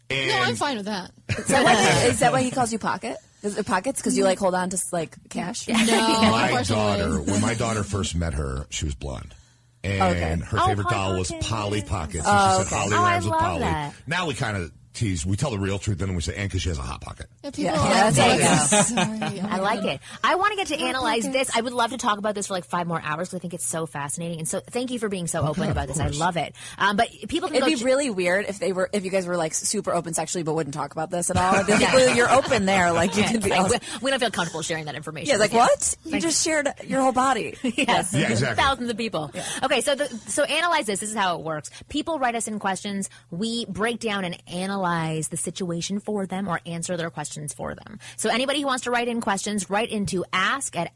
Speaker 14: And
Speaker 15: no, I'm fine with that.
Speaker 5: Is that why he, is that why he calls you pocket? Is it pockets? Because you like hold on to like cash?
Speaker 15: No,
Speaker 14: Oh, my daughter, when my daughter first met her, she was blonde. And
Speaker 5: Okay.
Speaker 14: her
Speaker 5: Oh,
Speaker 14: favorite
Speaker 5: Polly
Speaker 14: doll was Polly Pocket. So
Speaker 5: Oh,
Speaker 14: she said
Speaker 5: okay.
Speaker 14: Holly
Speaker 5: Oh, I
Speaker 14: rhymes with
Speaker 5: love
Speaker 14: Polly.
Speaker 5: that.
Speaker 14: Now we kind of tease. We tell the real truth, then we say, and because she has a hot pocket.
Speaker 15: Yeah,
Speaker 7: people
Speaker 15: are
Speaker 7: yeah,
Speaker 15: like,
Speaker 7: that's
Speaker 15: "Oh,
Speaker 7: how it goes. I like it. I want to get to
Speaker 15: Hot
Speaker 7: analyze
Speaker 15: pockets.
Speaker 7: this. I would love to talk about this for like five more hours because I think it's so fascinating. And so, thank you for being so open
Speaker 5: Oh of
Speaker 7: about this. I
Speaker 5: course.
Speaker 7: love it. Um, but people can
Speaker 5: It'd
Speaker 7: go
Speaker 5: be
Speaker 7: ch-
Speaker 5: really weird if they were if you guys were like super open sexually but wouldn't talk about this at all. They'd be like, well, you're open there, like you
Speaker 7: Yeah,
Speaker 5: can be.
Speaker 7: like,
Speaker 5: all-
Speaker 7: we, we don't feel comfortable sharing that information.
Speaker 5: Yeah, like
Speaker 7: with you.
Speaker 5: what? You just shared your whole body.
Speaker 7: yes,
Speaker 5: Yeah, exactly.
Speaker 7: thousands of people. Okay, so the, so analyze this. This is how it works. People write us in questions. We break down and analyze the situation for them or answer their questions for them. So anybody who wants to write in questions, write into ask at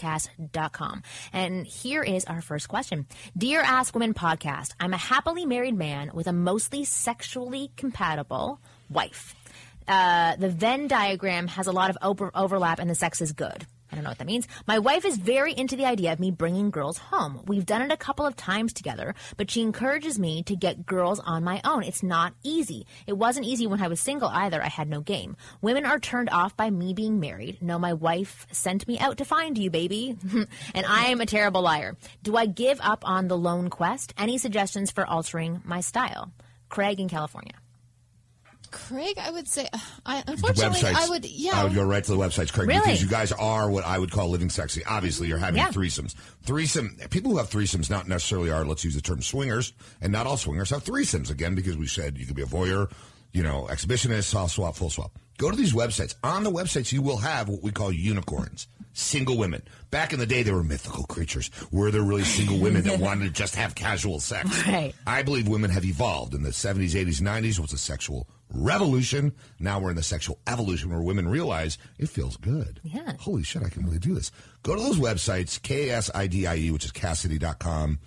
Speaker 7: askwomenpodcast.com. And here is our first question. Dear Ask Women Podcast, I'm a happily married man with a mostly sexually compatible wife. Uh, the Venn diagram has a lot of over- overlap, and the sex is good. I don't know what that means. My wife is very into the idea of me bringing girls home. We've done it a couple of times together, but she encourages me to get girls on my own. It's not easy. It wasn't easy when I was single either. I had no game. Women are turned off by me being married. No, my wife sent me out to find you, baby. and I am a terrible liar. Do I give up on the lone quest? Any suggestions for altering my style? Craig in California.
Speaker 15: Craig, I would say, I, unfortunately,
Speaker 14: websites.
Speaker 15: I would, yeah,
Speaker 14: I would go right to the websites, Craig,
Speaker 15: Really?
Speaker 14: because you guys are what I would call living sexy. Obviously, you're having
Speaker 15: Yeah.
Speaker 14: threesomes. Threesome people who have threesomes not necessarily are. Let's use the term swingers, and not all swingers have threesomes. Again, because we said you could be a voyeur, you know, exhibitionist, soft swap, full swap. Go to these websites. On the websites, you will have what we call unicorns. Single women. Back in the day, they were mythical creatures. Were there really single women that wanted to just have casual sex?
Speaker 7: Right.
Speaker 14: I believe women have evolved in the 70s, 80s, 90s was a sexual revolution. Now we're in the sexual evolution where women realize it feels good. Yeah. Holy shit, I can really do this. Go to those websites, KSIDIE, E, which is Cassidy.com,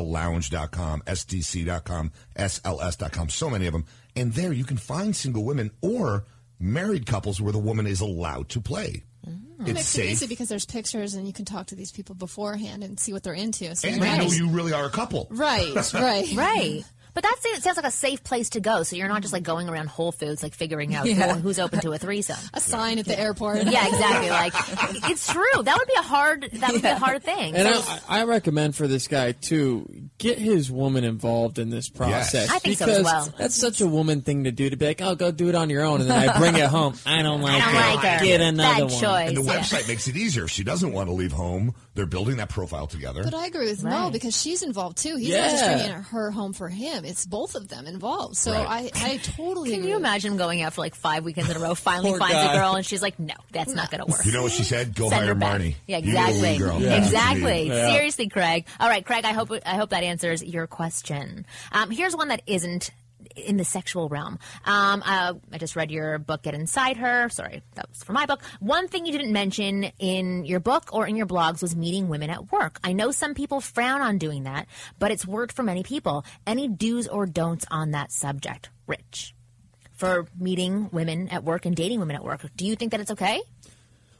Speaker 14: lifestylelounge.com, SDC.com, SLS.com, so many of them. And there you can find single women or married couples where the woman is allowed to play.
Speaker 15: it
Speaker 14: It's
Speaker 15: makes it
Speaker 14: safe.
Speaker 15: easy because there's pictures and you can talk to these people beforehand and see what they're into. So
Speaker 14: and
Speaker 15: you're
Speaker 14: they
Speaker 15: not
Speaker 14: know
Speaker 15: just-
Speaker 14: you really are a couple.
Speaker 15: Right, right.
Speaker 7: right. But that seems- sounds like a safe place to go. So you're not just like going around Whole Foods, like figuring out
Speaker 15: Yeah.
Speaker 7: who, who's open to a threesome.
Speaker 15: a sign at the airport.
Speaker 7: yeah, exactly. Like it's true. That would be a hard. That would be a hard thing.
Speaker 8: And
Speaker 7: So-
Speaker 8: I, I recommend for this guy to get his woman involved in this process.
Speaker 7: I think so as
Speaker 8: because
Speaker 7: well.
Speaker 8: That's such a woman thing to do to be like, oh, go do it on your own, and then I bring it home. I don't like
Speaker 7: don't
Speaker 8: it.
Speaker 7: like her.
Speaker 8: Get another
Speaker 7: Bad
Speaker 8: one.
Speaker 7: choice.
Speaker 14: And the
Speaker 7: Yeah.
Speaker 14: website makes it easier. If she doesn't want to leave home, they're building that profile together.
Speaker 15: But I agree with Mel because she's involved too. He's not just
Speaker 14: Yeah.
Speaker 15: bringing her home for him. It's both of them involved. So
Speaker 14: Right.
Speaker 15: I, I totally
Speaker 7: can you imagine him going out for like five weekends in a row? Finally
Speaker 15: Poor
Speaker 7: finds
Speaker 14: guy.
Speaker 7: a girl, and she's like, "No, that's not going to work."
Speaker 14: You know what she said? Go
Speaker 7: Send
Speaker 14: hire
Speaker 7: her back.
Speaker 14: Marnie.
Speaker 7: Yeah,
Speaker 14: You get a
Speaker 7: exactly.
Speaker 14: lead girl.
Speaker 8: Yeah.
Speaker 14: That's what you
Speaker 7: Exactly.
Speaker 14: need.
Speaker 7: Seriously, Craig. All right, Craig. I hope I hope that answers your question. Um, here's one that isn't in the sexual realm. Um, uh, I just read your book, Get Inside Her. Sorry, that was from my book. One thing you didn't mention in your book or in your blogs was meeting women at work. I know some people frown on doing that, but it's worked for many people. Any do's or don'ts on that subject, Rich? For meeting women at work and dating women at work. Do you think that it's okay?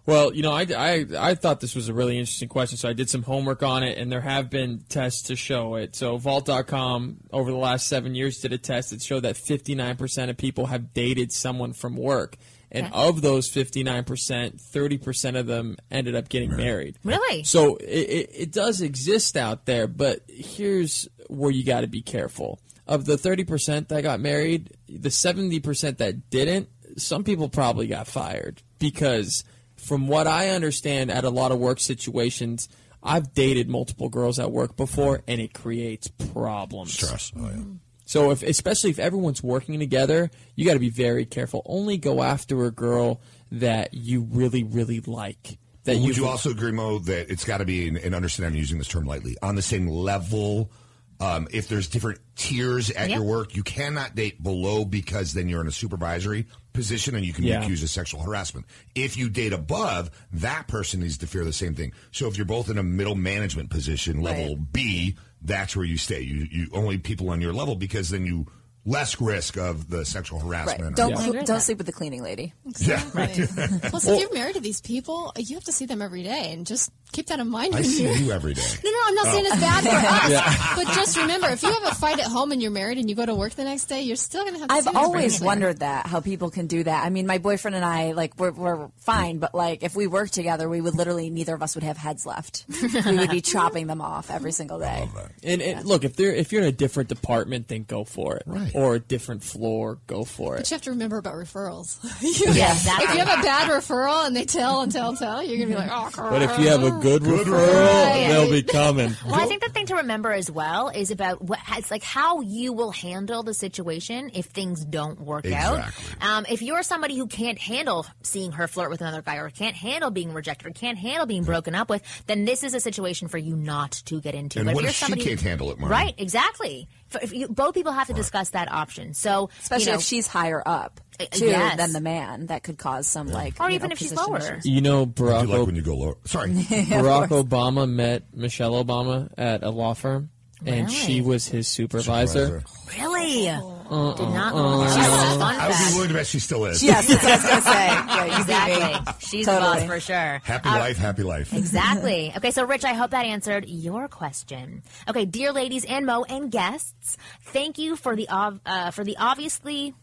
Speaker 8: Well, you know, I, I, I thought this was a really interesting question, so I did some homework on it, and there have been tests to show it. So, Vault.com over the last seven years did a test that showed that 59% of people have dated someone from work. And
Speaker 7: Okay.
Speaker 8: of those 59%, 30% of them ended up getting married.
Speaker 7: Really?
Speaker 8: So, it, it, it does exist out there, but here's where you got to be careful. Of the 30% that got married, the 70% that didn't, some people probably got fired because from what I understand at a lot of work situations, I've dated multiple girls at work before and it creates problems. Stress.
Speaker 14: Oh, yeah.
Speaker 8: So if especially if everyone's working together, you got to be very careful. Only go after a girl that you really really like. That
Speaker 14: Well,
Speaker 8: you
Speaker 14: would you also agree, Mo, that it's got to be, and, and understand I'm using this term lightly, on the same level? Um, if there's different tiers at
Speaker 16: Yep.
Speaker 14: your work, you cannot date below because then you're in a supervisory position and you can
Speaker 16: Yeah.
Speaker 14: be accused of sexual harassment. If you date above, that person needs to fear the same thing. So if you're both in a middle management position, level B, that's where you stay. You you only people on your level because then you less risk of the sexual harassment.
Speaker 5: Right.
Speaker 14: or-
Speaker 5: Don't cl- don't sleep with the cleaning lady.
Speaker 14: Yeah.
Speaker 15: Plus, if you're married to these people, you have to see them every day, and just keep that in mind.
Speaker 14: I
Speaker 15: when
Speaker 14: see
Speaker 15: you're-
Speaker 14: you every day.
Speaker 15: No, no, I'm not
Speaker 14: Oh.
Speaker 15: saying it's bad for us,
Speaker 14: Yeah.
Speaker 15: but just remember, if you have a fight at home and you're married and you go to work the next day, you're still going to have.
Speaker 5: I've
Speaker 15: serious
Speaker 5: always
Speaker 15: problems.
Speaker 5: wondered that how people can do that. I mean, my boyfriend and I, like, we're, we're fine, but like, if we worked together, we would literally neither of us would have heads left. we would be chopping them off every single day.
Speaker 8: And, and look, if they're if you're in a different department, then go for it.
Speaker 15: Right.
Speaker 8: Or a different floor, go for
Speaker 15: But
Speaker 8: it.
Speaker 15: you have to remember about referrals.
Speaker 8: Yeah,
Speaker 15: If
Speaker 8: exactly.
Speaker 15: you have a bad referral and they tell and tell and tell, you're going to be like, oh, crap.
Speaker 8: But if you have a good, referral,
Speaker 15: referral.
Speaker 8: they'll be coming.
Speaker 7: Well, I think the thing to remember as well is about what it's like how you will handle the situation if things don't work
Speaker 14: Exactly.
Speaker 7: out. Um, if you're somebody who can't handle seeing her flirt with another guy, or can't handle being rejected, or can't handle being broken up with, then this is a situation for you not to get into.
Speaker 14: And
Speaker 7: but
Speaker 14: what
Speaker 7: if you're
Speaker 14: if she
Speaker 7: somebody
Speaker 14: can't handle it, Marnie?
Speaker 7: right? Exactly. For- If you, both people have to discuss that option. So
Speaker 5: Especially
Speaker 7: you know, uh,
Speaker 5: if she's higher up too
Speaker 7: yes.
Speaker 5: than the man, that could cause some like,
Speaker 7: Or
Speaker 5: you
Speaker 7: even
Speaker 5: know,
Speaker 7: if she's
Speaker 5: position
Speaker 7: lower.
Speaker 5: issues.
Speaker 8: You know, Barack.
Speaker 14: like when you go lower. Sorry,
Speaker 8: Barack Obama met Michelle Obama at a law firm, and
Speaker 7: Really?
Speaker 8: she was his supervisor.
Speaker 7: really did not.
Speaker 8: uh,
Speaker 7: She's
Speaker 8: uh,
Speaker 7: a fun
Speaker 14: I would
Speaker 7: fact.
Speaker 14: be willing to bet she still is.
Speaker 7: Yes, that's what I was gonna say.
Speaker 5: Yeah,
Speaker 7: exactly. She's the boss
Speaker 5: Totally.
Speaker 7: for sure.
Speaker 14: Happy
Speaker 7: Uh,
Speaker 14: life, happy life.
Speaker 7: Exactly. Okay, so Rich, I hope that answered your question. Okay, dear ladies and Mo and guests, thank you for the ob- uh, for the obviously.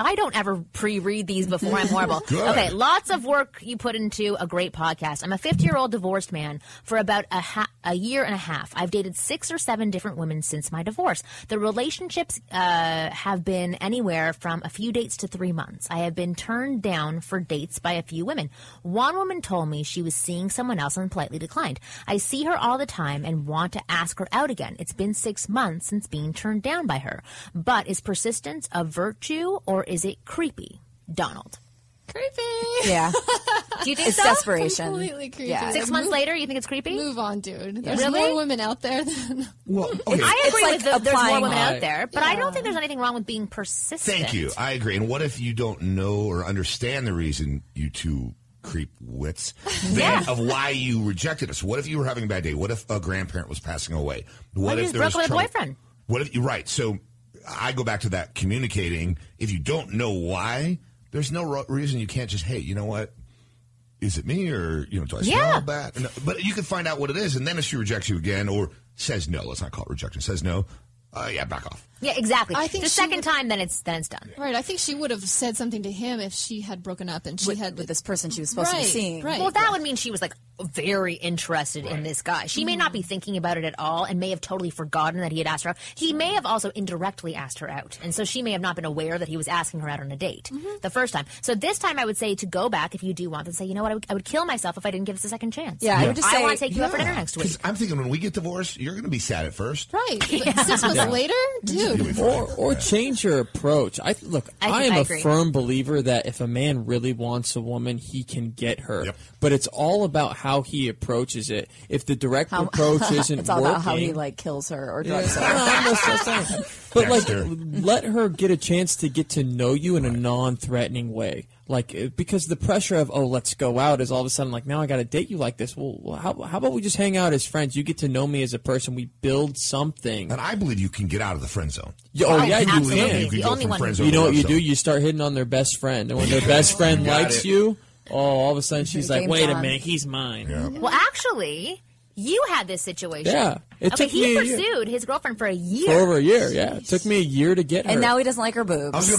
Speaker 7: I don't ever pre-read these before I'm horrible.
Speaker 16: Good.
Speaker 7: Okay, lots of work you put into a great podcast. I'm a 50-year-old divorced man for about a ha- a year and a half. I've dated six or seven different women since my divorce. The relationships uh, have been anywhere from a few dates to three months. I have been turned down for dates by a few women. One woman told me she was seeing someone else and politely declined. I see her all the time and want to ask her out again. It's been six months since being turned down by her. But is persistence a virtue or is it creepy? Donald.
Speaker 5: Creepy. Yeah.
Speaker 7: Do you think
Speaker 5: It's
Speaker 7: so?
Speaker 5: desperation.
Speaker 15: Completely creepy.
Speaker 5: Yeah.
Speaker 7: Six
Speaker 15: Move-
Speaker 7: months later, you think it's creepy?
Speaker 15: Move on, dude. There's
Speaker 7: Really?
Speaker 15: more women out there than.
Speaker 14: Well, okay.
Speaker 7: I agree
Speaker 15: like
Speaker 7: with the, there's more
Speaker 15: applying-
Speaker 7: women
Speaker 14: I-
Speaker 7: out there, but I don't think there's anything wrong with being persistent.
Speaker 14: Thank you. I agree. And what if you don't know or understand the reason you two creep wits then of why you rejected us? What if you were having a bad day? What if a grandparent was passing away?
Speaker 7: What
Speaker 14: What
Speaker 7: if
Speaker 14: if
Speaker 7: you
Speaker 14: there was
Speaker 7: broke up with
Speaker 14: trouble-
Speaker 7: a boyfriend?
Speaker 14: What if you right? So I go back to that communicating. If you don't know why, there's no ro- reason you can't just hey, you know what? Is it me or you know do I smell
Speaker 17: Yeah.
Speaker 14: bad? No, but you can find out what it is, and then if she rejects you again or says no, let's not call it rejection. Says no, uh, yeah, back off.
Speaker 7: Yeah, exactly.
Speaker 15: I think
Speaker 7: the
Speaker 15: she
Speaker 7: second
Speaker 15: would-
Speaker 7: time, then it's then it's done.
Speaker 15: Right. I think she would have said something to him if she had broken up and she had with
Speaker 5: this person she was
Speaker 7: supposed to be seeing.
Speaker 15: Right.
Speaker 7: Well, that would mean she was like very interested in this guy. She
Speaker 15: Mm-hmm.
Speaker 7: may not be thinking about it at all and may have totally forgotten that he had asked her out. He may have also indirectly asked her out. And so she may have not been aware that he was asking her out on a date
Speaker 15: Mm-hmm.
Speaker 7: the first time. So this time I would say to go back if you do want and say, you know what, I would, I would kill myself if I didn't give this a second chance. I want to take you out for
Speaker 14: Yeah,
Speaker 7: dinner next week.
Speaker 14: 'cause I'm thinking when we get divorced, you're going to be sad at first.
Speaker 15: Right. But Six months
Speaker 8: Yeah.
Speaker 15: later, dude.
Speaker 8: Or, or change your approach. I look.
Speaker 15: I
Speaker 8: I, am
Speaker 15: think I
Speaker 8: a
Speaker 15: agree.
Speaker 8: firm believer that if a man really wants a woman, he can get her. But it's all about how he approaches it. If the direct
Speaker 5: How-
Speaker 8: approach isn't
Speaker 5: it's all
Speaker 8: working,
Speaker 5: about how he like kills her or drugs
Speaker 8: Yeah. No, "Oh, I'm just
Speaker 5: her.
Speaker 8: But like, let her get a chance to get to know you in a non-threatening way. Like, uh, because the pressure of oh, let's go out is all of a sudden like now I got to date you like this. Well, how, how about we just hang out as friends? You get to know me as a person. We build something.
Speaker 14: And I believe you can get out of the friend zone.
Speaker 8: Yeah, oh
Speaker 14: I
Speaker 8: yeah, you can.
Speaker 14: absolutely believe you can The go only from one. friend zone
Speaker 8: You know
Speaker 14: to
Speaker 8: what you
Speaker 14: love
Speaker 8: do?
Speaker 14: zone.
Speaker 8: You start hitting on their best friend, and when their best friend
Speaker 14: Got
Speaker 8: likes
Speaker 14: it.
Speaker 8: you, oh, all of a sudden she's like,
Speaker 7: Game's
Speaker 8: wait a
Speaker 7: on.
Speaker 8: minute, he's mine.
Speaker 7: Well, actually, you had this situation.
Speaker 8: Yeah. It
Speaker 7: okay,
Speaker 8: took
Speaker 7: he
Speaker 8: me a year.
Speaker 7: pursued his girlfriend for a year.
Speaker 8: For over a year, yeah. It took me a year to get her.
Speaker 5: And now he doesn't like her boobs.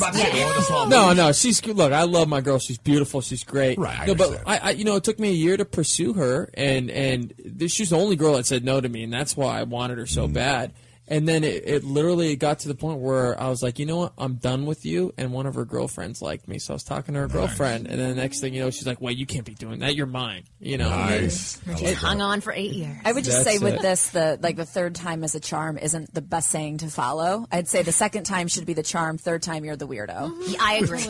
Speaker 8: No, no, she's look. I love my girl. She's beautiful. She's great.
Speaker 14: Oh. Right. I
Speaker 8: no, but I, I, you know, it took me a year to pursue her, and and this, she's the only girl that said no to me, and that's why I wanted her
Speaker 14: Mm-hmm.
Speaker 8: so bad. And then it, it literally got to the point where I was like, you know what, I'm done with you. And one of her girlfriends liked me, so I was talking to her girlfriend, and then the next thing you know, she's like, wait, you can't be doing that. You're mine. You know.
Speaker 14: Nice.
Speaker 8: And
Speaker 7: She hung on for eight years.
Speaker 5: I would just
Speaker 8: That's
Speaker 5: say with
Speaker 8: it.
Speaker 5: this, the like the third time is a charm isn't the best saying to follow. I'd say the second time should be the charm. Third time you're the weirdo.
Speaker 15: Mm-hmm.
Speaker 7: I agree.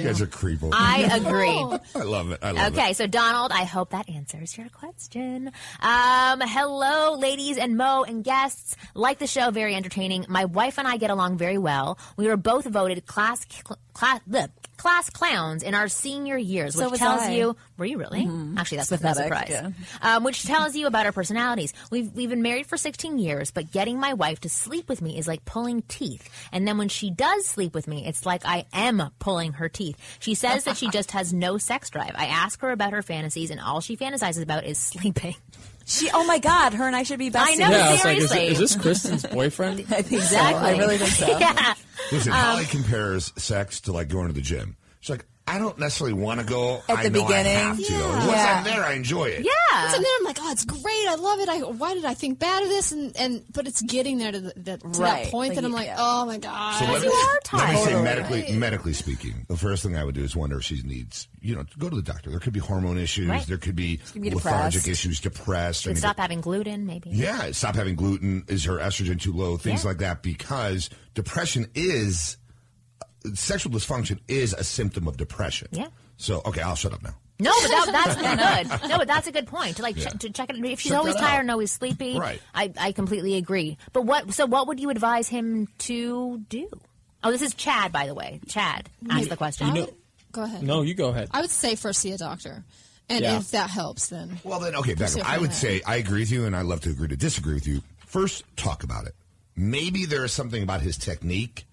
Speaker 14: You guys are creepy.
Speaker 7: I agree.
Speaker 14: I love it. I love
Speaker 7: Okay,
Speaker 14: it.
Speaker 7: so Donald, I hope that answers your question. Um, hello, ladies and Mo and guests. Like the show, show very entertaining. My wife and I get along very well. We were both voted class cl- class bleh, class clowns in our senior years,
Speaker 5: So
Speaker 7: which
Speaker 5: was
Speaker 7: tells
Speaker 5: I.
Speaker 7: you were you really?
Speaker 5: Mhm.
Speaker 7: Actually, that's
Speaker 5: It's
Speaker 7: no
Speaker 5: pathetic,
Speaker 7: surprise.
Speaker 5: yeah.
Speaker 7: Um, which tells you about our personalities. We've we've been married for 16 years, but getting my wife to sleep with me is like pulling teeth. And then when she does sleep with me, it's like I am pulling her teeth. She says that she just has no sex drive. I ask her about her fantasies, and all she fantasizes about is sleeping.
Speaker 5: She, oh my God, her and I should be besties.
Speaker 7: I know,
Speaker 8: yeah, I was like, is,
Speaker 7: seriously.
Speaker 8: is this Kristen's boyfriend?
Speaker 5: I think so. I really think so.
Speaker 7: yeah.
Speaker 14: Listen,
Speaker 7: Um,
Speaker 14: Holly compares sex to like going to the gym. She's like, I don't necessarily want to go.
Speaker 5: At
Speaker 14: I
Speaker 5: the
Speaker 14: know
Speaker 5: beginning.
Speaker 14: I have to.
Speaker 15: Yeah.
Speaker 14: Once
Speaker 15: Yeah.
Speaker 14: I'm there, I enjoy it.
Speaker 15: Once I'm there, I'm like, oh, it's great. I love it. I why did I think bad of this? And and but it's getting there to, the, that to
Speaker 5: Right.
Speaker 15: that point
Speaker 5: Like,
Speaker 15: that I'm like, oh my god,
Speaker 14: So let me, let me say, medically,
Speaker 15: Right.
Speaker 14: medically speaking, the first thing I would do is wonder if she needs, you know, to go to the doctor. There could be hormone issues.
Speaker 7: Right.
Speaker 14: There could be,
Speaker 7: could be
Speaker 14: lethargic
Speaker 7: depressed.
Speaker 14: issues, depressed.
Speaker 7: Should
Speaker 14: anything.
Speaker 7: stop having gluten, maybe.
Speaker 14: Yeah, stop having gluten. Is her estrogen too low? Things
Speaker 7: Yeah.
Speaker 14: like that because depression is sexual dysfunction is a symptom of depression.
Speaker 7: Yeah.
Speaker 14: So okay, I'll shut up now.
Speaker 7: No, but that, that's good. No, but that's a good point to like
Speaker 14: Yeah.
Speaker 7: che- to check it. If she's
Speaker 14: Check
Speaker 7: always
Speaker 14: that
Speaker 7: tired
Speaker 14: out.
Speaker 7: and always sleepy,
Speaker 14: Right.
Speaker 7: I, I completely agree. But what? So what would you advise him to do? Oh, this is Chad, by the way. Chad asked the question.
Speaker 15: You know- oh, go ahead.
Speaker 8: No, you go ahead.
Speaker 15: I would say first see a doctor, and
Speaker 14: Yeah.
Speaker 15: if that helps, then
Speaker 14: well then Okay, Beckham, I would say I agree with you, and I love to agree to disagree with you. First, talk about it. Maybe there is something about his technique,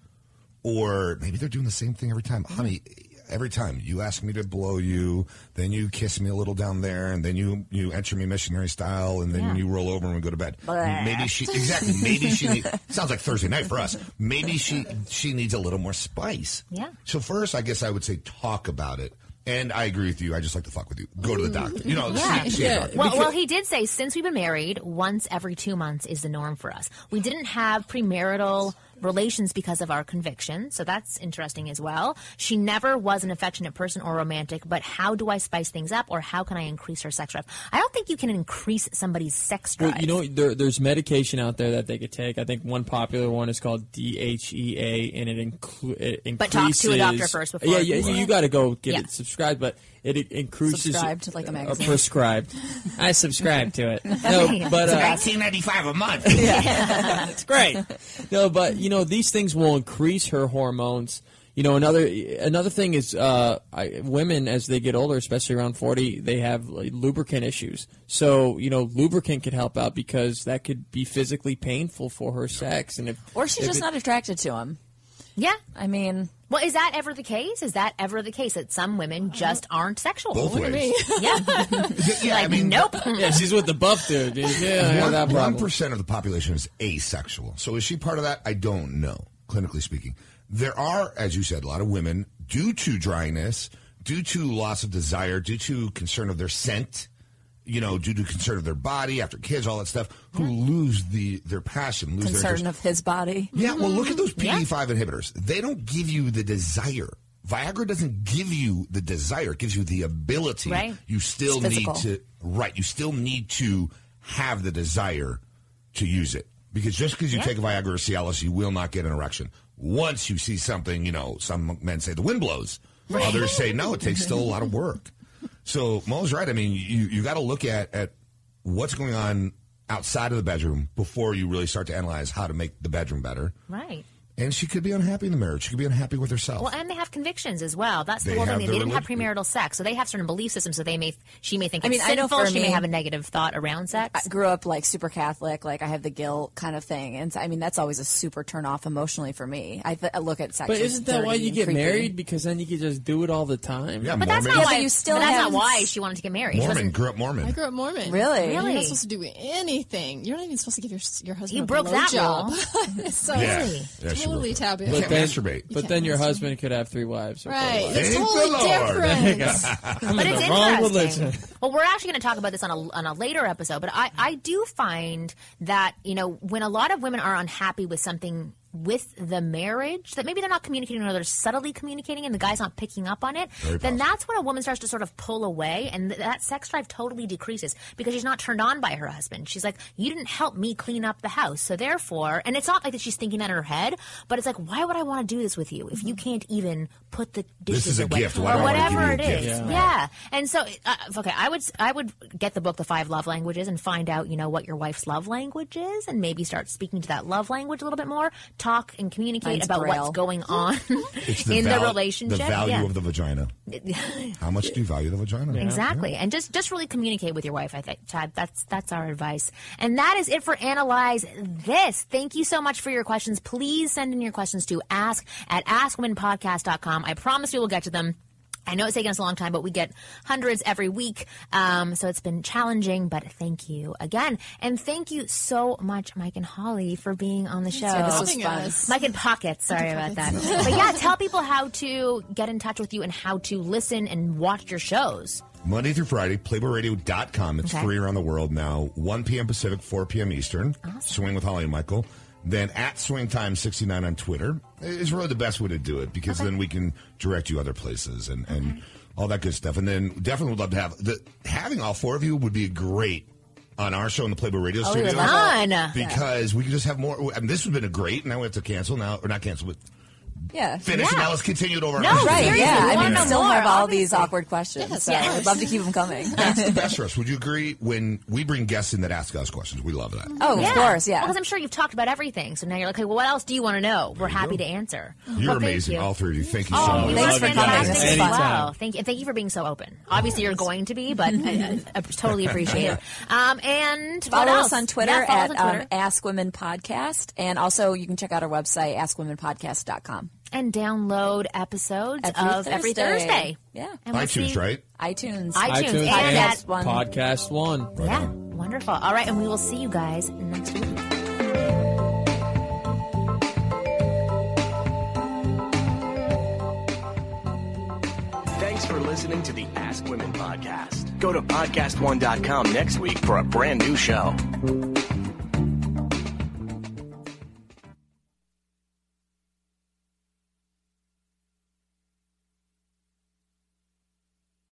Speaker 14: or maybe they're doing the same thing every time. Honey, every time you ask me to blow you, then you kiss me a little down there, and then you you enter me missionary style, and then
Speaker 16: Yeah.
Speaker 14: you roll over and we go to bed.
Speaker 16: Blah.
Speaker 14: Maybe she exactly. Maybe she need, sounds like Thursday night for us. Maybe she she needs a little more spice.
Speaker 7: Yeah.
Speaker 14: So first, I guess I would say talk about it. And I agree with you. I just like to fuck with you. Go to the doctor. You know, see, see a doctor.
Speaker 7: Well, well, he did say since we've been married, once every two months is the norm for us. We didn't have premarital relations because of our conviction, so that's interesting as well. She never was an affectionate person or romantic, but how do I spice things up, or how can I increase her sex drive? I don't think you can increase somebody's sex drive.
Speaker 8: Well, you know, there, there's medication out there that they could take. I think one popular one is called DHEA, and it, inclu- it increases.
Speaker 7: But talk to a doctor first before
Speaker 8: Yeah, yeah,
Speaker 7: you-
Speaker 8: you, got to go get
Speaker 7: Yeah.
Speaker 8: it subscribed, but it, i- increases.
Speaker 5: Subscribed, like a
Speaker 8: uh,
Speaker 5: magazine.
Speaker 8: prescribed. I subscribe to it. No, but uh,
Speaker 14: nineteen ninety five a month.
Speaker 8: it's great. No, but you know these things will increase her hormones. You know another another thing is uh, I, women as they get older, especially around forty, they have like, lubricant issues. So you know lubricant could help out because that could be physically painful for her sex, and if
Speaker 5: Or she's
Speaker 8: if
Speaker 5: just
Speaker 8: it-
Speaker 5: not attracted to him.
Speaker 7: Yeah.
Speaker 5: I mean,
Speaker 7: well, is that ever the case? Is that ever the case that some women just aren't sexual?
Speaker 14: Both Look at ways.
Speaker 7: Yeah. like, nope.
Speaker 8: yeah, she's with the buff dude. dude. Yeah, I have that problem.
Speaker 14: One percent of the population is asexual. So is she part of that? I don't know. Clinically speaking, there are, as you said, a lot of women due to dryness, due to loss of desire, due to concern of their scent, you know, due to concern of their body after kids, all that stuff, who lose the their passion, lose their interest.
Speaker 5: concern of Mm-hmm. his body.
Speaker 14: Yeah, well, look at those PD five inhibitors. They don't give you the desire. Viagra doesn't give you the desire; it gives you the ability.
Speaker 5: Right.
Speaker 14: You still
Speaker 5: It's
Speaker 14: need
Speaker 5: physical.
Speaker 14: to right. You still need to have the desire to use it because just because you
Speaker 16: Yeah.
Speaker 14: take Viagra or Cialis, you will not get an erection. Once you see something, you know, some men say the wind blows.
Speaker 16: Right.
Speaker 14: Others say no, it takes still a lot of work. So Mo's right. I mean, you you got to look at at what's going on outside of the bedroom before you really start to analyze how to make the bedroom better.
Speaker 7: Right.
Speaker 14: And she could be unhappy in the marriage. She could be unhappy with herself.
Speaker 7: Well, and they have convictions as well. That's the
Speaker 14: They
Speaker 7: whole
Speaker 14: have
Speaker 7: thing. They
Speaker 14: their
Speaker 7: didn't have premarital sex, so they have certain belief systems. So they may, she may think
Speaker 5: I
Speaker 7: it's
Speaker 5: mean, I know
Speaker 7: sinful.
Speaker 5: for
Speaker 7: she may
Speaker 5: me-
Speaker 7: have a negative thought around sex.
Speaker 5: I grew up like super Catholic, like I have the guilt kind of thing, and so, I mean that's always a super turn off emotionally for me. I, th- I look at sex.
Speaker 8: But
Speaker 5: as
Speaker 8: isn't that why
Speaker 5: dirty
Speaker 8: you
Speaker 5: and
Speaker 8: get
Speaker 5: creepy.
Speaker 8: married? Because then you could just do it all the time.
Speaker 14: Yeah,
Speaker 5: But that's
Speaker 7: That's not
Speaker 5: Yeah,
Speaker 7: why
Speaker 5: but you still
Speaker 7: but that's not
Speaker 5: haven't-
Speaker 7: why she wanted to get married. She
Speaker 14: Mormon
Speaker 7: wasn't-
Speaker 14: grew up Mormon.
Speaker 15: I grew up Mormon.
Speaker 5: Really?
Speaker 15: You're
Speaker 7: Really?
Speaker 15: not supposed to do anything. You're not even supposed to give your your husband
Speaker 7: You
Speaker 15: a
Speaker 7: broke that
Speaker 15: blowjob. so
Speaker 14: Yeah.
Speaker 15: it's
Speaker 14: Yeah, she broke
Speaker 15: totally
Speaker 14: it.
Speaker 15: taboo.
Speaker 14: You
Speaker 8: But
Speaker 14: can't
Speaker 8: then,
Speaker 14: masturbate. You
Speaker 8: but then your husband could have three wives. Or four
Speaker 15: Right.
Speaker 8: wives.
Speaker 15: It's
Speaker 8: Thank
Speaker 15: totally
Speaker 8: the Lord.
Speaker 15: different.
Speaker 8: There you go. I'm
Speaker 7: But
Speaker 8: in
Speaker 7: it's
Speaker 8: the wrong
Speaker 7: interesting.
Speaker 8: religion.
Speaker 7: Well, we're actually going to talk about this on a, on a later episode, but I, I do find that, you know, when a lot of women are unhappy with something with the marriage, that maybe they're not communicating or they're subtly communicating and the guy's not picking up on it,
Speaker 17: Very
Speaker 7: then that's when a woman starts to sort of pull away and th- that sex drive totally decreases because she's not turned on by her husband. She's like, you didn't help me clean up the house. So therefore, and it's not like that she's thinking that in her head, but it's like, why would I want to do this with you if you can't even put the
Speaker 14: This
Speaker 7: dishes
Speaker 14: is a
Speaker 7: away
Speaker 14: gift. Why
Speaker 7: or
Speaker 14: do I wanna give
Speaker 7: whatever
Speaker 14: you a
Speaker 7: it is.
Speaker 14: gift?
Speaker 7: Yeah.
Speaker 14: Yeah.
Speaker 7: And so, uh, okay, I would I would get the book, The Five Love Languages, and find out you know what your wife's love language is, and maybe start speaking to that love language a little bit more. Talk and communicate
Speaker 5: Mine's
Speaker 7: about
Speaker 5: Braille.
Speaker 7: what's going on
Speaker 14: It's
Speaker 7: in
Speaker 14: val-
Speaker 7: the relationship.
Speaker 14: The value
Speaker 7: yeah.
Speaker 14: of the vagina. How much do you value the vagina?
Speaker 7: Exactly, and just just really communicate with your wife. I think Todd, that's that's our advice, and that is it for analyze this. Thank you so much for your questions. Please send in your questions to ask at askwomenpodcast.com. I promise we will get to them. I know it's taken us a long time, but we get hundreds every week, um, so it's been challenging. But thank you again, and thank you so much, Mike and Holly, for being on the show.
Speaker 5: Yeah, this was Having fun. us.
Speaker 7: Mike and Pockets. Sorry about that. but yeah, tell people how to get in touch with you and how to listen and watch your shows.
Speaker 14: Monday through Friday, playboyradio.com. It's
Speaker 7: Okay.
Speaker 14: free around the world now, 1 p.m. Pacific, 4 p.m. Eastern. Swing with Holly and Michael. Then at Swing Time 69 on Twitter is really the best way to do it because then we can direct you other places and, and all that good stuff. And then definitely would love to have the having all four of you would be great on our show in the Playboy Radio
Speaker 7: Oh,
Speaker 14: Studio
Speaker 7: fun.
Speaker 14: because we could just have more. I mean, this would have been a great. Now we have to cancel now or not cancel, but
Speaker 5: Yeah.
Speaker 14: finish. and Now let's continue it over.
Speaker 5: No,
Speaker 14: on-
Speaker 5: right. Yeah. I mean, we still have all these awkward questions.
Speaker 14: Yes,
Speaker 5: so
Speaker 14: yes.
Speaker 5: I'd love to keep them coming.
Speaker 14: That's the best for us. Would you agree when we bring guests in that ask us questions? We love that.
Speaker 5: Oh, of course, yeah.
Speaker 7: Because I'm sure you've talked about everything, so now you're like, okay, well, what else do you want to know? We're happy to answer.
Speaker 14: You're
Speaker 7: Well, thank
Speaker 14: amazing,
Speaker 7: you.
Speaker 14: all three of you. Thank you so
Speaker 7: Oh,
Speaker 14: much.
Speaker 7: you were fantastic as well. Thank you, and thank you for being so open. Obviously, you're going to be, but I, I totally appreciate it. Um, and what
Speaker 5: Follow
Speaker 7: else?
Speaker 5: us on Twitter
Speaker 7: Yeah, follow us
Speaker 5: at
Speaker 7: on Twitter.
Speaker 5: Um, Ask Women Podcast. And also, you can check out our website, askwomenpodcast.com.
Speaker 7: and download episodes
Speaker 5: Every
Speaker 7: of every
Speaker 5: Thursday.
Speaker 7: Thursday.
Speaker 5: Yeah,
Speaker 7: And we'll see-
Speaker 5: iTunes.
Speaker 7: iTunes, and at
Speaker 8: Podcast One. Podcast One.
Speaker 7: Yeah, wonderful. All right, and we will see you guys next week.
Speaker 3: Thanks for listening to the Ask Women podcast. Go to podcastone.com next week for a brand new show.